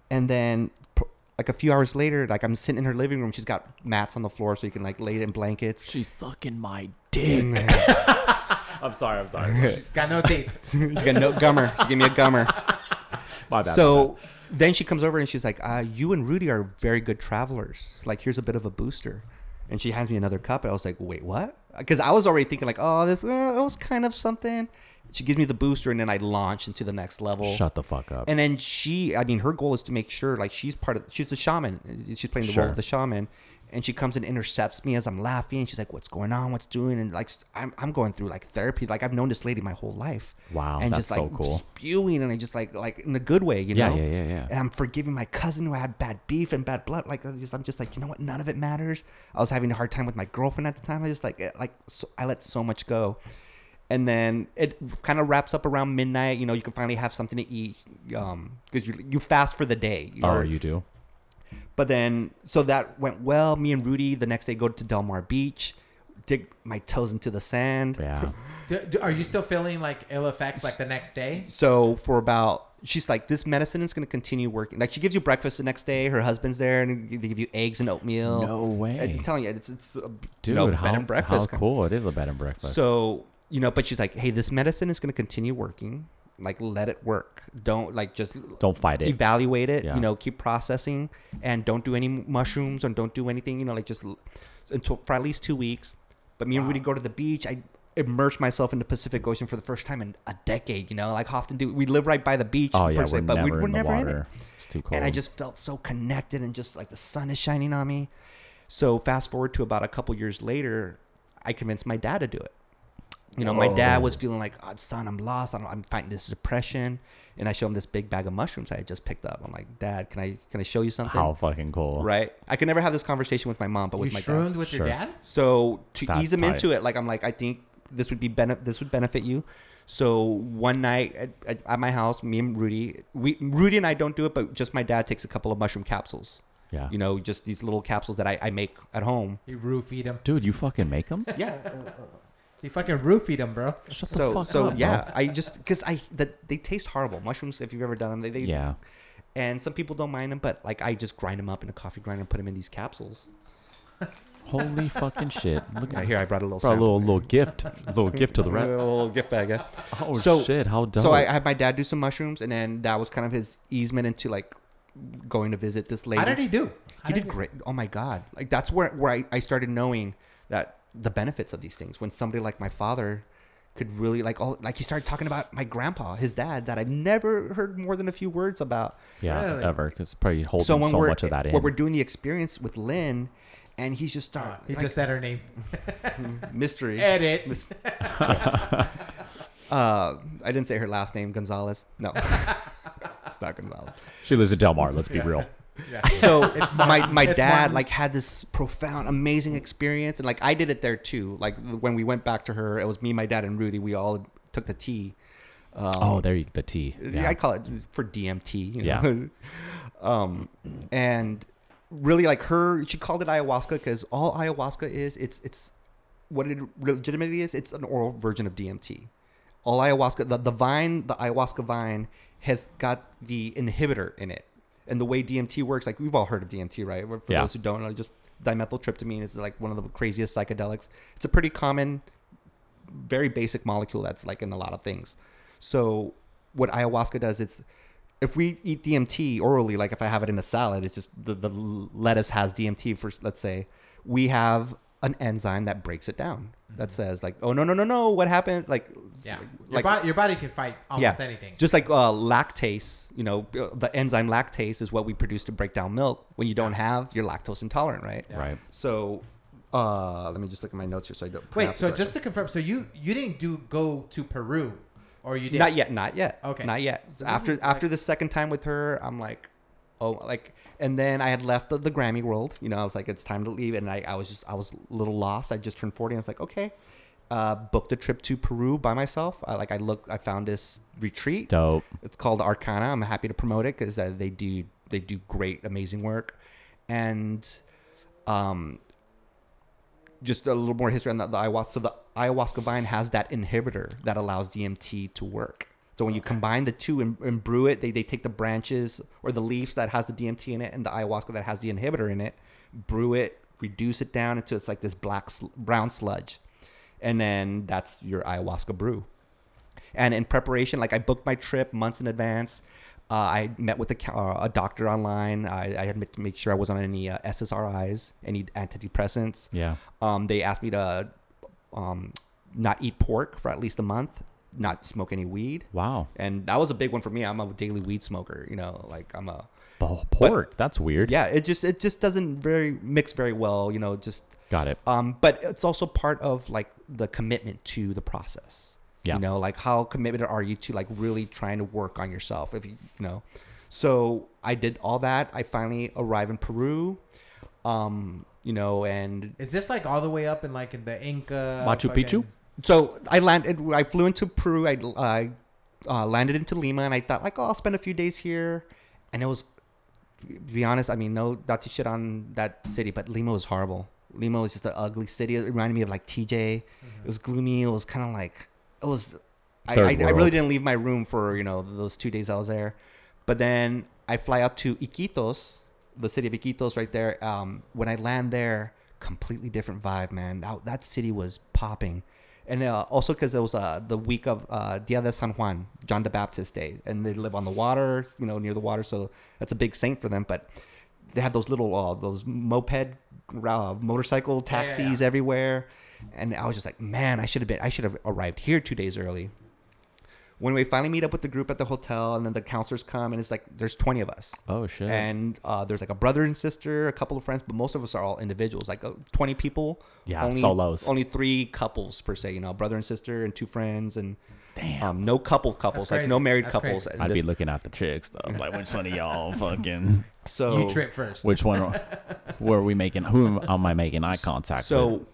Speaker 3: and then pr- like a few hours later, like I'm sitting in her living room. She's got mats on the floor so you can like lay in blankets.
Speaker 2: She's sucking my dick. I'm sorry. I'm sorry.
Speaker 1: got no teeth.
Speaker 3: She's got no gummer. She gave me a gummer.
Speaker 2: My bad. my bad.
Speaker 3: so then she comes over and she's like, uh, "You and Rudy are very good travelers. Like, here's a bit of a booster." And she hands me another cup. I was like, "Wait, what?" Because I was already thinking like, "Oh, this uh, it was kind of something." She gives me the booster, and then I launch into the next level.
Speaker 2: shut the fuck up.
Speaker 3: And then she, I mean, her goal is to make sure like she's part of, she's the shaman. She's playing the
Speaker 2: Sure.
Speaker 3: role of the shaman. And she comes and intercepts me as I'm laughing. She's like, what's going on? What's doing? And like, st- I'm, I'm going through like therapy. Like I've known this lady my whole life.
Speaker 2: Wow,
Speaker 3: And
Speaker 2: that's
Speaker 3: just like
Speaker 2: so cool.
Speaker 3: spewing and I just like, like in a good way, you
Speaker 2: Yeah,
Speaker 3: know?
Speaker 2: yeah, yeah, yeah.
Speaker 3: And I'm forgiving my cousin who I had bad beef and bad blood. Like I'm just, I'm just like, you know what? None of it matters. I was having a hard time with my girlfriend at the time. I just like, eh, like so, I let so much go and then it kind of wraps up around midnight. You know, you can finally have something to eat um, because you you fast for the day. You know?
Speaker 2: oh, you do.
Speaker 3: But then, so that went well. Me and Rudy the next day go to Del Mar Beach, dig my toes into the sand.
Speaker 2: Yeah.
Speaker 1: Do, do, are you still feeling like ill effects like the next day?
Speaker 3: So for about, she's like, this medicine is going to continue working. Like she gives you breakfast the next day. Her husband's there, and they give you eggs and oatmeal.
Speaker 2: No way.
Speaker 3: I'm telling you, it's it's a,
Speaker 2: Dude,
Speaker 3: you know,
Speaker 2: how,
Speaker 3: bed and breakfast.
Speaker 2: how
Speaker 3: kind-
Speaker 2: cool it is a bed and breakfast.
Speaker 3: So you know, but she's like, hey, this medicine is going to continue working. Like let it work. Don't like just
Speaker 2: Don't fight it.
Speaker 3: evaluate it
Speaker 2: Yeah.
Speaker 3: you know keep processing and don't do any mushrooms and don't do anything you know like just l- until for at least two weeks but me and rudy go to the beach i immerse myself in the pacific ocean for the first time in a decade you know like often do we live right by the beach
Speaker 2: Oh yeah,
Speaker 3: per se,
Speaker 2: we're
Speaker 3: but
Speaker 2: never
Speaker 3: we were
Speaker 2: in
Speaker 3: never
Speaker 2: the
Speaker 3: in it
Speaker 2: water. It's too cold.
Speaker 3: and I just felt so connected and just like the sun is shining on me. So fast forward to about a couple years later, I convinced my dad to do it. You know, my dad was feeling like, oh, son, I'm lost. I'm, I'm fighting this depression. And I show him this big bag of mushrooms I had just picked up. I'm like, Dad, can I can I show you something?
Speaker 2: how fucking cool.
Speaker 3: Right? I could never have this conversation with my mom, but
Speaker 1: You
Speaker 3: with my dad.
Speaker 1: shroomed with your
Speaker 2: Sure.
Speaker 1: dad?
Speaker 3: So to
Speaker 2: That's
Speaker 3: ease him
Speaker 2: tight.
Speaker 3: into it, like I'm like, I think this would be benef- this would benefit you. So one night at, at, at my house, me and Rudy, we Rudy and I don't do it, but just my dad takes a couple of mushroom capsules.
Speaker 2: Yeah.
Speaker 3: You know, just these little capsules that I, I make at home.
Speaker 1: You roofied him.
Speaker 2: Dude, you fucking make them?
Speaker 3: Yeah.
Speaker 1: You fucking roofied him, bro.
Speaker 2: Shut the
Speaker 3: so
Speaker 2: fuck
Speaker 3: so
Speaker 2: up,
Speaker 3: yeah, I just because I that they taste horrible mushrooms. If you've ever done them, they, they
Speaker 2: Bro. Yeah.
Speaker 3: And some people don't mind them, but like I just grind them up in a coffee grinder and put them in these capsules.
Speaker 2: Holy fucking shit. Look
Speaker 3: Yeah, here I brought a little.
Speaker 2: Brought a
Speaker 3: sample.
Speaker 2: little little gift. Little gift to the
Speaker 3: A
Speaker 2: rep.
Speaker 3: little gift bag. Yeah.
Speaker 2: Oh
Speaker 3: So-
Speaker 2: shit, how dope.
Speaker 3: So I had my dad do some mushrooms, and then that was kind of his easement into like going to visit this lady.
Speaker 1: How did he do? How
Speaker 3: he did great. Oh my god! Like that's where where I, I started knowing that the benefits of these things when somebody like my father could really like all like he started talking about my grandpa, his dad, that I've never heard more than a few words about.
Speaker 2: yeah,
Speaker 1: Really?
Speaker 2: ever. Because probably holding
Speaker 3: so
Speaker 2: so,
Speaker 3: when we're
Speaker 2: much of that in.
Speaker 3: when we're doing the experience with Lynn, and he's just
Speaker 1: Uh,
Speaker 3: starting
Speaker 1: he
Speaker 3: like,
Speaker 1: just said her name.
Speaker 3: mystery.
Speaker 1: Edit.
Speaker 3: Uh, I didn't say her last name, Gonzalez. No, it's not Gonzalez.
Speaker 2: she lives in Del Mar, let's be real.
Speaker 1: Yeah.
Speaker 3: so my, my
Speaker 1: It's
Speaker 3: dad
Speaker 1: Martin.
Speaker 3: like had this profound amazing experience and like i did it there too like when we went back to her it was me my dad and rudy we all took the tea um,
Speaker 2: Oh, there you the tea.
Speaker 3: yeah. i call it for dmt you know? um and really like her she called it ayahuasca because all ayahuasca is it's it's what it legitimately is it's an oral version of dmt all ayahuasca the, the vine the ayahuasca vine has got the inhibitor in it and the way dmt works like we've all heard of dmt right for
Speaker 2: Yeah.
Speaker 3: those who don't know just dimethyltryptamine is like one of the craziest psychedelics it's a pretty common very basic molecule that's like in a lot of things so what ayahuasca does it's if we eat DMT orally, like if I have it in a salad, it's just the, the lettuce has DMT for let's say we have an enzyme that breaks it down that says like oh no no no no what happened like
Speaker 1: Mm-hmm. Yeah. your,
Speaker 3: like
Speaker 1: body, your body can fight almost anything.
Speaker 3: just like uh, lactase, you know, uh, the enzyme lactase is what we produce to break down milk. When you don't have, you're lactose intolerant, right?
Speaker 1: Yeah.
Speaker 2: Right.
Speaker 3: So, uh, let me just look at my notes here so I don't.
Speaker 1: Wait,
Speaker 3: pronounce it
Speaker 1: so
Speaker 3: correctly.
Speaker 1: just to confirm, so you you didn't do go to Peru, or you did?
Speaker 3: Not yet, not yet.
Speaker 1: Okay.
Speaker 3: Not yet.
Speaker 1: So this
Speaker 3: after
Speaker 1: is
Speaker 3: after
Speaker 1: like-
Speaker 3: the second time with her, I'm like, oh, like, and then I had left the, the Grammy world. You know, I was like, it's time to leave, and I, I was just I was a little lost. I just turned forty. And I was like, okay, uh, booked a trip to Peru by myself. I, like I look, I found this retreat.
Speaker 2: Dope.
Speaker 3: It's called Arcana. I'm happy to promote it because uh, they do they do great, amazing work, and um, just a little more history on the, the ayahuasca. So the ayahuasca vine has that inhibitor that allows DMT to work. So when you combine the two and, and brew it, they, they take the branches or the leaves that has the DMT in it and the ayahuasca that has the inhibitor in it, brew it, reduce it down until it's like this black sl- brown sludge, and then that's your ayahuasca brew and in preparation like i booked my trip months in advance Uh, I met with a, cou- uh, a doctor online. I, I had to make sure I wasn't on any uh, SSRIs, any antidepressants.
Speaker 2: Yeah.
Speaker 3: Um, they asked me to um, not eat pork for at least a month, not smoke any weed.
Speaker 2: Wow.
Speaker 3: And that was a big one for me. I'm a daily weed smoker. You know, like I'm a
Speaker 2: Bo- pork. That's weird.
Speaker 3: yeah. It just it just doesn't very mix very well. You know, just
Speaker 2: Got it.
Speaker 3: um, but it's also part of like the commitment to the process.
Speaker 2: Yeah.
Speaker 3: You know, like how committed are you to like really trying to work on yourself? If you, you know, so I did all that. I finally arrived in Peru. Um, you know, and
Speaker 1: Is this like all the way up in like in the Inca
Speaker 2: Machu
Speaker 1: fucking-
Speaker 2: Picchu?
Speaker 3: so I landed. I flew into Peru. I I, uh, landed into Lima, and I thought like, oh, I'll spend a few days here. And it was, to be honest, I mean, no, not to shit on that city, but Lima was horrible. Lima was just an ugly city. It reminded me of like TJ. It was gloomy. It was kind of like it was. I, I,
Speaker 2: Mm-hmm. Third
Speaker 3: I really
Speaker 2: world.
Speaker 3: didn't leave my room for you know those two days I was there, but then I fly out to Iquitos, the city of Iquitos, right there. Um, when I land there, completely different vibe, man. That, that city was popping, and uh, also because it was uh, the week of uh, Dia de San Juan, John the Baptist Day, and they live on the water, you know, near the water, so that's a big saint for them. But they have those little uh, those moped uh, motorcycle
Speaker 1: Yeah, yeah,
Speaker 3: taxis
Speaker 1: yeah.
Speaker 3: everywhere, and I was just like, man, I should have been, I should have arrived here two days early when we finally meet up with the group at the hotel and then the counselors come and it's like there's 20 of us
Speaker 2: Oh shit.
Speaker 3: and uh, there's like a brother and sister a couple of friends but most of us are all individuals like uh, 20 people
Speaker 2: Yeah,
Speaker 3: only,
Speaker 2: solos.
Speaker 3: only three couples per se you know brother and sister and two friends and Damn. Um, no couple couples like no
Speaker 1: crazy.
Speaker 3: married
Speaker 1: That's
Speaker 3: couples
Speaker 1: crazy.
Speaker 3: And
Speaker 2: I'd be
Speaker 3: this-
Speaker 2: looking at the chicks though. I'm Like which one of y'all fucking
Speaker 3: so
Speaker 1: You trip first.
Speaker 2: which one were we making who am, am I making eye contact with?
Speaker 3: So,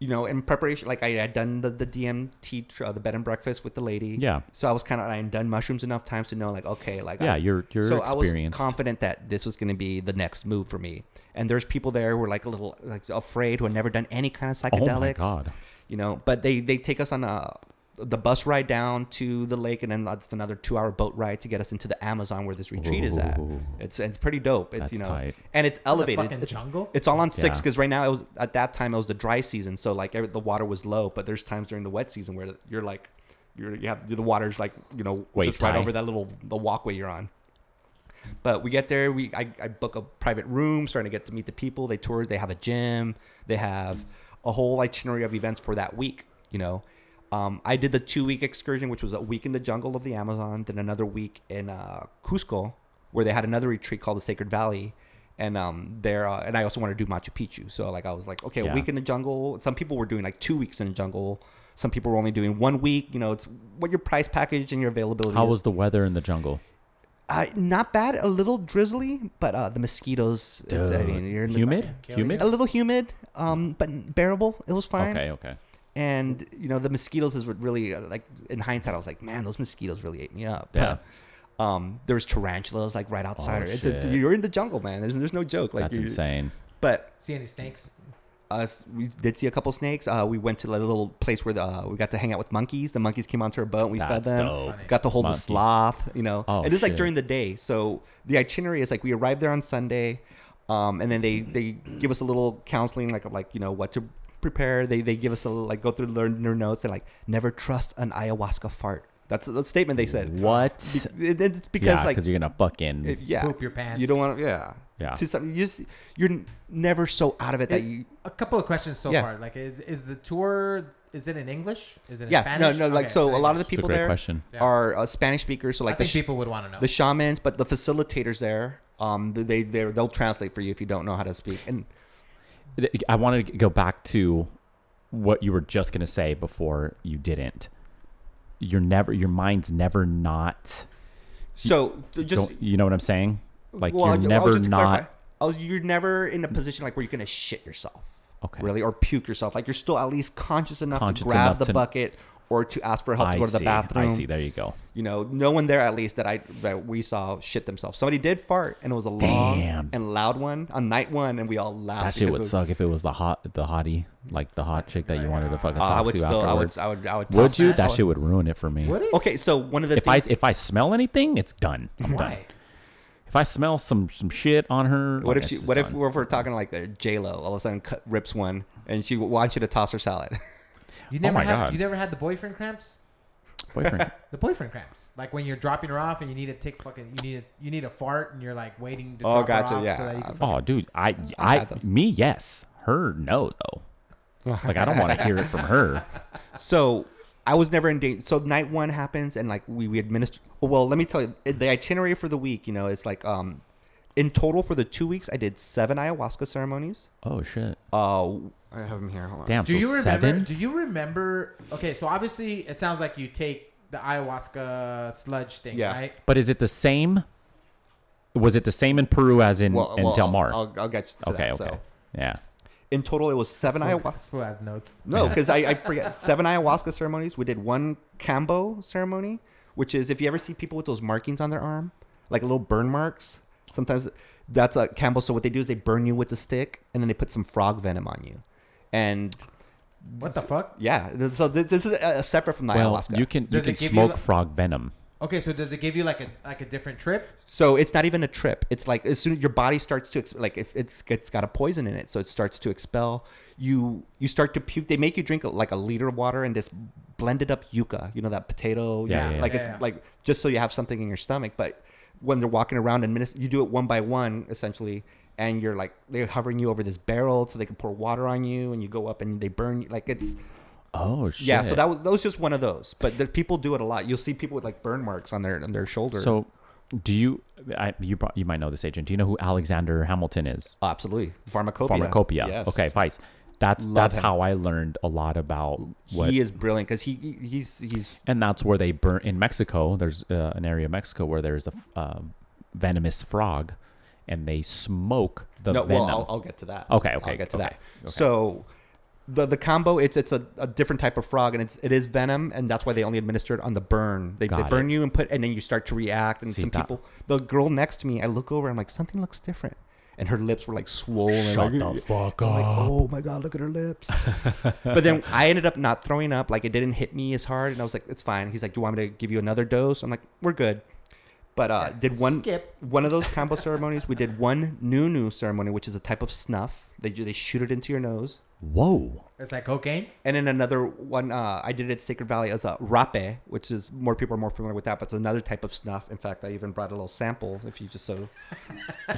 Speaker 3: you know, in preparation, like I had done the, the DMT, tr- uh, the bed and breakfast with the lady.
Speaker 2: Yeah.
Speaker 3: So I was kind of, I had done mushrooms enough times to know, like, okay, like,
Speaker 2: Yeah,
Speaker 3: I-
Speaker 2: you're- you're
Speaker 3: so I was
Speaker 2: experienced.
Speaker 3: confident that this was going to be the next move for me. And there's people there who were like a little, like, afraid who had never done any kind of
Speaker 2: Oh
Speaker 3: psychedelics
Speaker 2: my god.
Speaker 3: you know but they they take us on a the bus ride down to the lake and then that's another two hour boat ride to get us into the amazon where this retreat is at
Speaker 2: Ooh.
Speaker 3: it's it's pretty dope it's
Speaker 2: That's
Speaker 3: you know
Speaker 2: tight.
Speaker 3: and it's elevated
Speaker 1: fucking
Speaker 3: it's, it's
Speaker 1: jungle?
Speaker 3: it's all on six
Speaker 2: Yeah.
Speaker 3: because right now it was at that time it was the dry season so like every, the water was low but there's times during the wet season where you're like you're you have the water's like you know
Speaker 2: Waist
Speaker 3: just right
Speaker 2: high.
Speaker 3: over that little the walkway you're on but we get there, we I, I book a private room, starting to get to meet the people. They tour, they have a gym, they have a whole itinerary of events for that week. You know, um, I did the two week excursion, which was a week in the jungle of the Amazon, then another week in uh, Cusco, where they had another retreat called the Sacred Valley. And um, there, uh, and I also want to do Machu Picchu. So like, I was like, okay,
Speaker 2: Yeah.
Speaker 3: a week in the jungle. Some people were doing like two weeks in the jungle. Some people were only doing one week. You know, it's what your price package and your availability.
Speaker 2: How
Speaker 3: is.
Speaker 2: was the weather in the jungle?
Speaker 3: Uh, not bad. A little drizzly, but uh, the mosquitoes. It's, I mean, you're in the-
Speaker 2: humid?
Speaker 1: Kill
Speaker 2: Humid?
Speaker 3: A little humid, um, but bearable. It was fine.
Speaker 2: Okay, okay.
Speaker 3: And you know, the mosquitoes is what really uh, like. In hindsight, I was like, man, those mosquitoes really ate me up.
Speaker 2: Yeah.
Speaker 3: um, there's tarantulas like right outside.
Speaker 2: Oh,
Speaker 3: it's, it's
Speaker 2: shit.
Speaker 3: you're in the jungle, man. There's there's no joke. Like
Speaker 2: That's
Speaker 3: you-
Speaker 2: insane.
Speaker 3: But
Speaker 1: See any snakes?
Speaker 3: us we did see a couple snakes uh, we went to a little place where the, uh, we got to hang out with monkeys the monkeys came onto our boat and we fed
Speaker 2: That's
Speaker 3: them
Speaker 2: dope.
Speaker 3: got to hold
Speaker 2: Monkeys.
Speaker 3: the sloth you know
Speaker 2: Oh,
Speaker 3: and it's like
Speaker 2: shit.
Speaker 3: during the day so the itinerary is like we arrived there on sunday um, and then they they give us a little counseling like like you know what to prepare they they give us a little like go through their, their notes and like never trust an ayahuasca fart that's a, statement they said
Speaker 2: What?
Speaker 3: Be- it- it's because
Speaker 2: Yeah,
Speaker 3: like
Speaker 2: because you're gonna fucking
Speaker 3: if- yeah
Speaker 1: Poop your pants.
Speaker 3: you don't want to yeah
Speaker 2: Yeah.
Speaker 3: to something you just you're n- never so out of it that
Speaker 1: It-
Speaker 3: you
Speaker 1: a couple of questions so
Speaker 3: Yeah.
Speaker 1: far. Like, is is the tour? Is it in English? Is it in
Speaker 3: Yes,
Speaker 1: Spanish?
Speaker 3: no, no. Like
Speaker 1: Okay,
Speaker 3: so,
Speaker 1: so
Speaker 3: a lot of the
Speaker 2: It's a
Speaker 3: people
Speaker 2: great
Speaker 3: there
Speaker 2: question.
Speaker 1: Yeah.
Speaker 3: are uh, Spanish speakers. So
Speaker 1: I
Speaker 3: like the,
Speaker 1: think
Speaker 3: sh-
Speaker 1: people would want to know.
Speaker 3: the shamans, but the facilitators there, um, they they they'll translate for you if you don't know how to speak. And
Speaker 2: I wanted to go back to what you were just gonna say before you didn't. You're never. Your mind's never not.
Speaker 3: so
Speaker 2: You,
Speaker 3: just
Speaker 2: don't- you know what I'm saying? Like
Speaker 3: well, I
Speaker 2: you're
Speaker 3: ju- I was
Speaker 2: never
Speaker 3: just to clarify,
Speaker 2: not.
Speaker 3: I was, you're never in a position like where you're gonna shit yourself.
Speaker 2: Okay.
Speaker 3: Really, or puke yourself. Like you're still at least conscious enough
Speaker 2: Conscious
Speaker 3: to grab
Speaker 2: enough
Speaker 3: the
Speaker 2: to-
Speaker 3: bucket or to ask for help
Speaker 2: I
Speaker 3: to go to the
Speaker 2: see.
Speaker 3: bathroom.
Speaker 2: I see. There you go.
Speaker 3: You know, no one there at least that I that we saw shit themselves. Somebody did fart, and it was a long
Speaker 2: Damn.
Speaker 3: and loud one on night one, and we all laughed.
Speaker 2: That shit
Speaker 3: Ah, because it
Speaker 2: would
Speaker 3: was-
Speaker 2: suck if it was the hot, the hottie, like the hot chick that you wanted to fucking
Speaker 3: Uh,
Speaker 2: talk
Speaker 3: I would
Speaker 2: to
Speaker 3: still, I would,
Speaker 2: afterwards.
Speaker 3: I would, I would.
Speaker 2: would
Speaker 3: toss
Speaker 2: you?
Speaker 3: that.
Speaker 2: That shit would ruin it for me.
Speaker 1: Would it?
Speaker 3: Okay, so one of the
Speaker 2: If I
Speaker 3: things.
Speaker 2: if I smell anything, it's done. I'm done.
Speaker 1: Why?
Speaker 2: If I smell some some shit on her,
Speaker 3: what
Speaker 2: like,
Speaker 3: if she?
Speaker 2: it's just
Speaker 3: What if
Speaker 2: done.
Speaker 3: we're, we're talking like a J Lo? All of a sudden, cut, rips one, and she wants you to toss her salad.
Speaker 1: You never
Speaker 2: Oh my
Speaker 1: had
Speaker 2: God.
Speaker 1: you never had the boyfriend cramps?
Speaker 2: boyfriend.
Speaker 1: The boyfriend cramps, like when you're dropping her off and you need to take fucking, you need a, you need a fart and you're like waiting to
Speaker 3: Oh,
Speaker 1: drop
Speaker 3: gotcha,
Speaker 1: her off
Speaker 3: yeah.
Speaker 1: so that you can.
Speaker 2: oh, dude, I,
Speaker 3: I've
Speaker 2: I,
Speaker 3: had those.
Speaker 2: me, yes. Her, no, though. Like I don't want to hear it from her.
Speaker 3: So I was never in danger. So night one happens, and like we we administer. Well, let me tell you the itinerary for the week. You know, it's like um, in total for the two weeks, I did seven ayahuasca ceremonies.
Speaker 2: Oh shit,
Speaker 3: Uh, I have them here. Hold on.
Speaker 2: damn.
Speaker 1: Do
Speaker 2: so
Speaker 1: you remember?
Speaker 2: seven?
Speaker 1: Do you remember? Okay, so obviously it sounds like you take the ayahuasca sludge thing,
Speaker 3: Yeah.
Speaker 1: right?
Speaker 2: But is it the same? Was it the same in Peru as in,
Speaker 3: Well,
Speaker 2: in
Speaker 3: well,
Speaker 2: Del Mar?
Speaker 3: I'll, I'll, I'll get you to
Speaker 2: okay,
Speaker 3: that.
Speaker 2: okay,
Speaker 3: So
Speaker 2: yeah.
Speaker 3: in total, it was seven ayahuasca.
Speaker 1: Who has notes?
Speaker 3: No, because I, I forget seven ayahuasca ceremonies. We did one cambo ceremony, which is if you ever see people with those markings on their arm, like little burn marks. Sometimes that's a cambo. So what they do is they burn you with a stick, and then they put some frog venom on you, and
Speaker 1: What the fuck?
Speaker 3: yeah. th- So th- this is uh, separate from the
Speaker 2: Well,
Speaker 3: ayahuasca.
Speaker 2: you can you
Speaker 1: Does it
Speaker 2: can
Speaker 1: give you
Speaker 2: smoke
Speaker 1: the-
Speaker 2: frog venom.
Speaker 1: Okay, so does it give you like a like a different trip?
Speaker 3: So it's not even a trip. It's like as soon as your body starts to ex- like if it's it's got a poison in it, so it starts to expel. You you start to puke. They make you drink like a liter of water and just blended up yuca. You know that potato.
Speaker 2: Yeah, yeah,
Speaker 3: like
Speaker 1: yeah.
Speaker 3: it's
Speaker 1: Yeah, yeah.
Speaker 3: like just so you have something in your stomach. But when they're walking around and minis- you do it one by one essentially, and you're like they're hovering you over this barrel so they can pour water on you, and you go up and they burn you. Like it's
Speaker 2: Oh shit.
Speaker 3: yeah. So that was that was just one of those. But the, people do it a lot. You'll see people with like burn marks on their on their shoulder.
Speaker 2: So, do you? I, you prob- you might know this agent. Do you know who Alexander Hamilton is?
Speaker 3: absolutely pharmacopoeia.
Speaker 2: Pharmacopoeia.
Speaker 3: Yes.
Speaker 2: Okay, Vice. That's
Speaker 3: Love
Speaker 2: that's
Speaker 3: him.
Speaker 2: how I learned a lot about what,
Speaker 3: He is brilliant because he he- he's he's
Speaker 2: and that's where they burn in Mexico. There's uh, an area of Mexico where there's a f- uh, venomous frog, and they smoke the
Speaker 3: no.
Speaker 2: venom.
Speaker 3: Well, I'll, I'll get to that.
Speaker 2: Okay, okay,
Speaker 3: I'll get to
Speaker 2: okay,
Speaker 3: that.
Speaker 2: okay.
Speaker 3: So the the combo it's it's a, a different type of frog and it's it is venom and that's why they only administer it on the burn. They, they
Speaker 2: Got
Speaker 3: burn
Speaker 2: it.
Speaker 3: you and put and then you start to react and
Speaker 2: See,
Speaker 3: some
Speaker 2: that-
Speaker 3: people the girl next to me I look over I'm like something looks different and her lips were like swollen.
Speaker 2: Shut
Speaker 3: like,
Speaker 2: the fuck
Speaker 3: I'm like,
Speaker 2: up.
Speaker 3: oh my god, look at her lips. but then I ended up not throwing up. Like it didn't hit me as hard, and I was like, it's fine. He's like, do you want me to give you another dose? I'm like, we're good. But uh, did one
Speaker 1: Skip.
Speaker 3: one of those combo ceremonies? We did one new new ceremony, which is a type of snuff. They do, they shoot it into your nose,
Speaker 2: Whoa.
Speaker 1: It's like cocaine.
Speaker 3: and then another one uh, I did it at Sacred Valley as a rape, which is more people are more familiar with that, but it's another type of snuff. In fact, I even brought a little sample if you just so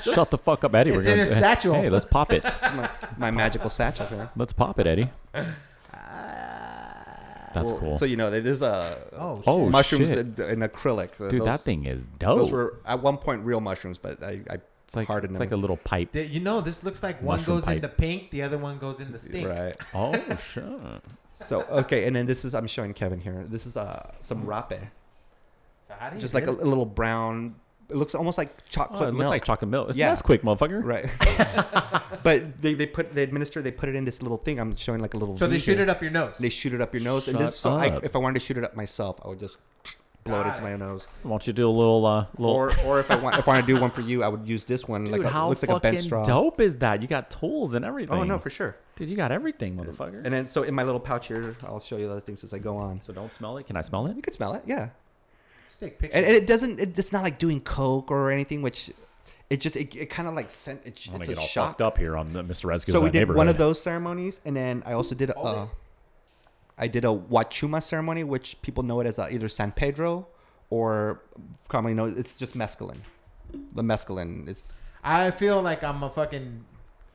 Speaker 2: Shut the fuck up, Eddie.
Speaker 1: It's in his satchel.
Speaker 2: Hey, let's pop it.
Speaker 3: my, my magical satchel here.
Speaker 2: Let's pop it, Eddie. That's
Speaker 3: Well,
Speaker 2: cool.
Speaker 3: So you know, it is a
Speaker 1: Oh, shit.
Speaker 2: Oh,
Speaker 3: mushrooms
Speaker 2: shit.
Speaker 3: and, and acrylic.
Speaker 2: Dude,
Speaker 3: Those-
Speaker 2: that thing Oh. is dope.
Speaker 3: Those were at one point real mushrooms, but I, I
Speaker 2: it's like,
Speaker 3: hardened
Speaker 2: it's like a
Speaker 3: them.
Speaker 2: little pipe.
Speaker 1: Th- You know, this looks like one
Speaker 2: Mushroom
Speaker 1: goes in
Speaker 2: pipe.
Speaker 1: the pink, the other one goes in the stink.
Speaker 3: right.
Speaker 2: Oh, sure.
Speaker 3: So okay, and then this is I'm showing Kevin here. This is uh some rape,
Speaker 1: So how do you
Speaker 3: just like
Speaker 1: do
Speaker 3: a,
Speaker 1: it?
Speaker 3: little brown. It looks almost like
Speaker 2: Oh,
Speaker 3: chocolate
Speaker 2: it looks
Speaker 3: milk.
Speaker 2: like chocolate milk. It's
Speaker 3: Yeah.
Speaker 2: That's quick, motherfucker.
Speaker 3: right. but they, they put they administer they put it in this little thing. I'm showing like a little.
Speaker 1: so they
Speaker 3: V
Speaker 1: shoot
Speaker 3: here.
Speaker 1: it up your nose.
Speaker 3: They shoot it up your nose, and
Speaker 2: Shut
Speaker 3: this so I,
Speaker 2: up.
Speaker 3: if I wanted to shoot it up myself, I would just blow it
Speaker 1: Got
Speaker 3: into
Speaker 1: it.
Speaker 3: my nose.
Speaker 2: Why don't you do a little, uh, little.
Speaker 3: Or or if I want if I want to do one for you, I would use this one.
Speaker 2: Dude,
Speaker 3: like a,
Speaker 2: how
Speaker 3: looks like a
Speaker 2: fucking
Speaker 3: bent straw.
Speaker 2: dope is that? You got tools and everything.
Speaker 3: Oh no, for sure.
Speaker 2: Dude, you got everything, motherfucker.
Speaker 3: And then so in my little pouch here, I'll show you those things as I go on.
Speaker 2: so don't smell it. Can I smell it?
Speaker 3: You could smell it, yeah.
Speaker 1: Just take pictures.
Speaker 3: And, and it doesn't. It, it's not like doing coke or anything, which it just it, it kind of like sent. It,
Speaker 2: I'm gonna
Speaker 3: it's
Speaker 2: get
Speaker 3: a
Speaker 2: all
Speaker 3: shock.
Speaker 2: fucked up here on the Mr. Rescue's
Speaker 3: So we
Speaker 2: uh,
Speaker 3: did one of
Speaker 2: neighborhood.
Speaker 3: those ceremonies, and then I also did a,
Speaker 1: Hold
Speaker 3: uh, I did a Wachuma ceremony, which people know it as uh, either San Pedro or commonly known. It's just mescaline. The mescaline is
Speaker 1: I feel like I'm a fucking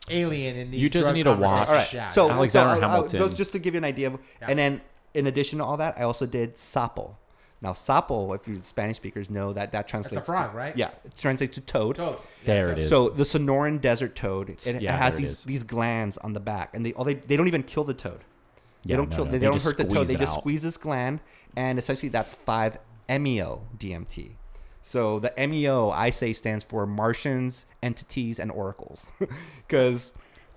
Speaker 1: alien in these.
Speaker 2: You just
Speaker 1: drug
Speaker 2: need to watch.
Speaker 1: conversations.
Speaker 2: Alright,
Speaker 1: Yeah,
Speaker 3: So
Speaker 1: yeah.
Speaker 2: Alexander
Speaker 3: so, uh, uh,
Speaker 2: Hamilton.
Speaker 3: those- just to give you an idea of,
Speaker 1: Yeah.
Speaker 3: and then in addition to all that, I also did sapo. Now sapo, if you Spanish speakers know that that translates
Speaker 1: frog,
Speaker 3: to,
Speaker 1: right?
Speaker 3: Yeah, it translates to toad.
Speaker 1: Toad.
Speaker 2: There it
Speaker 1: toad.
Speaker 2: is.
Speaker 3: So the Sonoran desert toad, it, it
Speaker 2: yeah,
Speaker 3: has
Speaker 2: there it
Speaker 3: these
Speaker 2: is.
Speaker 3: these glands on the back, and they all they, they don't even kill the toad.
Speaker 2: Yeah,
Speaker 3: they don't
Speaker 2: no,
Speaker 3: kill.
Speaker 2: no,
Speaker 3: They,
Speaker 2: they
Speaker 3: they don't
Speaker 2: just
Speaker 3: hurt the toad.
Speaker 2: squeeze
Speaker 3: They
Speaker 2: it
Speaker 3: just
Speaker 2: out.
Speaker 3: squeeze this gland, and essentially that's five E MEO DMT. So the MEO I say stands for Martians, entities, and oracles, because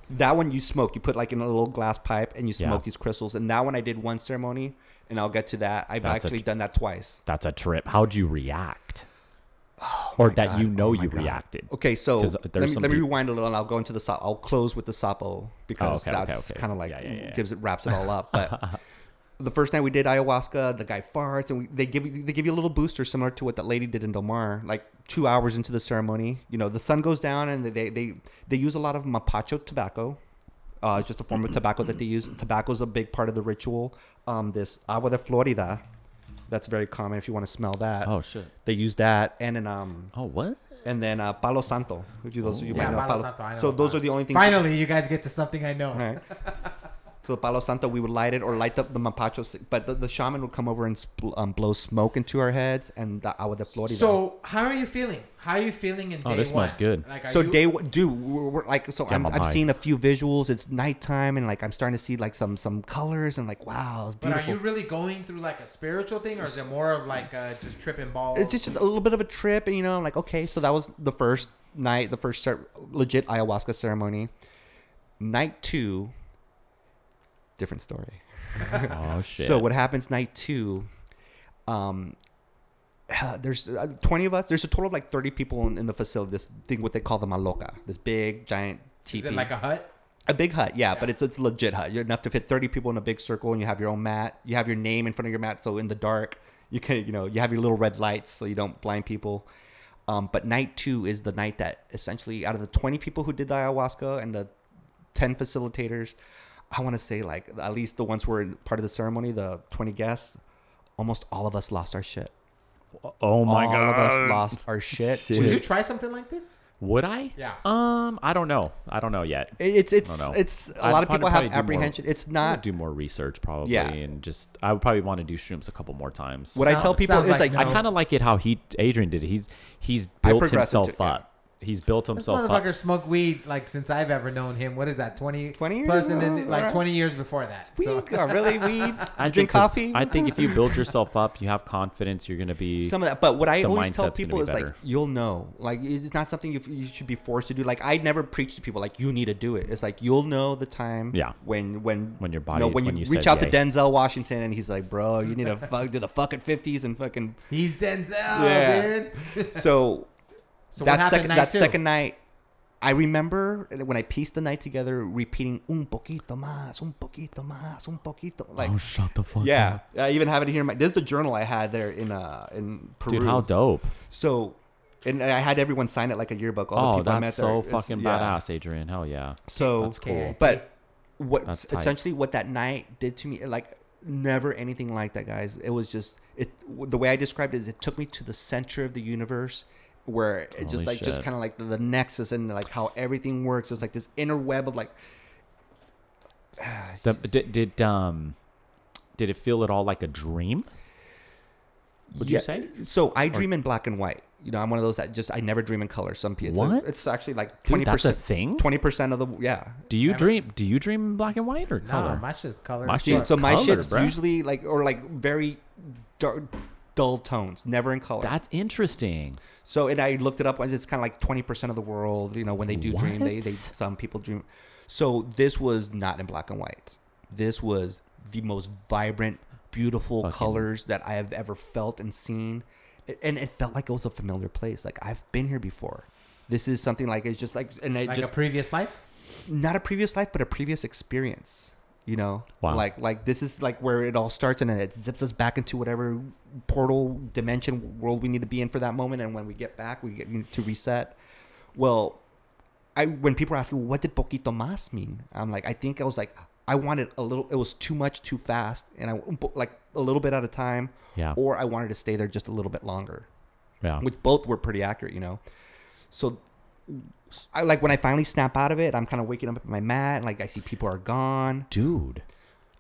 Speaker 3: that one you smoke. You put like in a little glass pipe, and you
Speaker 2: Yeah.
Speaker 3: smoke these crystals. And that one I did one ceremony, and I'll get to that. I've
Speaker 2: That's a
Speaker 3: actually
Speaker 2: tr-
Speaker 3: done that twice.
Speaker 2: That's a trip. How'd you react?
Speaker 3: Oh
Speaker 2: or that you know you reacted.
Speaker 3: Okay, so
Speaker 2: 'Cause
Speaker 3: let
Speaker 2: there's
Speaker 3: me,
Speaker 2: some
Speaker 3: let me
Speaker 2: peop-
Speaker 3: rewind a little, and I'll go into the sapo. I'll close with the sapo because
Speaker 2: Oh, okay, okay,
Speaker 3: that's
Speaker 2: okay.
Speaker 3: kind of like
Speaker 2: Yeah, yeah, yeah.
Speaker 3: gives it wraps it all up. But the first night we did ayahuasca, the guy farts, and we, they give you they give you a little booster similar to what that lady did in Del Mar. Like two hours into the ceremony, you know, the sun goes down, and they they they use a lot of mapacho tobacco. Uh, it's just a form of tobacco that they use. Tobacco is a big part of the ritual. Um, this agua de Florida That's very common if you want to smell that.
Speaker 2: Oh shit.
Speaker 3: They use that and an um
Speaker 2: Oh what?
Speaker 3: and then uh, Palo Santo. If you those you
Speaker 1: Yeah,
Speaker 3: might know
Speaker 1: Palo
Speaker 3: Palo
Speaker 1: Santo, I know
Speaker 3: So
Speaker 1: about
Speaker 3: those
Speaker 1: it.
Speaker 3: are the only things.
Speaker 1: Finally, you guys get to something I know.
Speaker 3: Right. So the Palo Santo, we would light it or light up the mapacho, si- but the, the shaman would come over and spl- um, blow smoke into our heads and the agua de Florida.
Speaker 1: So, how are you feeling? How are you feeling in
Speaker 2: Oh,
Speaker 1: day
Speaker 2: this
Speaker 1: one?
Speaker 2: smells good.
Speaker 1: Like, are
Speaker 3: So
Speaker 1: you-
Speaker 3: day one, dude, we're, we're like, so
Speaker 2: Damn, I'm
Speaker 3: I'm, I'm
Speaker 2: high.
Speaker 3: seeing a few visuals. It's nighttime, and like I'm starting to see like some some colors, and like wow, it's
Speaker 1: But are
Speaker 3: beautiful.
Speaker 1: you really going through like a spiritual thing, or is it more of like uh, just tripping balls?
Speaker 3: it's just a little bit of a trip, and you know, I'm like, okay, so that was the first night, the first cer- legit ayahuasca ceremony. Night two, different story.
Speaker 2: Oh shit.
Speaker 3: So what happens night two? Um, there's uh, twenty of us. There's a total of like thirty people in, in the facility. This thing, what they call the maloca, this big giant
Speaker 1: is
Speaker 3: teepee,
Speaker 1: it like a hut?
Speaker 3: a big hut. Yeah, but it's it's a legit hut. You're enough to fit thirty people in a big circle, and you have your own mat. You have your name in front of your mat, so in the dark, you can you know you have your little red lights, so you don't blind people. Um, but night two is the night that essentially out of the twenty people who did the ayahuasca and the 10 facilitators. I want to say, like, at least the ones who were in part of the ceremony, the 20 guests, almost all of us lost our shit.
Speaker 2: oh my
Speaker 3: all
Speaker 2: god.
Speaker 3: of us lost our shit.
Speaker 2: Shit.
Speaker 1: Would you
Speaker 2: It's-
Speaker 1: try something like this?
Speaker 2: Would I?
Speaker 1: Yeah.
Speaker 2: Um, I don't know. I don't know yet.
Speaker 3: It- It's it's
Speaker 2: I don't know.
Speaker 3: it's a
Speaker 2: I'd
Speaker 3: lot of
Speaker 2: probably-
Speaker 3: people have
Speaker 2: probably do more-
Speaker 3: apprehension. It's
Speaker 2: I would
Speaker 3: not
Speaker 2: do more research probably,
Speaker 3: Yeah.
Speaker 2: and just I would probably want to do shrooms a couple more times.
Speaker 3: what I tell
Speaker 1: Sounds-
Speaker 3: people
Speaker 1: sounds
Speaker 3: is
Speaker 1: like
Speaker 3: like,
Speaker 1: no.
Speaker 2: I kind of like it how he Adrian did it. He's he's built
Speaker 3: progressed
Speaker 2: himself
Speaker 3: into- yeah.
Speaker 2: up. He's built
Speaker 1: This
Speaker 2: himself
Speaker 1: motherfucker
Speaker 2: up.
Speaker 1: smoked weed like since I've ever known him. What is that? 20,
Speaker 3: 20 years?
Speaker 1: plus, and then
Speaker 3: Oh,
Speaker 1: like
Speaker 3: alright.
Speaker 1: twenty years before that.
Speaker 3: weed.
Speaker 1: So-
Speaker 3: oh, really weed.
Speaker 2: I
Speaker 3: You
Speaker 2: think
Speaker 3: drink
Speaker 2: 'cause-
Speaker 3: coffee.
Speaker 2: I think if you build yourself up, you have confidence. You're gonna be
Speaker 3: some of that. But what I
Speaker 2: the
Speaker 3: always tell
Speaker 2: mindset's gonna
Speaker 3: people
Speaker 2: be
Speaker 3: is like
Speaker 2: better.
Speaker 3: you'll know. Like it's not something you, you should be forced to do. Like I never preach to people like you need to do it. It's like you'll know the time.
Speaker 2: Yeah.
Speaker 3: When when
Speaker 2: When your
Speaker 3: you
Speaker 2: body-
Speaker 3: know, when,
Speaker 2: when
Speaker 3: you,
Speaker 2: you
Speaker 3: reach
Speaker 2: said
Speaker 3: out to
Speaker 2: yay.
Speaker 3: Denzel Washington and he's like, bro, you need to fuck do the fucking fifties and fucking.
Speaker 1: He's Denzel,
Speaker 3: Yeah.
Speaker 1: dude.
Speaker 3: So,
Speaker 1: So what
Speaker 3: that
Speaker 1: happened
Speaker 3: second
Speaker 1: night
Speaker 3: that
Speaker 1: two?
Speaker 3: second night. I remember when I pieced the night together, repeating un poquito más, un poquito más, un poquito. Like,
Speaker 2: oh, shut the fuck
Speaker 3: yeah,
Speaker 2: up.
Speaker 3: I even have it here. In my, this is the journal I had there in uh in Peru.
Speaker 2: dude, how dope.
Speaker 3: So, and I had everyone sign it like a yearbook. All the
Speaker 2: Oh,
Speaker 3: people I met
Speaker 2: that's so
Speaker 3: there. It's-
Speaker 2: fucking
Speaker 3: yeah.
Speaker 2: badass, Adrian. Hell yeah.
Speaker 3: So,
Speaker 2: That's cool.
Speaker 3: but what
Speaker 2: That's tight.
Speaker 3: essentially what that night did to me, like never anything like that, guys. It was just it. The way I described it is, it took me to the center of the universe. Where it
Speaker 2: Holy
Speaker 3: just like just
Speaker 2: shit.
Speaker 3: kind of like the, the nexus and like how everything works. It's like this inner web of like
Speaker 2: The, did, did um did it feel at all like a dream? Would you say?
Speaker 3: So I dream in black and white. You know, I'm one of those that just I never dream in color. Some people,
Speaker 2: What?
Speaker 3: it's, it's actually like twenty
Speaker 2: Dude, that's a
Speaker 3: percent,
Speaker 2: thing.
Speaker 3: twenty percent of the yeah.
Speaker 2: Do you
Speaker 1: Never.
Speaker 2: dream? Do you dream in black and white or
Speaker 1: No,
Speaker 2: color?
Speaker 1: my shit's colored.
Speaker 2: My
Speaker 1: as
Speaker 2: shit's
Speaker 3: Dude,
Speaker 1: fuck.
Speaker 3: so my
Speaker 2: color,
Speaker 3: shit's
Speaker 2: bruh.
Speaker 3: usually like or like very dark, dull tones, never in color.
Speaker 2: That's interesting.
Speaker 3: so and I looked it up. and It's kind of like twenty percent of the world. You know, when they do dream, they they
Speaker 2: What?
Speaker 3: some people dream. So this was not in black and white. This was the most vibrant, beautiful
Speaker 2: Fucking-
Speaker 3: colors that I have ever felt and seen, A- and it felt like it was a familiar place. Like I've been here before. This is something like it's just like and it
Speaker 1: like
Speaker 3: just
Speaker 1: a previous life.
Speaker 3: not a previous life, but a previous experience. You know,
Speaker 2: Wow.
Speaker 3: like like this is like where it all starts, and then it zips us back into whatever portal dimension world we need to be in for that moment. And when we get back, we get we need to reset. Well, I when people ask me what did poquito más mean, I'm like I think I was like I wanted a little. It was too much, too fast, and I like a little bit at a time,
Speaker 2: Yeah.
Speaker 3: or I wanted to stay there just a little bit longer
Speaker 2: Yeah.
Speaker 3: which both were pretty accurate, you know. So, I like when I finally snap out of it, I'm kind of waking up at my mat, and like I see people are gone.
Speaker 2: Dude.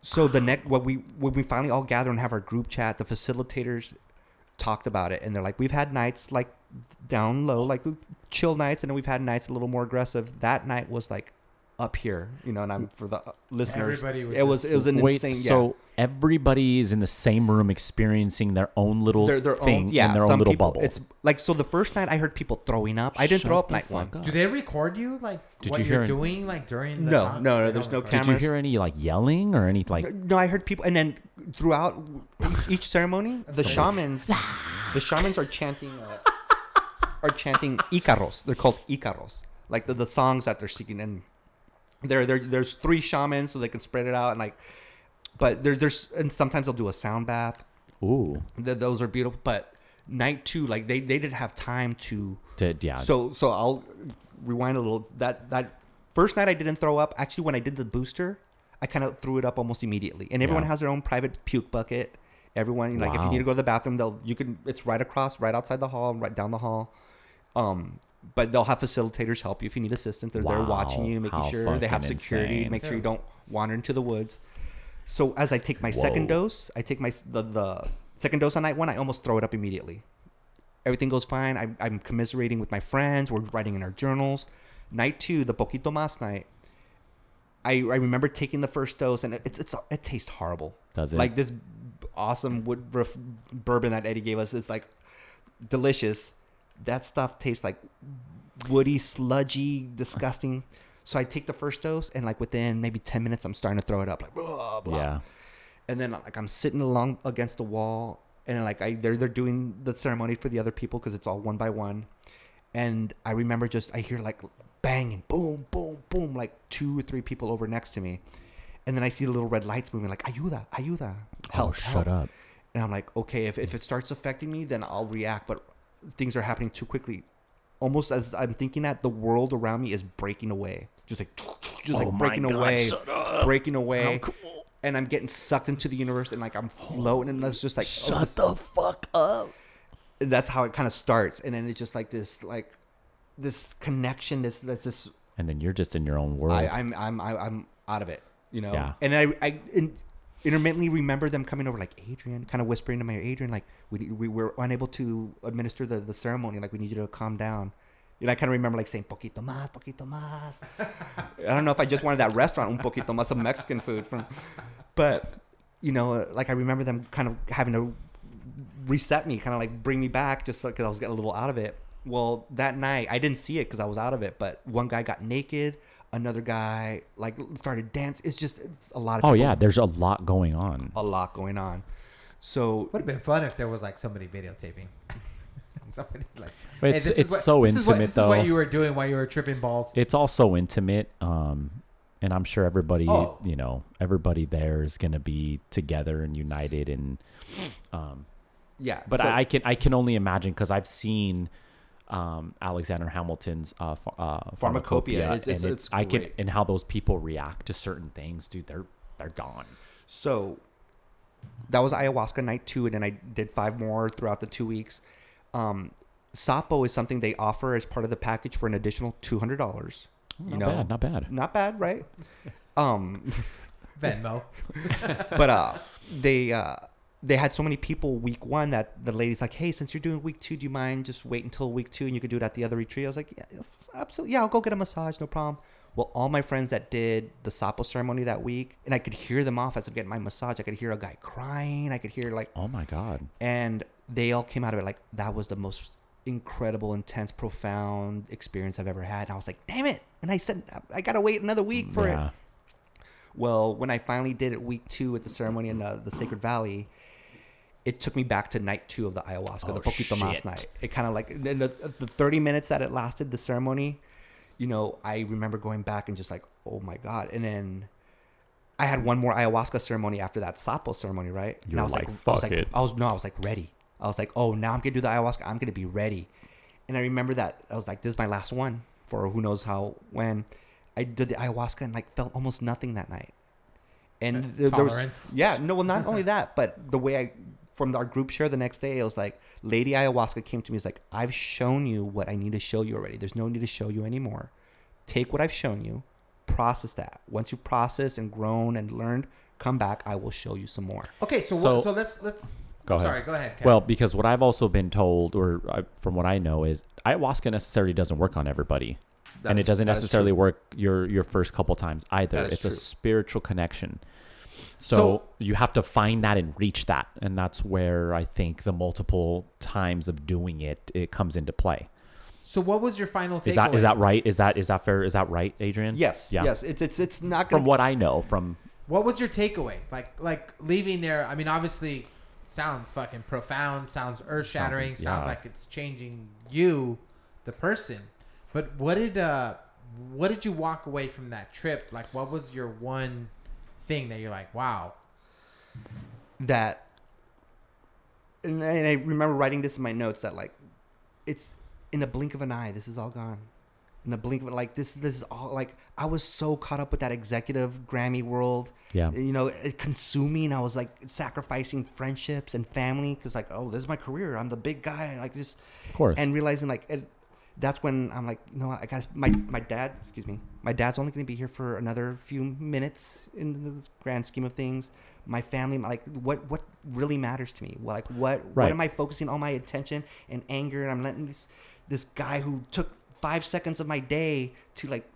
Speaker 3: So the next, what we when we finally all gather and have our group chat, the facilitators talked about it, and they're like, we've had nights like down low, like chill nights, and then we've had nights a little more aggressive. That night was like up here, you know. And I'm for the uh, listeners,
Speaker 1: Everybody was
Speaker 3: it was it was an
Speaker 2: Wait,
Speaker 3: insane. yeah.
Speaker 2: so everybody is in the same room experiencing their own little
Speaker 3: Their, their
Speaker 2: thing
Speaker 3: own, yeah,
Speaker 2: in their own
Speaker 3: some
Speaker 2: little
Speaker 3: people,
Speaker 2: bubble.
Speaker 3: It's like so. The first night, I heard people throwing up. I didn't
Speaker 2: Shut
Speaker 3: throw up
Speaker 2: the
Speaker 3: night one.
Speaker 2: fuck up.
Speaker 1: Do they record you like
Speaker 2: Did
Speaker 1: what
Speaker 2: you
Speaker 1: you
Speaker 2: hear
Speaker 1: are
Speaker 2: an-
Speaker 1: doing like during the
Speaker 3: No,
Speaker 1: time?
Speaker 3: no, no,
Speaker 1: They
Speaker 3: there's
Speaker 1: don't
Speaker 3: no
Speaker 1: record.
Speaker 3: camera.
Speaker 2: Did you
Speaker 3: cameras.
Speaker 2: hear any like yelling or any like?
Speaker 3: No, I heard people, and then throughout each ceremony, the shamans, the shamans are chanting, uh, are chanting Icaros. They're called Icaros, like the, the songs that they're singing. And there, there, there's three shamans, so they can spread it out. And like, but there, there's, and sometimes they'll do a sound bath.
Speaker 2: Ooh.
Speaker 3: Th- those are beautiful. But night two, like they, they didn't have time to
Speaker 2: Did yeah.
Speaker 3: so so I'll rewind a little. That that first night I didn't throw up. Actually, when I did the booster, I kind of threw it up almost immediately. And everyone
Speaker 2: Yeah.
Speaker 3: has their own private puke bucket. Everyone, like, if you
Speaker 2: Wow.
Speaker 3: need to go to the bathroom, they'll you can. It's right across, right outside the hall, right down the hall. Um, but they'll have facilitators help you if you need assistance. They're there watching
Speaker 2: Wow,
Speaker 3: you, making
Speaker 2: how
Speaker 3: sure they have
Speaker 2: fucking
Speaker 3: security,
Speaker 2: insane.
Speaker 3: make sure you don't wander into the woods. So as I take my second
Speaker 2: Whoa.
Speaker 3: dose, I take my s- the, the second dose on night one. I almost throw it up immediately. Everything goes fine. I, I'm commiserating with my friends. We're writing in our journals. Night two, the poquito mas night. I, I remember taking the first dose and it, it's it's it tastes horrible.
Speaker 2: Does it?
Speaker 3: Like this awesome wood ref, bourbon that Eddie gave us. It's like delicious. That stuff tastes like woody, sludgy, disgusting. So I take the first dose and like within maybe ten minutes I'm starting to throw it up like blah blah
Speaker 2: Yeah.
Speaker 3: and then like I'm sitting along against the wall, and like I they're they're doing the ceremony for the other people because it's all one by one, and I remember just I hear like banging, boom, boom, boom, like two or three people over next to me, and then I see the little red lights moving like ayuda, ayuda, help,
Speaker 2: oh, shut
Speaker 3: help.
Speaker 2: up.
Speaker 3: and I'm like okay if if it starts affecting me then I'll react, but things are happening too quickly. Almost as I'm thinking that the world around me is breaking away, just like just like
Speaker 2: Oh my
Speaker 3: breaking
Speaker 2: God,
Speaker 3: away,
Speaker 2: shut up.
Speaker 3: breaking away
Speaker 2: How cool.
Speaker 3: and I'm getting sucked into the universe and like I'm floating and that's just like oh, this-
Speaker 2: the fuck up.
Speaker 3: and that's how it kind of starts and then it's just like this like this connection this that's this
Speaker 2: And then you're just in your own world.
Speaker 3: I, I'm I'm I, I'm out of it you know
Speaker 2: Yeah.
Speaker 3: and I I in intermittently remember them coming over like Adrian kind of whispering to my ear Adrian like we we were unable to administer the the ceremony like we need you to calm down. And I kind of remember like saying poquito más, poquito más. I don't know if I just wanted that restaurant un poquito más of Mexican food from, but you know, uh, like I remember them kind of having to reset me, kind of like bring me back, just like 'cause I was getting a little out of it. Well, that night I didn't see it because I was out of it, but one guy got naked, another guy like started dance. It's just it's a lot of
Speaker 2: oh
Speaker 3: people, Oh,
Speaker 2: yeah, there's a lot going on.
Speaker 3: a lot going on. So
Speaker 1: Would have been fun if there was like somebody videotaping. somebody like.
Speaker 2: But it's-
Speaker 1: this is
Speaker 2: it's so
Speaker 1: this is what,
Speaker 2: intimate,
Speaker 1: this Is
Speaker 2: though.
Speaker 1: what you were doing while you were tripping balls.
Speaker 2: It's all so intimate, um, and I'm sure everybody,
Speaker 1: Oh.
Speaker 2: you know, everybody there is gonna be together and united and. Um,
Speaker 3: yeah,
Speaker 2: but
Speaker 3: so-
Speaker 2: I, I can I can only imagine because I've seen um, Alexander Hamilton's uh, ph- uh,
Speaker 3: Pharmacopoeia. It's- it's-
Speaker 2: and
Speaker 3: it's
Speaker 2: I can
Speaker 3: great.
Speaker 2: and how those people react to certain things, dude. They're they're gone.
Speaker 3: So that was ayahuasca night two, and then I did five more throughout the two weeks. Um, Sapo is something they offer as part of the package for an additional two hundred dollars.
Speaker 2: Oh, Not bad, not bad.
Speaker 3: not bad, right? Um,
Speaker 1: Venmo.
Speaker 3: but uh, they uh, they had so many people week one that the lady's like, "Hey, since you're doing week two, do you mind just wait until week two and you could do it at the other retreat?" I was like, "Yeah, f- absolutely. Yeah, I'll go get a massage, no problem." Well, all my friends that did the sapo ceremony that week, and I could hear them off as I'm getting my massage. I could hear a guy crying. I could hear like
Speaker 2: Oh my god.
Speaker 3: and they all came out of it like that was the most incredible intense profound experience i've ever had and i was like damn it and i said i gotta wait another week for
Speaker 2: yeah.
Speaker 3: it well when i finally did it week two at
Speaker 2: Mm-hmm.
Speaker 3: the ceremony in uh, the, the sacred valley it took me back to night two of the ayahuasca the
Speaker 2: Oh,
Speaker 3: poquito mas
Speaker 2: shit.
Speaker 3: night it kind of like and then the, the 30 minutes that it lasted the ceremony you know i remember going back and just like oh my god and then I had one more ayahuasca ceremony after that sapo ceremony, right?
Speaker 2: You were like, "Fuck
Speaker 3: I was
Speaker 2: it."
Speaker 3: I was no, I was like ready. I was like, oh, now I'm gonna do the ayahuasca. I'm gonna be ready. And I remember that I was like, this is my last one for who knows how when. I did the ayahuasca and like felt almost nothing that night. And there, there was-
Speaker 1: Tolerance.
Speaker 3: yeah, no, well, not only that, but the way I from our group share the next day, it was like Lady Ayahuasca came to me. Is like, I've shown you what I need to show you already. There's no need to show you anymore. Take what I've shown you, process that. Once you've processed and grown and learned, come back. I will show you some more.
Speaker 1: Okay, so
Speaker 2: So-
Speaker 1: what, so let's let's.
Speaker 2: Go ahead.
Speaker 1: Sorry, go ahead. Kevin.
Speaker 2: Well, because what I've also been told, or uh, from what I know, is ayahuasca necessarily doesn't work on everybody,
Speaker 3: That
Speaker 2: and
Speaker 3: is-
Speaker 2: it doesn't
Speaker 3: that is
Speaker 2: necessarily
Speaker 3: true.
Speaker 2: work your your first couple times either.
Speaker 3: That is
Speaker 2: It's a
Speaker 3: true.
Speaker 2: spiritual connection, so,
Speaker 1: So-
Speaker 2: you have to find that and reach that, and that's where I think the multiple times of doing it it comes into play.
Speaker 1: so what was your final takeaway?
Speaker 2: Is that is that right? Is that is that fair? Is that right, Adrian?
Speaker 3: Yes, yes, it's it's it's not gonna
Speaker 2: From what I know, from
Speaker 1: What was your takeaway? Like like leaving there. I mean, obviously, sounds fucking profound. Sounds earth shattering. Sounds,
Speaker 2: Sounds- yeah.
Speaker 1: like it's changing you, the person. But what did uh, what did you walk away from that trip? Like, what was your one thing that you're like, wow?
Speaker 3: that and I, and I remember writing this in my notes that like it's in a blink of an eye this is all gone in the blink of an- like this this is all like I was so caught up with that executive Grammy world.
Speaker 2: Yeah.
Speaker 3: You know, it consuming. I was like sacrificing friendships and family because like, oh, this is my career. I'm the big guy. And like just
Speaker 2: Of course.
Speaker 3: and realizing like it, that's when I'm like, you know, what, I got my my dad. Excuse me, my dad's only going to be here for another few minutes in the grand scheme of things. My family, my, like, what what really matters to me? Like, what
Speaker 2: Right.
Speaker 3: what am I focusing all my attention and anger? And I'm letting this this guy who took five seconds of my day to like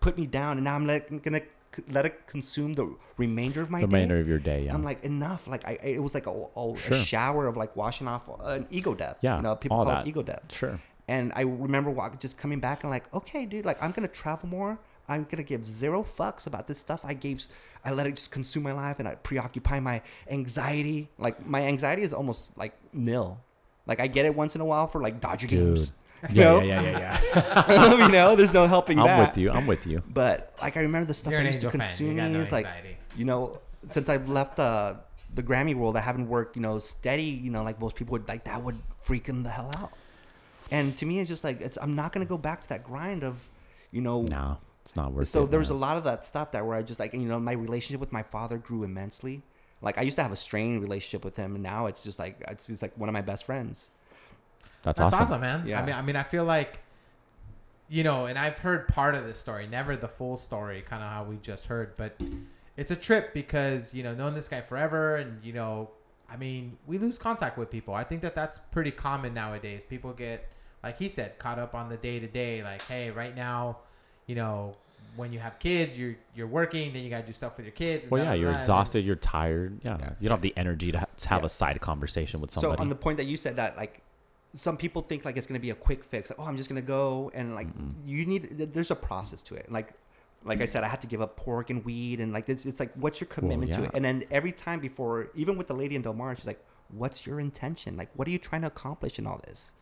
Speaker 3: put me down, and now I'm like, gonna c- let it consume the remainder of my
Speaker 2: the
Speaker 3: day.
Speaker 2: remainder of your day. Yeah.
Speaker 3: I'm like enough. Like I, I- it was like a, a, a
Speaker 2: Sure.
Speaker 3: shower of like washing off an ego death.
Speaker 2: yeah.
Speaker 3: you know, people
Speaker 2: all
Speaker 3: call
Speaker 2: that.
Speaker 3: it ego death.
Speaker 2: Sure.
Speaker 3: And I remember walk, just coming back and like, okay, dude, like I'm gonna travel more. I'm gonna give zero fucks about this stuff. I gave, s- I let it just consume my life, and I preoccupy my anxiety. Like my anxiety is almost like nil. Like I get it once in a while for like Dodger
Speaker 2: Dude.
Speaker 3: games. You
Speaker 2: Yeah,
Speaker 3: know,
Speaker 2: yeah, yeah, yeah, yeah.
Speaker 3: you know, there's no helping
Speaker 2: I'm
Speaker 3: that.
Speaker 2: with you. I'm with you.
Speaker 3: But like I remember the stuff
Speaker 1: You're
Speaker 3: that
Speaker 1: an
Speaker 3: used to
Speaker 1: angel fan. You
Speaker 3: consume
Speaker 1: got
Speaker 3: me
Speaker 1: no
Speaker 3: is like
Speaker 1: anxiety.
Speaker 3: you know, since I've left uh, the Grammy world, I haven't worked, you know, steady, you know, like most people would like that would freak them the hell out. And to me it's just like it's I'm not gonna go back to that grind of, you know
Speaker 2: No, it's not worth it.
Speaker 3: so there was a
Speaker 2: man.
Speaker 3: lot of that stuff that where I just like you know, my relationship with my father grew immensely. Like I used to have a strained relationship with him and now it's just like it's just like one of my best friends.
Speaker 2: That's,
Speaker 1: That's awesome,
Speaker 2: awesome.
Speaker 1: man. I
Speaker 3: Yeah.
Speaker 1: mean, I mean, I feel like, you know, and I've heard part of this story, never the full story, kind of how we just heard, but it's a trip because you know, knowing this guy forever, and you know, I mean, we lose contact with people. I think that that's pretty common nowadays. People get, like he said, caught up on the day to day. Like, hey, right now, you know, when you have kids, you're you're working, then you gotta do stuff with your kids. and
Speaker 2: Well,
Speaker 1: da,
Speaker 2: yeah,
Speaker 1: da,
Speaker 2: you're
Speaker 1: da, and-
Speaker 2: exhausted. You're tired. Yeah.
Speaker 3: Yeah.
Speaker 2: You don't have the energy to, ha- to have
Speaker 3: Yeah.
Speaker 2: a side conversation with somebody.
Speaker 3: So on the point that you said that like some people think like it's gonna be a quick fix. Like, oh, I'm just gonna go and like you need. th- There's a process to it. Like, like I said, I had to give up pork and weed and like it's it's like what's your commitment to
Speaker 2: yeah.
Speaker 3: it? And then every time before, even with the lady in Del Mar, she's like, what's your intention? Like, what are you trying to accomplish in all this?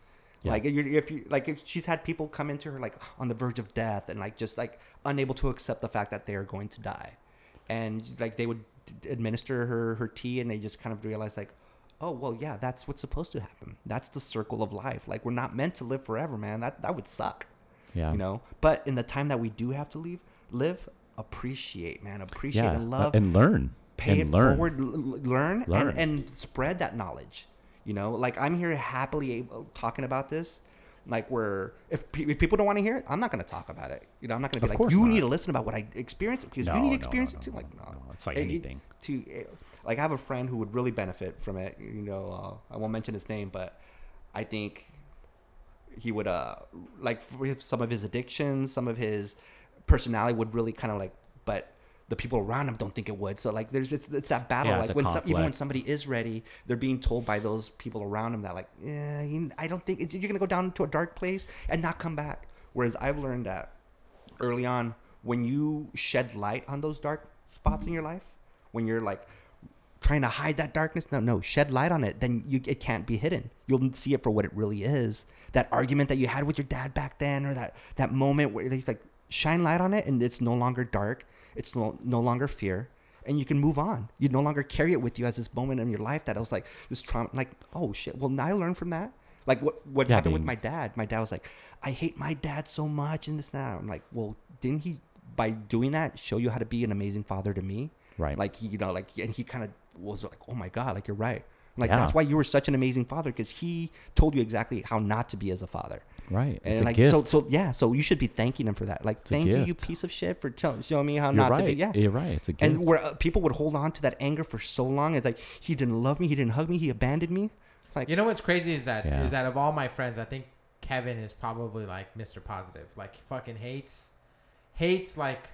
Speaker 2: Yeah.
Speaker 3: Like you're, if you like if she's had people come into her like on the verge of death and like just like unable to accept the fact that they are going to die, and like they would d- administer her her tea and they just kind of realize like, oh well yeah that's what's supposed to happen. That's the circle of life. Like we're not meant to live forever, man. That that would suck.
Speaker 2: yeah.
Speaker 3: You know. But in the time that we do have to leave, live, appreciate, man. Appreciate
Speaker 2: yeah. uh,
Speaker 3: and love
Speaker 2: and learn. and
Speaker 3: pay it
Speaker 2: learn.
Speaker 3: forward, l- l- learn,
Speaker 2: Learn.
Speaker 3: And, and spread that knowledge. You know, like I'm here happily able, talking about this. Like where if, pe- if people don't want to hear it, I'm not going to talk about it. You know, I'm not going to
Speaker 2: Of
Speaker 3: be like,
Speaker 2: course
Speaker 3: you
Speaker 2: not.
Speaker 3: need to listen about what I experienced because
Speaker 2: No,
Speaker 3: you need
Speaker 2: no,
Speaker 3: to experience
Speaker 2: no,
Speaker 3: it too.
Speaker 2: no,
Speaker 3: Like
Speaker 2: no,
Speaker 3: no,
Speaker 2: no. It's like
Speaker 3: It- it-
Speaker 2: anything.
Speaker 3: to it- like I have a friend who would really benefit from it. You know, uh, I won't mention his name, but I think he would uh like with some of his addictions, some of his personality would really kind of like, but the people around him don't think it would. So like, there's it's it's that battle.
Speaker 2: Yeah, it's
Speaker 3: like
Speaker 2: a
Speaker 3: when some, even when
Speaker 2: conflict.
Speaker 3: somebody is ready, they're being told by those people around him that like, yeah, you, I don't think you're gonna go down to a dark place and not come back. Whereas I've learned that early on when you shed light on those dark spots in your life, when you're like trying to hide that darkness no no shed light on it then you it can't be hidden you'll see it for what it really is that argument that you had with your dad back then or that that moment where he's like shine light on it and it's no longer dark it's no, no longer fear and you can move on you no longer carry it with you as this moment in your life that I was like this trauma like oh shit well now I learned from that like what what
Speaker 2: Yeah,
Speaker 3: happened with
Speaker 2: being-
Speaker 3: my dad my dad was like I hate my dad so much and this and that I'm like well didn't he by doing that show you how to be an amazing father to me
Speaker 2: Right.
Speaker 3: like he, you know, like and he kind of was like, "Oh my god, like you're right." Like
Speaker 2: Yeah.
Speaker 3: that's why you were such an amazing father because he told you exactly how not to be as a father.
Speaker 2: Right.
Speaker 3: And
Speaker 2: It's a
Speaker 3: like
Speaker 2: gift.
Speaker 3: so, so yeah, so you should be thanking him for that. Like,
Speaker 2: a
Speaker 3: thank you, you
Speaker 2: gift.
Speaker 3: piece of shit, for tell, showing me how
Speaker 2: You're
Speaker 3: not
Speaker 2: right.
Speaker 3: to be. Yeah,
Speaker 2: You're right. It's a gift.
Speaker 3: and where uh, people would hold on to that anger for so long, it's like he didn't love me, he didn't hug me, he abandoned me. Like,
Speaker 1: You know what's crazy is that is
Speaker 2: Yeah.
Speaker 1: that of all my friends, I think Kevin is probably like Mr. Positive. Like he fucking hates hates like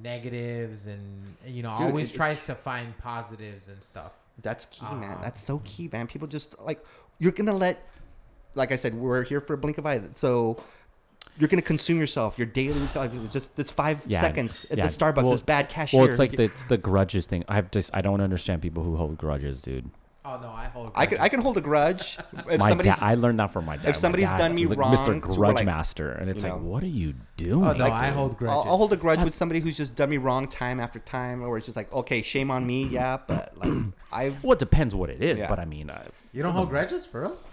Speaker 1: negatives and you know
Speaker 3: Dude,
Speaker 1: always
Speaker 3: it- it-
Speaker 1: tries to find positives and stuff.
Speaker 3: That's key, man.
Speaker 1: Ah.
Speaker 3: That's so key, man. People just like you're gonna let, like I said, we're here for a blink of eye. So you're gonna consume yourself, your daily just this five
Speaker 2: Yeah,
Speaker 3: seconds at
Speaker 2: yeah.
Speaker 3: the Starbucks,
Speaker 2: Well-
Speaker 3: this bad cashier.
Speaker 2: well, it's like the, it's the grudges thing. I've just I don't understand people who hold grudges, dude.
Speaker 1: Oh no, I hold.
Speaker 3: I can I can hold a grudge if
Speaker 2: my
Speaker 3: somebody's
Speaker 2: dad, I learned that from my dad. My
Speaker 3: somebody's
Speaker 2: dad's
Speaker 3: done me
Speaker 2: like
Speaker 3: wrong, so
Speaker 2: Mr.
Speaker 3: we're
Speaker 2: Grudge
Speaker 3: like,
Speaker 2: Master, and it's
Speaker 3: you
Speaker 2: like,
Speaker 3: know.
Speaker 2: what are you doing?
Speaker 1: Oh no, I
Speaker 3: dude.
Speaker 1: hold grudges.
Speaker 3: I'll, I'll hold a grudge with somebody who's just done me wrong time after time, or it's just like, okay, shame on me, yeah, but like I've
Speaker 2: Well, it depends what it is,
Speaker 3: Yeah.
Speaker 2: but I mean, uh,
Speaker 1: you don't hold grudges for us?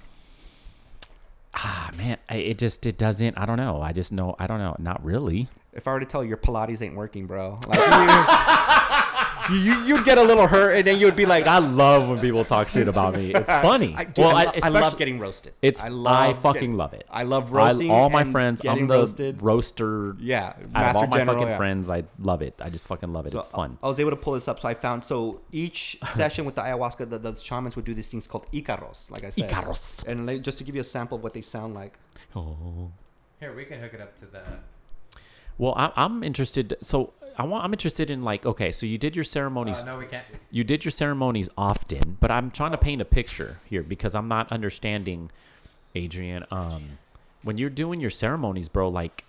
Speaker 2: ah man, I, it just it doesn't. I don't know. I just know I don't know. Not really.
Speaker 3: If I were to tell you your Pilates ain't working, bro, like you, you you'd get a little hurt, and then you'd be like,
Speaker 2: I love when people talk shit about me. It's funny.
Speaker 3: I, dude, I, lo- I love
Speaker 2: especially-
Speaker 3: getting roasted.
Speaker 2: It's I,
Speaker 3: I love
Speaker 2: fucking
Speaker 3: get-
Speaker 2: love it.
Speaker 3: I love roasting.
Speaker 2: all my
Speaker 3: and
Speaker 2: friends. I'm
Speaker 3: getting
Speaker 2: the
Speaker 3: roasted.
Speaker 2: roaster.
Speaker 3: Yeah,
Speaker 2: out of
Speaker 3: Master
Speaker 2: all my
Speaker 3: General,
Speaker 2: fucking
Speaker 3: yeah.
Speaker 2: friends, I love it. I just fucking love it.
Speaker 3: So uh,
Speaker 2: it's fun.
Speaker 3: I was able to pull this up. So I found so each session with the ayahuasca, the, the shamans would do these things called icaros, like I said.
Speaker 2: Icaros.
Speaker 3: And like, just to give you a sample of what they sound like.
Speaker 2: Oh.
Speaker 1: Here, we can hook it up to the.
Speaker 2: Well, I, I'm interested. So I want. I'm interested in like. Okay, so you did your ceremonies.
Speaker 3: Uh,
Speaker 1: Oh, no, we can't.
Speaker 2: You did your ceremonies often, but I'm trying to paint a picture here because I'm not understanding, Adrian. Um, when you're doing your ceremonies, bro, like,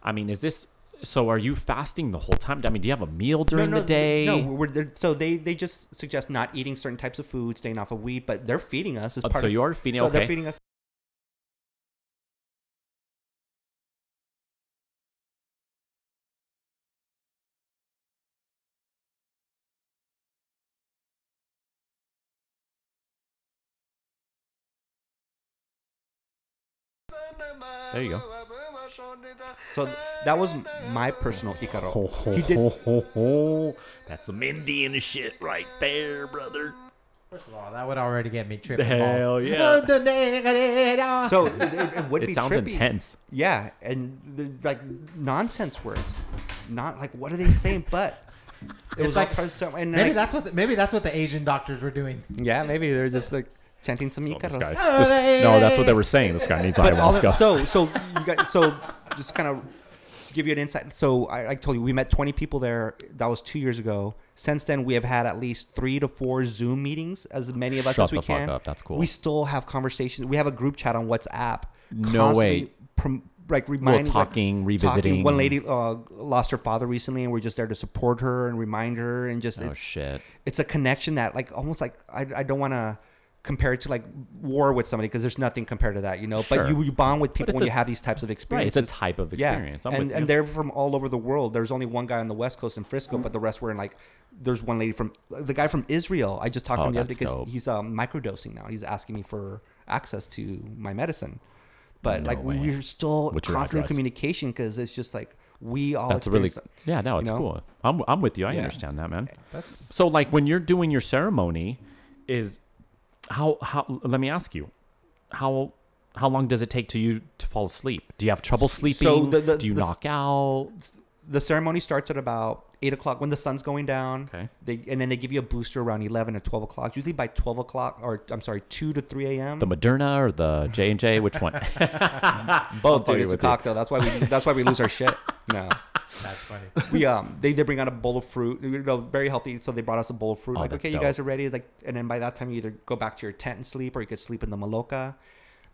Speaker 2: I mean, is this? So are you fasting the whole time? I mean, do you have a meal during
Speaker 3: no, no,
Speaker 2: the day?
Speaker 3: No, we're, they're- so they, they just suggest not eating certain types of food, staying off of weed, but they're feeding us. As
Speaker 2: Oh,
Speaker 3: part
Speaker 2: so
Speaker 3: of,
Speaker 2: you are feeding-
Speaker 3: So
Speaker 2: okay.
Speaker 3: they're feeding us.
Speaker 2: There you go.
Speaker 3: So that was my personal Icaro.
Speaker 2: He did. That's some Indian shit right there, brother.
Speaker 1: First of all, that would already get me tripping balls.
Speaker 2: Hell yeah.
Speaker 3: So it, it- it would
Speaker 2: It
Speaker 3: be
Speaker 2: sounds
Speaker 3: trippy.
Speaker 2: intense.
Speaker 3: Yeah, and there's like nonsense words. Not like what are they saying? But it was like
Speaker 1: like-
Speaker 3: personal. And
Speaker 1: maybe
Speaker 3: like-
Speaker 1: that's what the, maybe that's what the Asian doctors were doing.
Speaker 3: Yeah, maybe they're just like chanting some
Speaker 2: Oh,
Speaker 3: Icaros.
Speaker 2: no, that's what they were saying. This guy needs
Speaker 3: But all
Speaker 2: ayahuasca.
Speaker 3: the- so so you got so just kind of to give you an insight. So I, I told you we met 20 people there. That was two years ago. Since then, we have had at least three to four Zoom meetings, as many of us
Speaker 2: Shut
Speaker 3: as we
Speaker 2: the fuck
Speaker 3: can.
Speaker 2: up, that's cool.
Speaker 3: We still have conversations. We have a group chat on WhatsApp.
Speaker 2: No way.
Speaker 3: constantly Prom- like remind,
Speaker 2: talking,
Speaker 3: like,
Speaker 2: revisiting.
Speaker 3: One lady uh, lost her father recently, and we're just there to support her and remind her, and just
Speaker 2: oh
Speaker 3: it's-
Speaker 2: shit.
Speaker 3: it's a connection that like almost like I, I don't want to compare it to like war with somebody because there's nothing compared to that, you know.
Speaker 2: Sure.
Speaker 3: But you, you bond with people
Speaker 2: it's
Speaker 3: when
Speaker 2: a-
Speaker 3: you have these types of
Speaker 2: Right,
Speaker 3: experiences.
Speaker 2: it's a type of experience.
Speaker 3: Yeah,
Speaker 2: I'm
Speaker 3: and
Speaker 2: with you.
Speaker 3: and they're from all over the world. There's only one guy on the West Coast in Frisco, but the rest were in like. There's one lady from the guy from Israel. I just talked
Speaker 2: Oh,
Speaker 3: to him the other day
Speaker 2: that's
Speaker 3: because
Speaker 2: dope.
Speaker 3: he's um, microdosing now. He's asking me for access to my medicine, but
Speaker 2: No
Speaker 3: like
Speaker 2: way.
Speaker 3: we're still
Speaker 2: What's your
Speaker 3: constantly in
Speaker 2: address?
Speaker 3: communication because it's just like we all.
Speaker 2: that's really
Speaker 3: experience it,
Speaker 2: yeah. No,
Speaker 3: you
Speaker 2: it's
Speaker 3: know?
Speaker 2: cool. I'm I'm with you. I
Speaker 3: Yeah.
Speaker 2: understand that, man. so like when you're doing your ceremony, is how how let me ask you, how how long does it take to you to fall asleep? Do you have trouble sleeping?
Speaker 3: the- the-
Speaker 2: Do you
Speaker 3: the s-
Speaker 2: knock out?
Speaker 3: the ceremony starts at about eight o'clock when the sun's going down.
Speaker 2: Okay.
Speaker 3: They and then they give you a booster around eleven or twelve o'clock. Usually by twelve o'clock, or I'm sorry, two to three a.m.
Speaker 2: The Moderna or the J and J? Which one?
Speaker 3: Both,
Speaker 2: fucking
Speaker 3: dude. It's a
Speaker 2: with you.
Speaker 3: cocktail. That's why we. That's why we lose our shit. No.
Speaker 1: That's funny.
Speaker 3: We um they, they bring out a bowl of fruit. You know, very healthy. So they brought us a bowl of fruit.
Speaker 2: Oh,
Speaker 3: like,
Speaker 2: that's
Speaker 3: okay,
Speaker 2: dope.
Speaker 3: you guys are ready. It's like, and then by that time you either go back to your tent and sleep, or you could sleep in the maloca.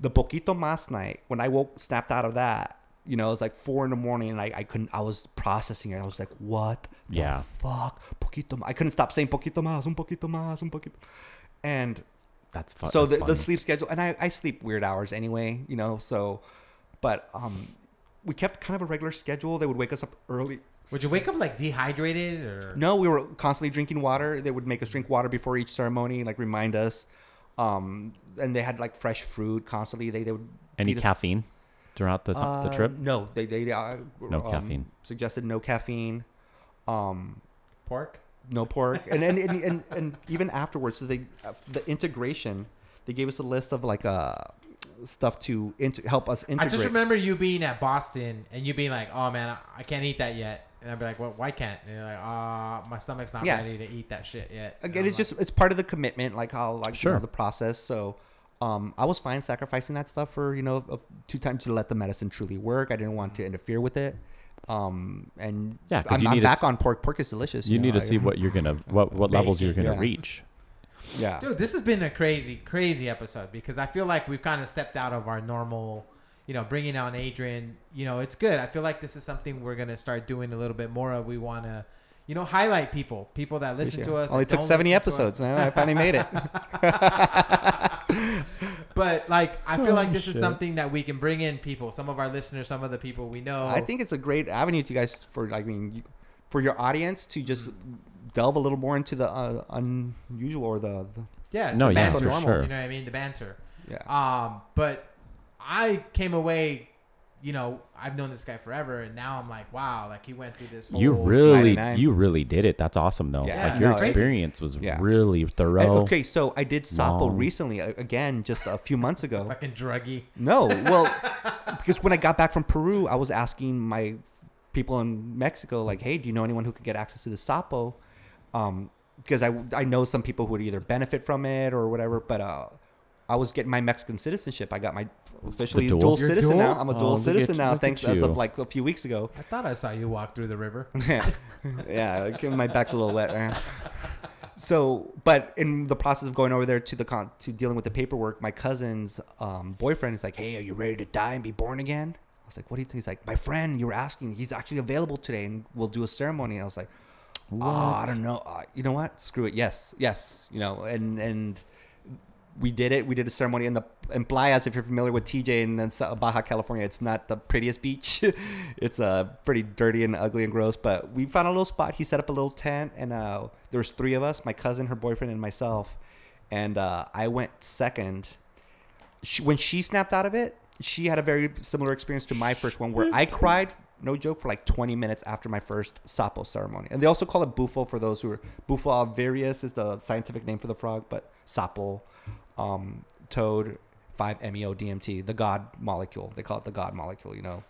Speaker 3: The poquito mas night. When I woke, snapped out of that. You know, it was like four in the morning, and I, I couldn't. I was processing it. I was like, what? the
Speaker 2: Yeah.
Speaker 3: fuck, poquito. ma- I couldn't stop saying poquito más, un poquito más, un poquito. And
Speaker 2: That's fun.
Speaker 3: so
Speaker 2: that's
Speaker 3: the,
Speaker 2: funny.
Speaker 3: the sleep schedule, and I, I sleep weird hours anyway, you know. So, but um, we kept kind of a regular schedule. They would wake us up early.
Speaker 1: Would you wake up like dehydrated or?
Speaker 3: No, we were constantly drinking water. They would make us drink water before each ceremony, like remind us. Um, and they had like fresh fruit constantly. They they would
Speaker 2: Any
Speaker 3: feed us-
Speaker 2: caffeine throughout the,
Speaker 3: uh,
Speaker 2: the trip?
Speaker 3: No, they they uh,
Speaker 2: No caffeine.
Speaker 3: suggested no caffeine. Um,
Speaker 1: pork.
Speaker 3: no pork and and, and, and and even afterwards so they uh, the integration they gave us a list of like uh stuff to int- help us integrate
Speaker 1: I just remember you being at Boston and you being like, "Oh man, I, I can't eat that yet," and I'd be like, "Well, why can't?" And you're like, "Ah, my stomach's not
Speaker 3: Yeah.
Speaker 1: ready to eat that shit yet." And
Speaker 3: again
Speaker 1: I'm
Speaker 3: it's
Speaker 1: like,
Speaker 3: just it's part of the commitment like how like you
Speaker 2: Sure.
Speaker 3: know, the process so um i was fine sacrificing that stuff for you know a, two times to let the medicine truly work i didn't want to interfere with it um and
Speaker 2: Yeah, 'cause
Speaker 3: i'm,
Speaker 2: you
Speaker 3: I'm
Speaker 2: need to
Speaker 3: back
Speaker 2: s-
Speaker 3: on pork pork is delicious
Speaker 2: You
Speaker 3: know,
Speaker 2: need to
Speaker 3: I-
Speaker 2: see what you're gonna what what levels you're gonna
Speaker 3: Yeah.
Speaker 2: reach.
Speaker 3: yeah
Speaker 1: Dude, this has been a crazy, crazy episode because I feel like we've kind of stepped out of our normal, you know, bringing on Adrian. You know, it's good. I feel like this is something we're gonna start doing a little bit more of. We want to, you know, highlight people, people that listen to us.
Speaker 3: only
Speaker 1: that
Speaker 3: took
Speaker 1: don't
Speaker 3: 70
Speaker 1: listen to us.
Speaker 3: episodes man i finally made it
Speaker 1: But like, I feel like this is
Speaker 2: shit.
Speaker 1: something that we can bring in people, some of our listeners, some of the people we know.
Speaker 3: I think it's a great avenue to you guys for I mean you- for your audience to just delve a little more into the uh, unusual or the, the
Speaker 1: yeah,
Speaker 2: No,
Speaker 1: the
Speaker 2: yeah,
Speaker 1: banter,
Speaker 2: for sure.
Speaker 1: You know what I mean? The banter.
Speaker 3: yeah.
Speaker 1: Um, but I came away, you know, I've known this guy forever, and now I'm like, wow, like he went through this. Whole
Speaker 2: You
Speaker 3: Old
Speaker 2: really,
Speaker 3: 99.
Speaker 2: you really did it. That's awesome, though.
Speaker 3: Yeah,
Speaker 2: like your
Speaker 3: no, it's-
Speaker 2: experience was
Speaker 3: Yeah.
Speaker 2: really thorough.
Speaker 3: And, okay, so I did Sapo
Speaker 2: Long.
Speaker 3: recently, a- again, just a few months ago.
Speaker 1: fucking druggy.
Speaker 3: No, well, because when I got back from Peru, I was asking my people in Mexico, like, hey, do you know anyone who could get access to the Sapo? Um, because I, I know some people who would either benefit from it or whatever, but uh, I was getting my Mexican citizenship. I got my officially
Speaker 2: dual?
Speaker 3: dual,
Speaker 2: You're
Speaker 3: citizen
Speaker 1: dual?
Speaker 3: now. I'm a
Speaker 2: Oh,
Speaker 3: dual
Speaker 2: look at-
Speaker 3: citizen now.
Speaker 2: look at
Speaker 3: Thanks, that's
Speaker 2: you.
Speaker 3: of like a few weeks ago.
Speaker 1: I thought I saw you walk through the river.
Speaker 3: yeah, yeah. like, My back's a little wet. man. So, but in the process of going over there to the con to dealing with the paperwork, my cousin's um, boyfriend is like, "Hey, are you ready to die and be born again?" I was like, "What do you think?" He's like, "My friend, you were asking. He's actually available today, and we'll do a ceremony." I was like, "Oh, I don't know. Uh, you know what? Screw it. Yes, yes. You know." And and we did it. We did a ceremony in the in Playas. If you're familiar with TJ and then Sa- Baja California, it's not the prettiest beach. it's uh, pretty dirty and ugly and gross. But we found a little spot. He set up a little tent, and uh, there was three of us: my cousin, her boyfriend, and myself. And uh, I went second. She, when she snapped out of it, she had a very similar experience to my first one, where I cried. No joke, for like 20 minutes after my first sapo ceremony, and they also call it bufo for those who are bufo alvarius is the scientific name for the frog, but sapo um, Toad, E 5-MeO-DMT, the God molecule. They call it the God molecule, you know.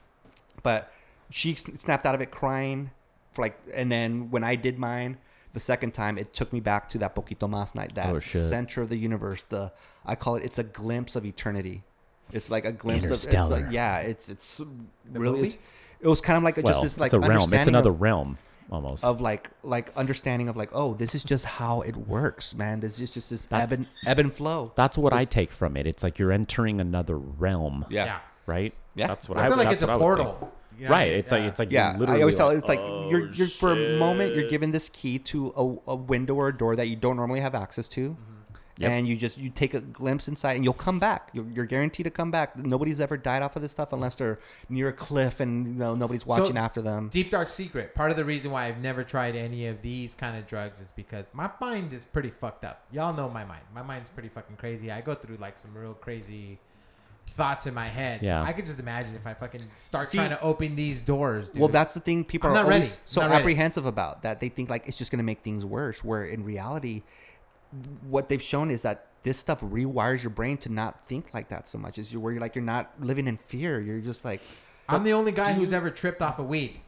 Speaker 3: But she s- snapped out of it crying, for like, and then when I did mine the second time, it took me back to that poquito más night, that
Speaker 2: Oh, shit.
Speaker 3: center of the universe. The I call it. It's a glimpse of eternity. It's like a glimpse of. It's
Speaker 2: Interstellar.
Speaker 3: like, yeah, it's it's really. It's, it was kind of like a,
Speaker 2: well,
Speaker 3: just this like
Speaker 2: it's a realm. It's
Speaker 3: understanding of-
Speaker 2: another realm almost.
Speaker 3: of like like understanding of like oh this is just how it works man this is just this ebb
Speaker 2: That's-
Speaker 3: and, ebb and flow
Speaker 2: that's what I take from it. It's like you're entering another realm.
Speaker 1: Yeah.
Speaker 2: Right.
Speaker 3: Yeah.
Speaker 2: That's what
Speaker 1: I
Speaker 2: I.
Speaker 1: feel like it's
Speaker 2: that's
Speaker 1: a
Speaker 2: what I would think.
Speaker 1: portal. You know what I
Speaker 2: Right.
Speaker 1: mean?
Speaker 2: It's like
Speaker 1: Yeah.
Speaker 2: it's like
Speaker 3: yeah,
Speaker 2: You're
Speaker 3: I
Speaker 2: literally
Speaker 3: always tell it's like
Speaker 2: "Oh,
Speaker 3: you're you're for a moment you're given this key to a, a window or a door that you don't normally have access to,
Speaker 1: Mm-hmm.
Speaker 2: Yep.
Speaker 3: and you just you take a glimpse inside and you'll come back. You're, you're guaranteed to come back. Nobody's ever died off of this stuff unless they're near a cliff and you know, nobody's watching after them.
Speaker 1: Deep dark secret. Part of the reason why I've never tried any of these kind of drugs is because my mind is pretty fucked up. Y'all know my mind. My mind's pretty fucking crazy. I go through like some real crazy thoughts in my head.
Speaker 2: Yeah.
Speaker 1: So I could just imagine if I fucking start
Speaker 3: See-
Speaker 1: trying to open these doors. Dude.
Speaker 3: Well, that's the thing people
Speaker 1: I'm
Speaker 3: are
Speaker 1: not ready.
Speaker 3: always so
Speaker 1: I'm not ready.
Speaker 3: apprehensive about that they think like it's just going to make things worse. Where in reality, what they've shown is that this stuff rewires your brain to not think like that so much. Is you where you're like you're not living in fear. You're just like
Speaker 1: I'm the only guy who's ever tripped off a weed.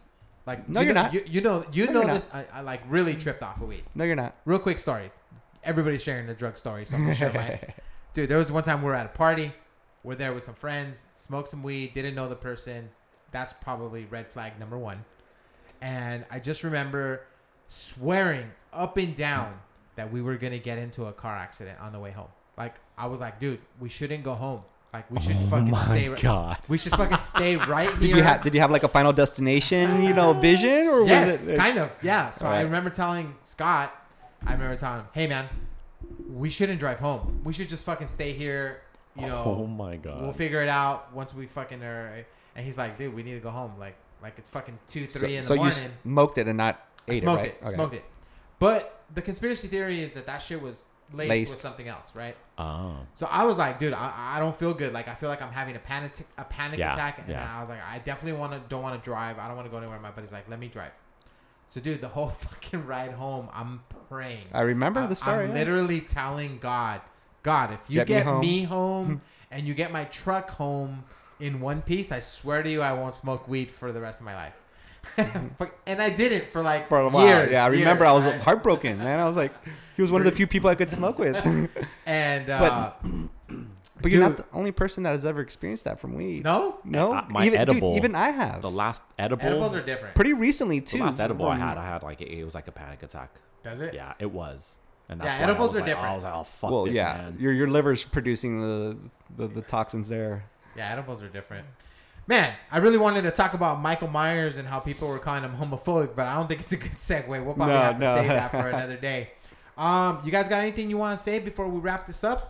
Speaker 1: Like
Speaker 3: No,
Speaker 1: you
Speaker 3: you're
Speaker 1: know,
Speaker 3: not.
Speaker 1: You, you know you
Speaker 3: No,
Speaker 1: know
Speaker 3: you're not.
Speaker 1: this. I, I like really tripped off a weed.
Speaker 3: no, you're not.
Speaker 1: Real quick story. Everybody's sharing the drug story, so I'm gonna share mine. Dude, there was one time we were at a party. We're there with some friends, smoked some weed, didn't know the person. That's probably red flag number one. And I just remember swearing up and down that we were gonna get into a car accident on the way home. Like I was like, dude, we shouldn't go home. Like we should
Speaker 2: Oh
Speaker 1: fucking stay.
Speaker 2: my
Speaker 1: Right,
Speaker 2: god.
Speaker 1: We should fucking stay right here.
Speaker 3: Did you have did you have like a final destination, you know, vision or
Speaker 1: Yes,
Speaker 3: was it uh,
Speaker 1: kind of. Yeah. So I
Speaker 3: Alright.
Speaker 1: remember telling Scott, I remember telling him, "Hey, man, we shouldn't drive home. We should just fucking stay here. You know,
Speaker 2: Oh my god.
Speaker 1: we'll figure it out once we fucking are." And he's like, "Dude, we need to go home. Like, like it's fucking two,
Speaker 3: So-
Speaker 1: three in the
Speaker 3: so,
Speaker 1: morning."
Speaker 3: you smoked it and not
Speaker 1: I
Speaker 3: ate
Speaker 1: smoked
Speaker 3: it,
Speaker 1: it,
Speaker 3: right? Okay.
Speaker 1: smoked it. But the conspiracy theory is that that shit was laced, with
Speaker 3: Laced.
Speaker 1: something else, right?
Speaker 2: oh.
Speaker 1: So I was like, dude, I, I don't feel good. Like I feel like I'm having a panic a panic
Speaker 2: Yeah,
Speaker 1: attack, and
Speaker 2: yeah.
Speaker 1: I was like, I definitely want to don't want to drive. I don't want to go anywhere. My buddy's like, let me drive. So dude, the whole fucking ride home, I'm praying.
Speaker 3: I remember
Speaker 1: I-
Speaker 3: the story.
Speaker 1: I'm
Speaker 3: yeah.
Speaker 1: literally telling God, God, if you
Speaker 3: Get
Speaker 1: get,
Speaker 3: me
Speaker 1: me, home.
Speaker 3: home."
Speaker 1: and you get my truck home in one piece, I swear to you, I won't smoke weed for the rest of my life. But- and I did it for like
Speaker 3: Mm-hmm. for a while.
Speaker 1: years,
Speaker 3: yeah, I remember I
Speaker 1: years,
Speaker 3: was
Speaker 1: right?
Speaker 3: heartbroken, man. I was like he was one of the few people I could smoke with.
Speaker 1: and uh,
Speaker 3: but you're not
Speaker 1: Dude.
Speaker 3: the only person that has ever experienced that from weed.
Speaker 1: no,
Speaker 3: No?
Speaker 2: Uh, my
Speaker 3: even, dude,
Speaker 2: edible-
Speaker 3: even I have.
Speaker 2: The last edible.
Speaker 1: edibles are different.
Speaker 3: pretty recently too.
Speaker 2: the last edible I
Speaker 3: from-
Speaker 2: had, I had like it was like a panic attack.
Speaker 1: Does it?
Speaker 2: Yeah, it was. And
Speaker 1: Yeah,
Speaker 2: that's why I
Speaker 1: edibles
Speaker 2: was
Speaker 1: are
Speaker 2: like-
Speaker 1: different.
Speaker 2: I was like, oh fuck
Speaker 3: Well,
Speaker 2: this,
Speaker 3: yeah.
Speaker 2: man.
Speaker 3: Your your liver's producing the the, the toxins there.
Speaker 1: Yeah, edibles are different. Man, I really wanted to talk about Michael Myers and how people were calling him homophobic, but I don't think it's a good segue. We'll probably
Speaker 3: No,
Speaker 1: have to
Speaker 3: no.
Speaker 1: save that for another day. Um, you guys got anything you want to say before we wrap this up?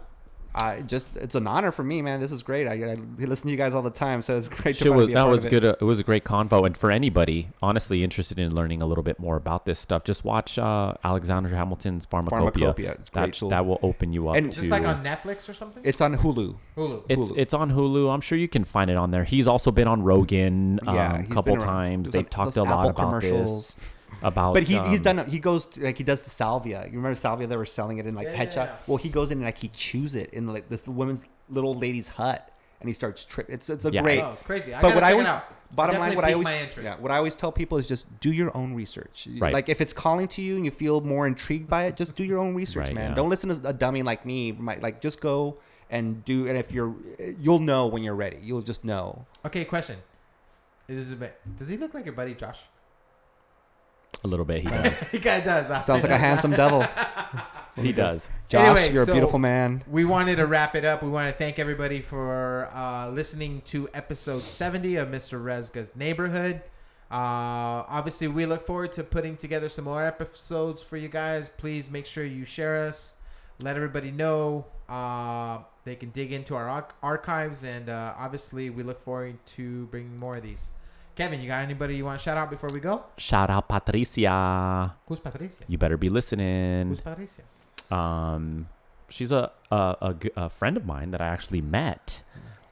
Speaker 3: I just it's an honor for me, man. This is great. I, I listen to you guys all the time, so it's great to
Speaker 2: Shit was,
Speaker 3: finally be a
Speaker 2: that
Speaker 3: part
Speaker 2: was
Speaker 3: of it.
Speaker 2: good. uh, It was a great convo, and for anybody honestly interested in learning a little bit more about this stuff, just watch uh, Alexander Hamilton's Pharmacopoeia.
Speaker 3: Pharmacopoeia, it's a great
Speaker 2: That,
Speaker 3: tool.
Speaker 2: that will open you up.
Speaker 3: And-
Speaker 2: to,
Speaker 3: It's
Speaker 1: Just like on Netflix or something.
Speaker 3: It's on Hulu.
Speaker 1: Hulu.
Speaker 2: it's
Speaker 3: Hulu.
Speaker 2: it's on Hulu. I'm sure you can find it on there. He's also been on Rogan um,
Speaker 3: Yeah,
Speaker 2: a
Speaker 3: he's
Speaker 2: couple
Speaker 3: been around.
Speaker 2: times.
Speaker 3: Those-
Speaker 2: They've talked
Speaker 3: those
Speaker 2: a lot
Speaker 3: Apple
Speaker 2: about this.
Speaker 3: commercials.
Speaker 2: About
Speaker 3: But he, he's
Speaker 2: um,
Speaker 3: done. He goes to, like he does the salvia. You remember salvia? They were selling it in like
Speaker 1: Yeah, yeah,
Speaker 3: headshot.
Speaker 1: yeah.
Speaker 3: Well, he goes in and like he chews it in like this woman's little lady's hut, and he starts trip. It's it's a
Speaker 2: Yeah.
Speaker 3: great.
Speaker 1: Oh, it's crazy. I
Speaker 3: but
Speaker 1: gotta
Speaker 3: what I
Speaker 1: check it
Speaker 3: always
Speaker 1: out.
Speaker 3: bottom line,
Speaker 1: Definitely
Speaker 3: what I
Speaker 1: piqued
Speaker 3: always
Speaker 1: my interest.
Speaker 3: yeah, what I always tell people is just do your own research. You-
Speaker 2: Right.
Speaker 3: Like if it's calling to you and you feel more intrigued by it, just do your own research,
Speaker 2: Right,
Speaker 3: man.
Speaker 2: yeah.
Speaker 3: Don't listen to a dummy like me. My, like just go and do. And if you're, you'll know when you're ready. You'll just know.
Speaker 1: Okay, question. This is a bit- Does he look like your buddy Josh?
Speaker 2: a little bit. He does.
Speaker 1: he kind of does. I
Speaker 3: Sounds like a
Speaker 1: know.
Speaker 3: handsome devil.
Speaker 2: he does.
Speaker 3: Josh,
Speaker 1: Anyway,
Speaker 3: you're
Speaker 1: so-
Speaker 3: a beautiful man.
Speaker 1: We wanted to wrap it up. We want to thank everybody for uh, listening to episode 70 of Mr. Rezga's Neighborhood. Uh, obviously, we look forward to putting together some more episodes for you guys. Please make sure you share us. Let everybody know. Uh, they can dig into our arch- archives, and uh, obviously, we look forward to bringing more of these. Kevin, you got anybody you want to shout out before we go?
Speaker 2: Shout out Patricia.
Speaker 1: Who's Patricia?
Speaker 2: You better be listening.
Speaker 1: Who's Patricia?
Speaker 2: um, she's a, a, a g- a friend of mine that I actually met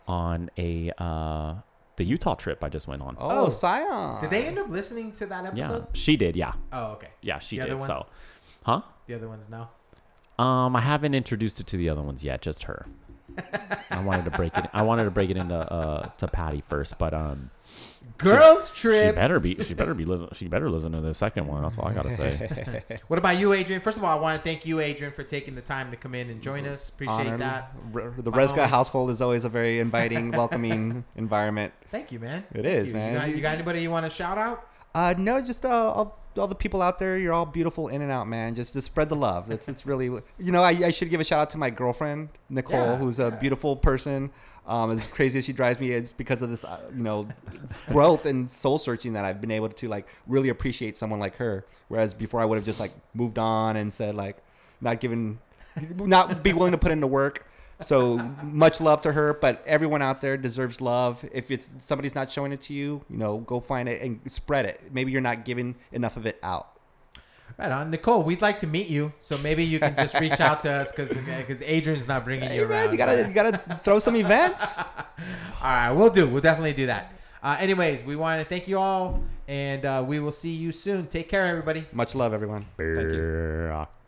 Speaker 2: on a uh, the Utah trip I just went on.
Speaker 3: Oh,
Speaker 1: Oh.
Speaker 3: Scion.
Speaker 1: Did they end up listening to that
Speaker 2: yeah,
Speaker 1: episode?
Speaker 2: she did. Yeah,
Speaker 1: Oh, okay.
Speaker 2: yeah, she
Speaker 1: The other
Speaker 2: did. So,
Speaker 1: ones?
Speaker 2: huh?
Speaker 1: The other ones, no.
Speaker 2: Um, I haven't introduced it to the other ones yet, just her. I wanted to break it. I wanted to break it into uh to Patty first, but um,
Speaker 1: Girls
Speaker 2: she
Speaker 1: trip.
Speaker 2: better be she better be listen she better listen to the second one. That's all I gotta say.
Speaker 1: What about you, Adrian? First of all, I want to thank you, Adrian, for taking the time to come in and join us. Appreciate
Speaker 3: Honor.
Speaker 1: that. Um,
Speaker 3: R- the
Speaker 1: My
Speaker 3: Resga
Speaker 1: own-
Speaker 3: household is always a very inviting, welcoming environment.
Speaker 1: Thank you, man.
Speaker 3: It
Speaker 1: Thank
Speaker 3: is,
Speaker 1: you.
Speaker 3: man.
Speaker 1: You got, you got anybody you want to shout out?
Speaker 3: Uh, no, just uh, all, all the people out there. You're all beautiful in and out, man. Just just spread the love. It's it's really you know I, I should give a shout out to my girlfriend Nicole,
Speaker 1: Yeah,
Speaker 3: who's a
Speaker 1: yeah.
Speaker 3: beautiful person. Um, as crazy as she drives me, it's because of this uh, you know growth and soul searching that I've been able to like really appreciate someone like her. Whereas before I would have just like moved on and said like not given, not be willing to put in the work. So much love to her, but everyone out there deserves love. If it's somebody's not showing it to you, you know, go find it and spread it. Maybe you're not giving enough of it out.
Speaker 1: Right on, Nicole. We'd like to meet you, so maybe you can just reach out to us because because Adrian's not bringing
Speaker 3: Hey
Speaker 1: you
Speaker 3: man,
Speaker 1: around.
Speaker 3: you gotta you gotta throw some events.
Speaker 1: All right, we'll do. We'll definitely do that. Uh, anyways, we want to thank you all, and uh, we will see you soon. Take care, everybody.
Speaker 3: Much love, everyone. Thank you.
Speaker 2: Brrr.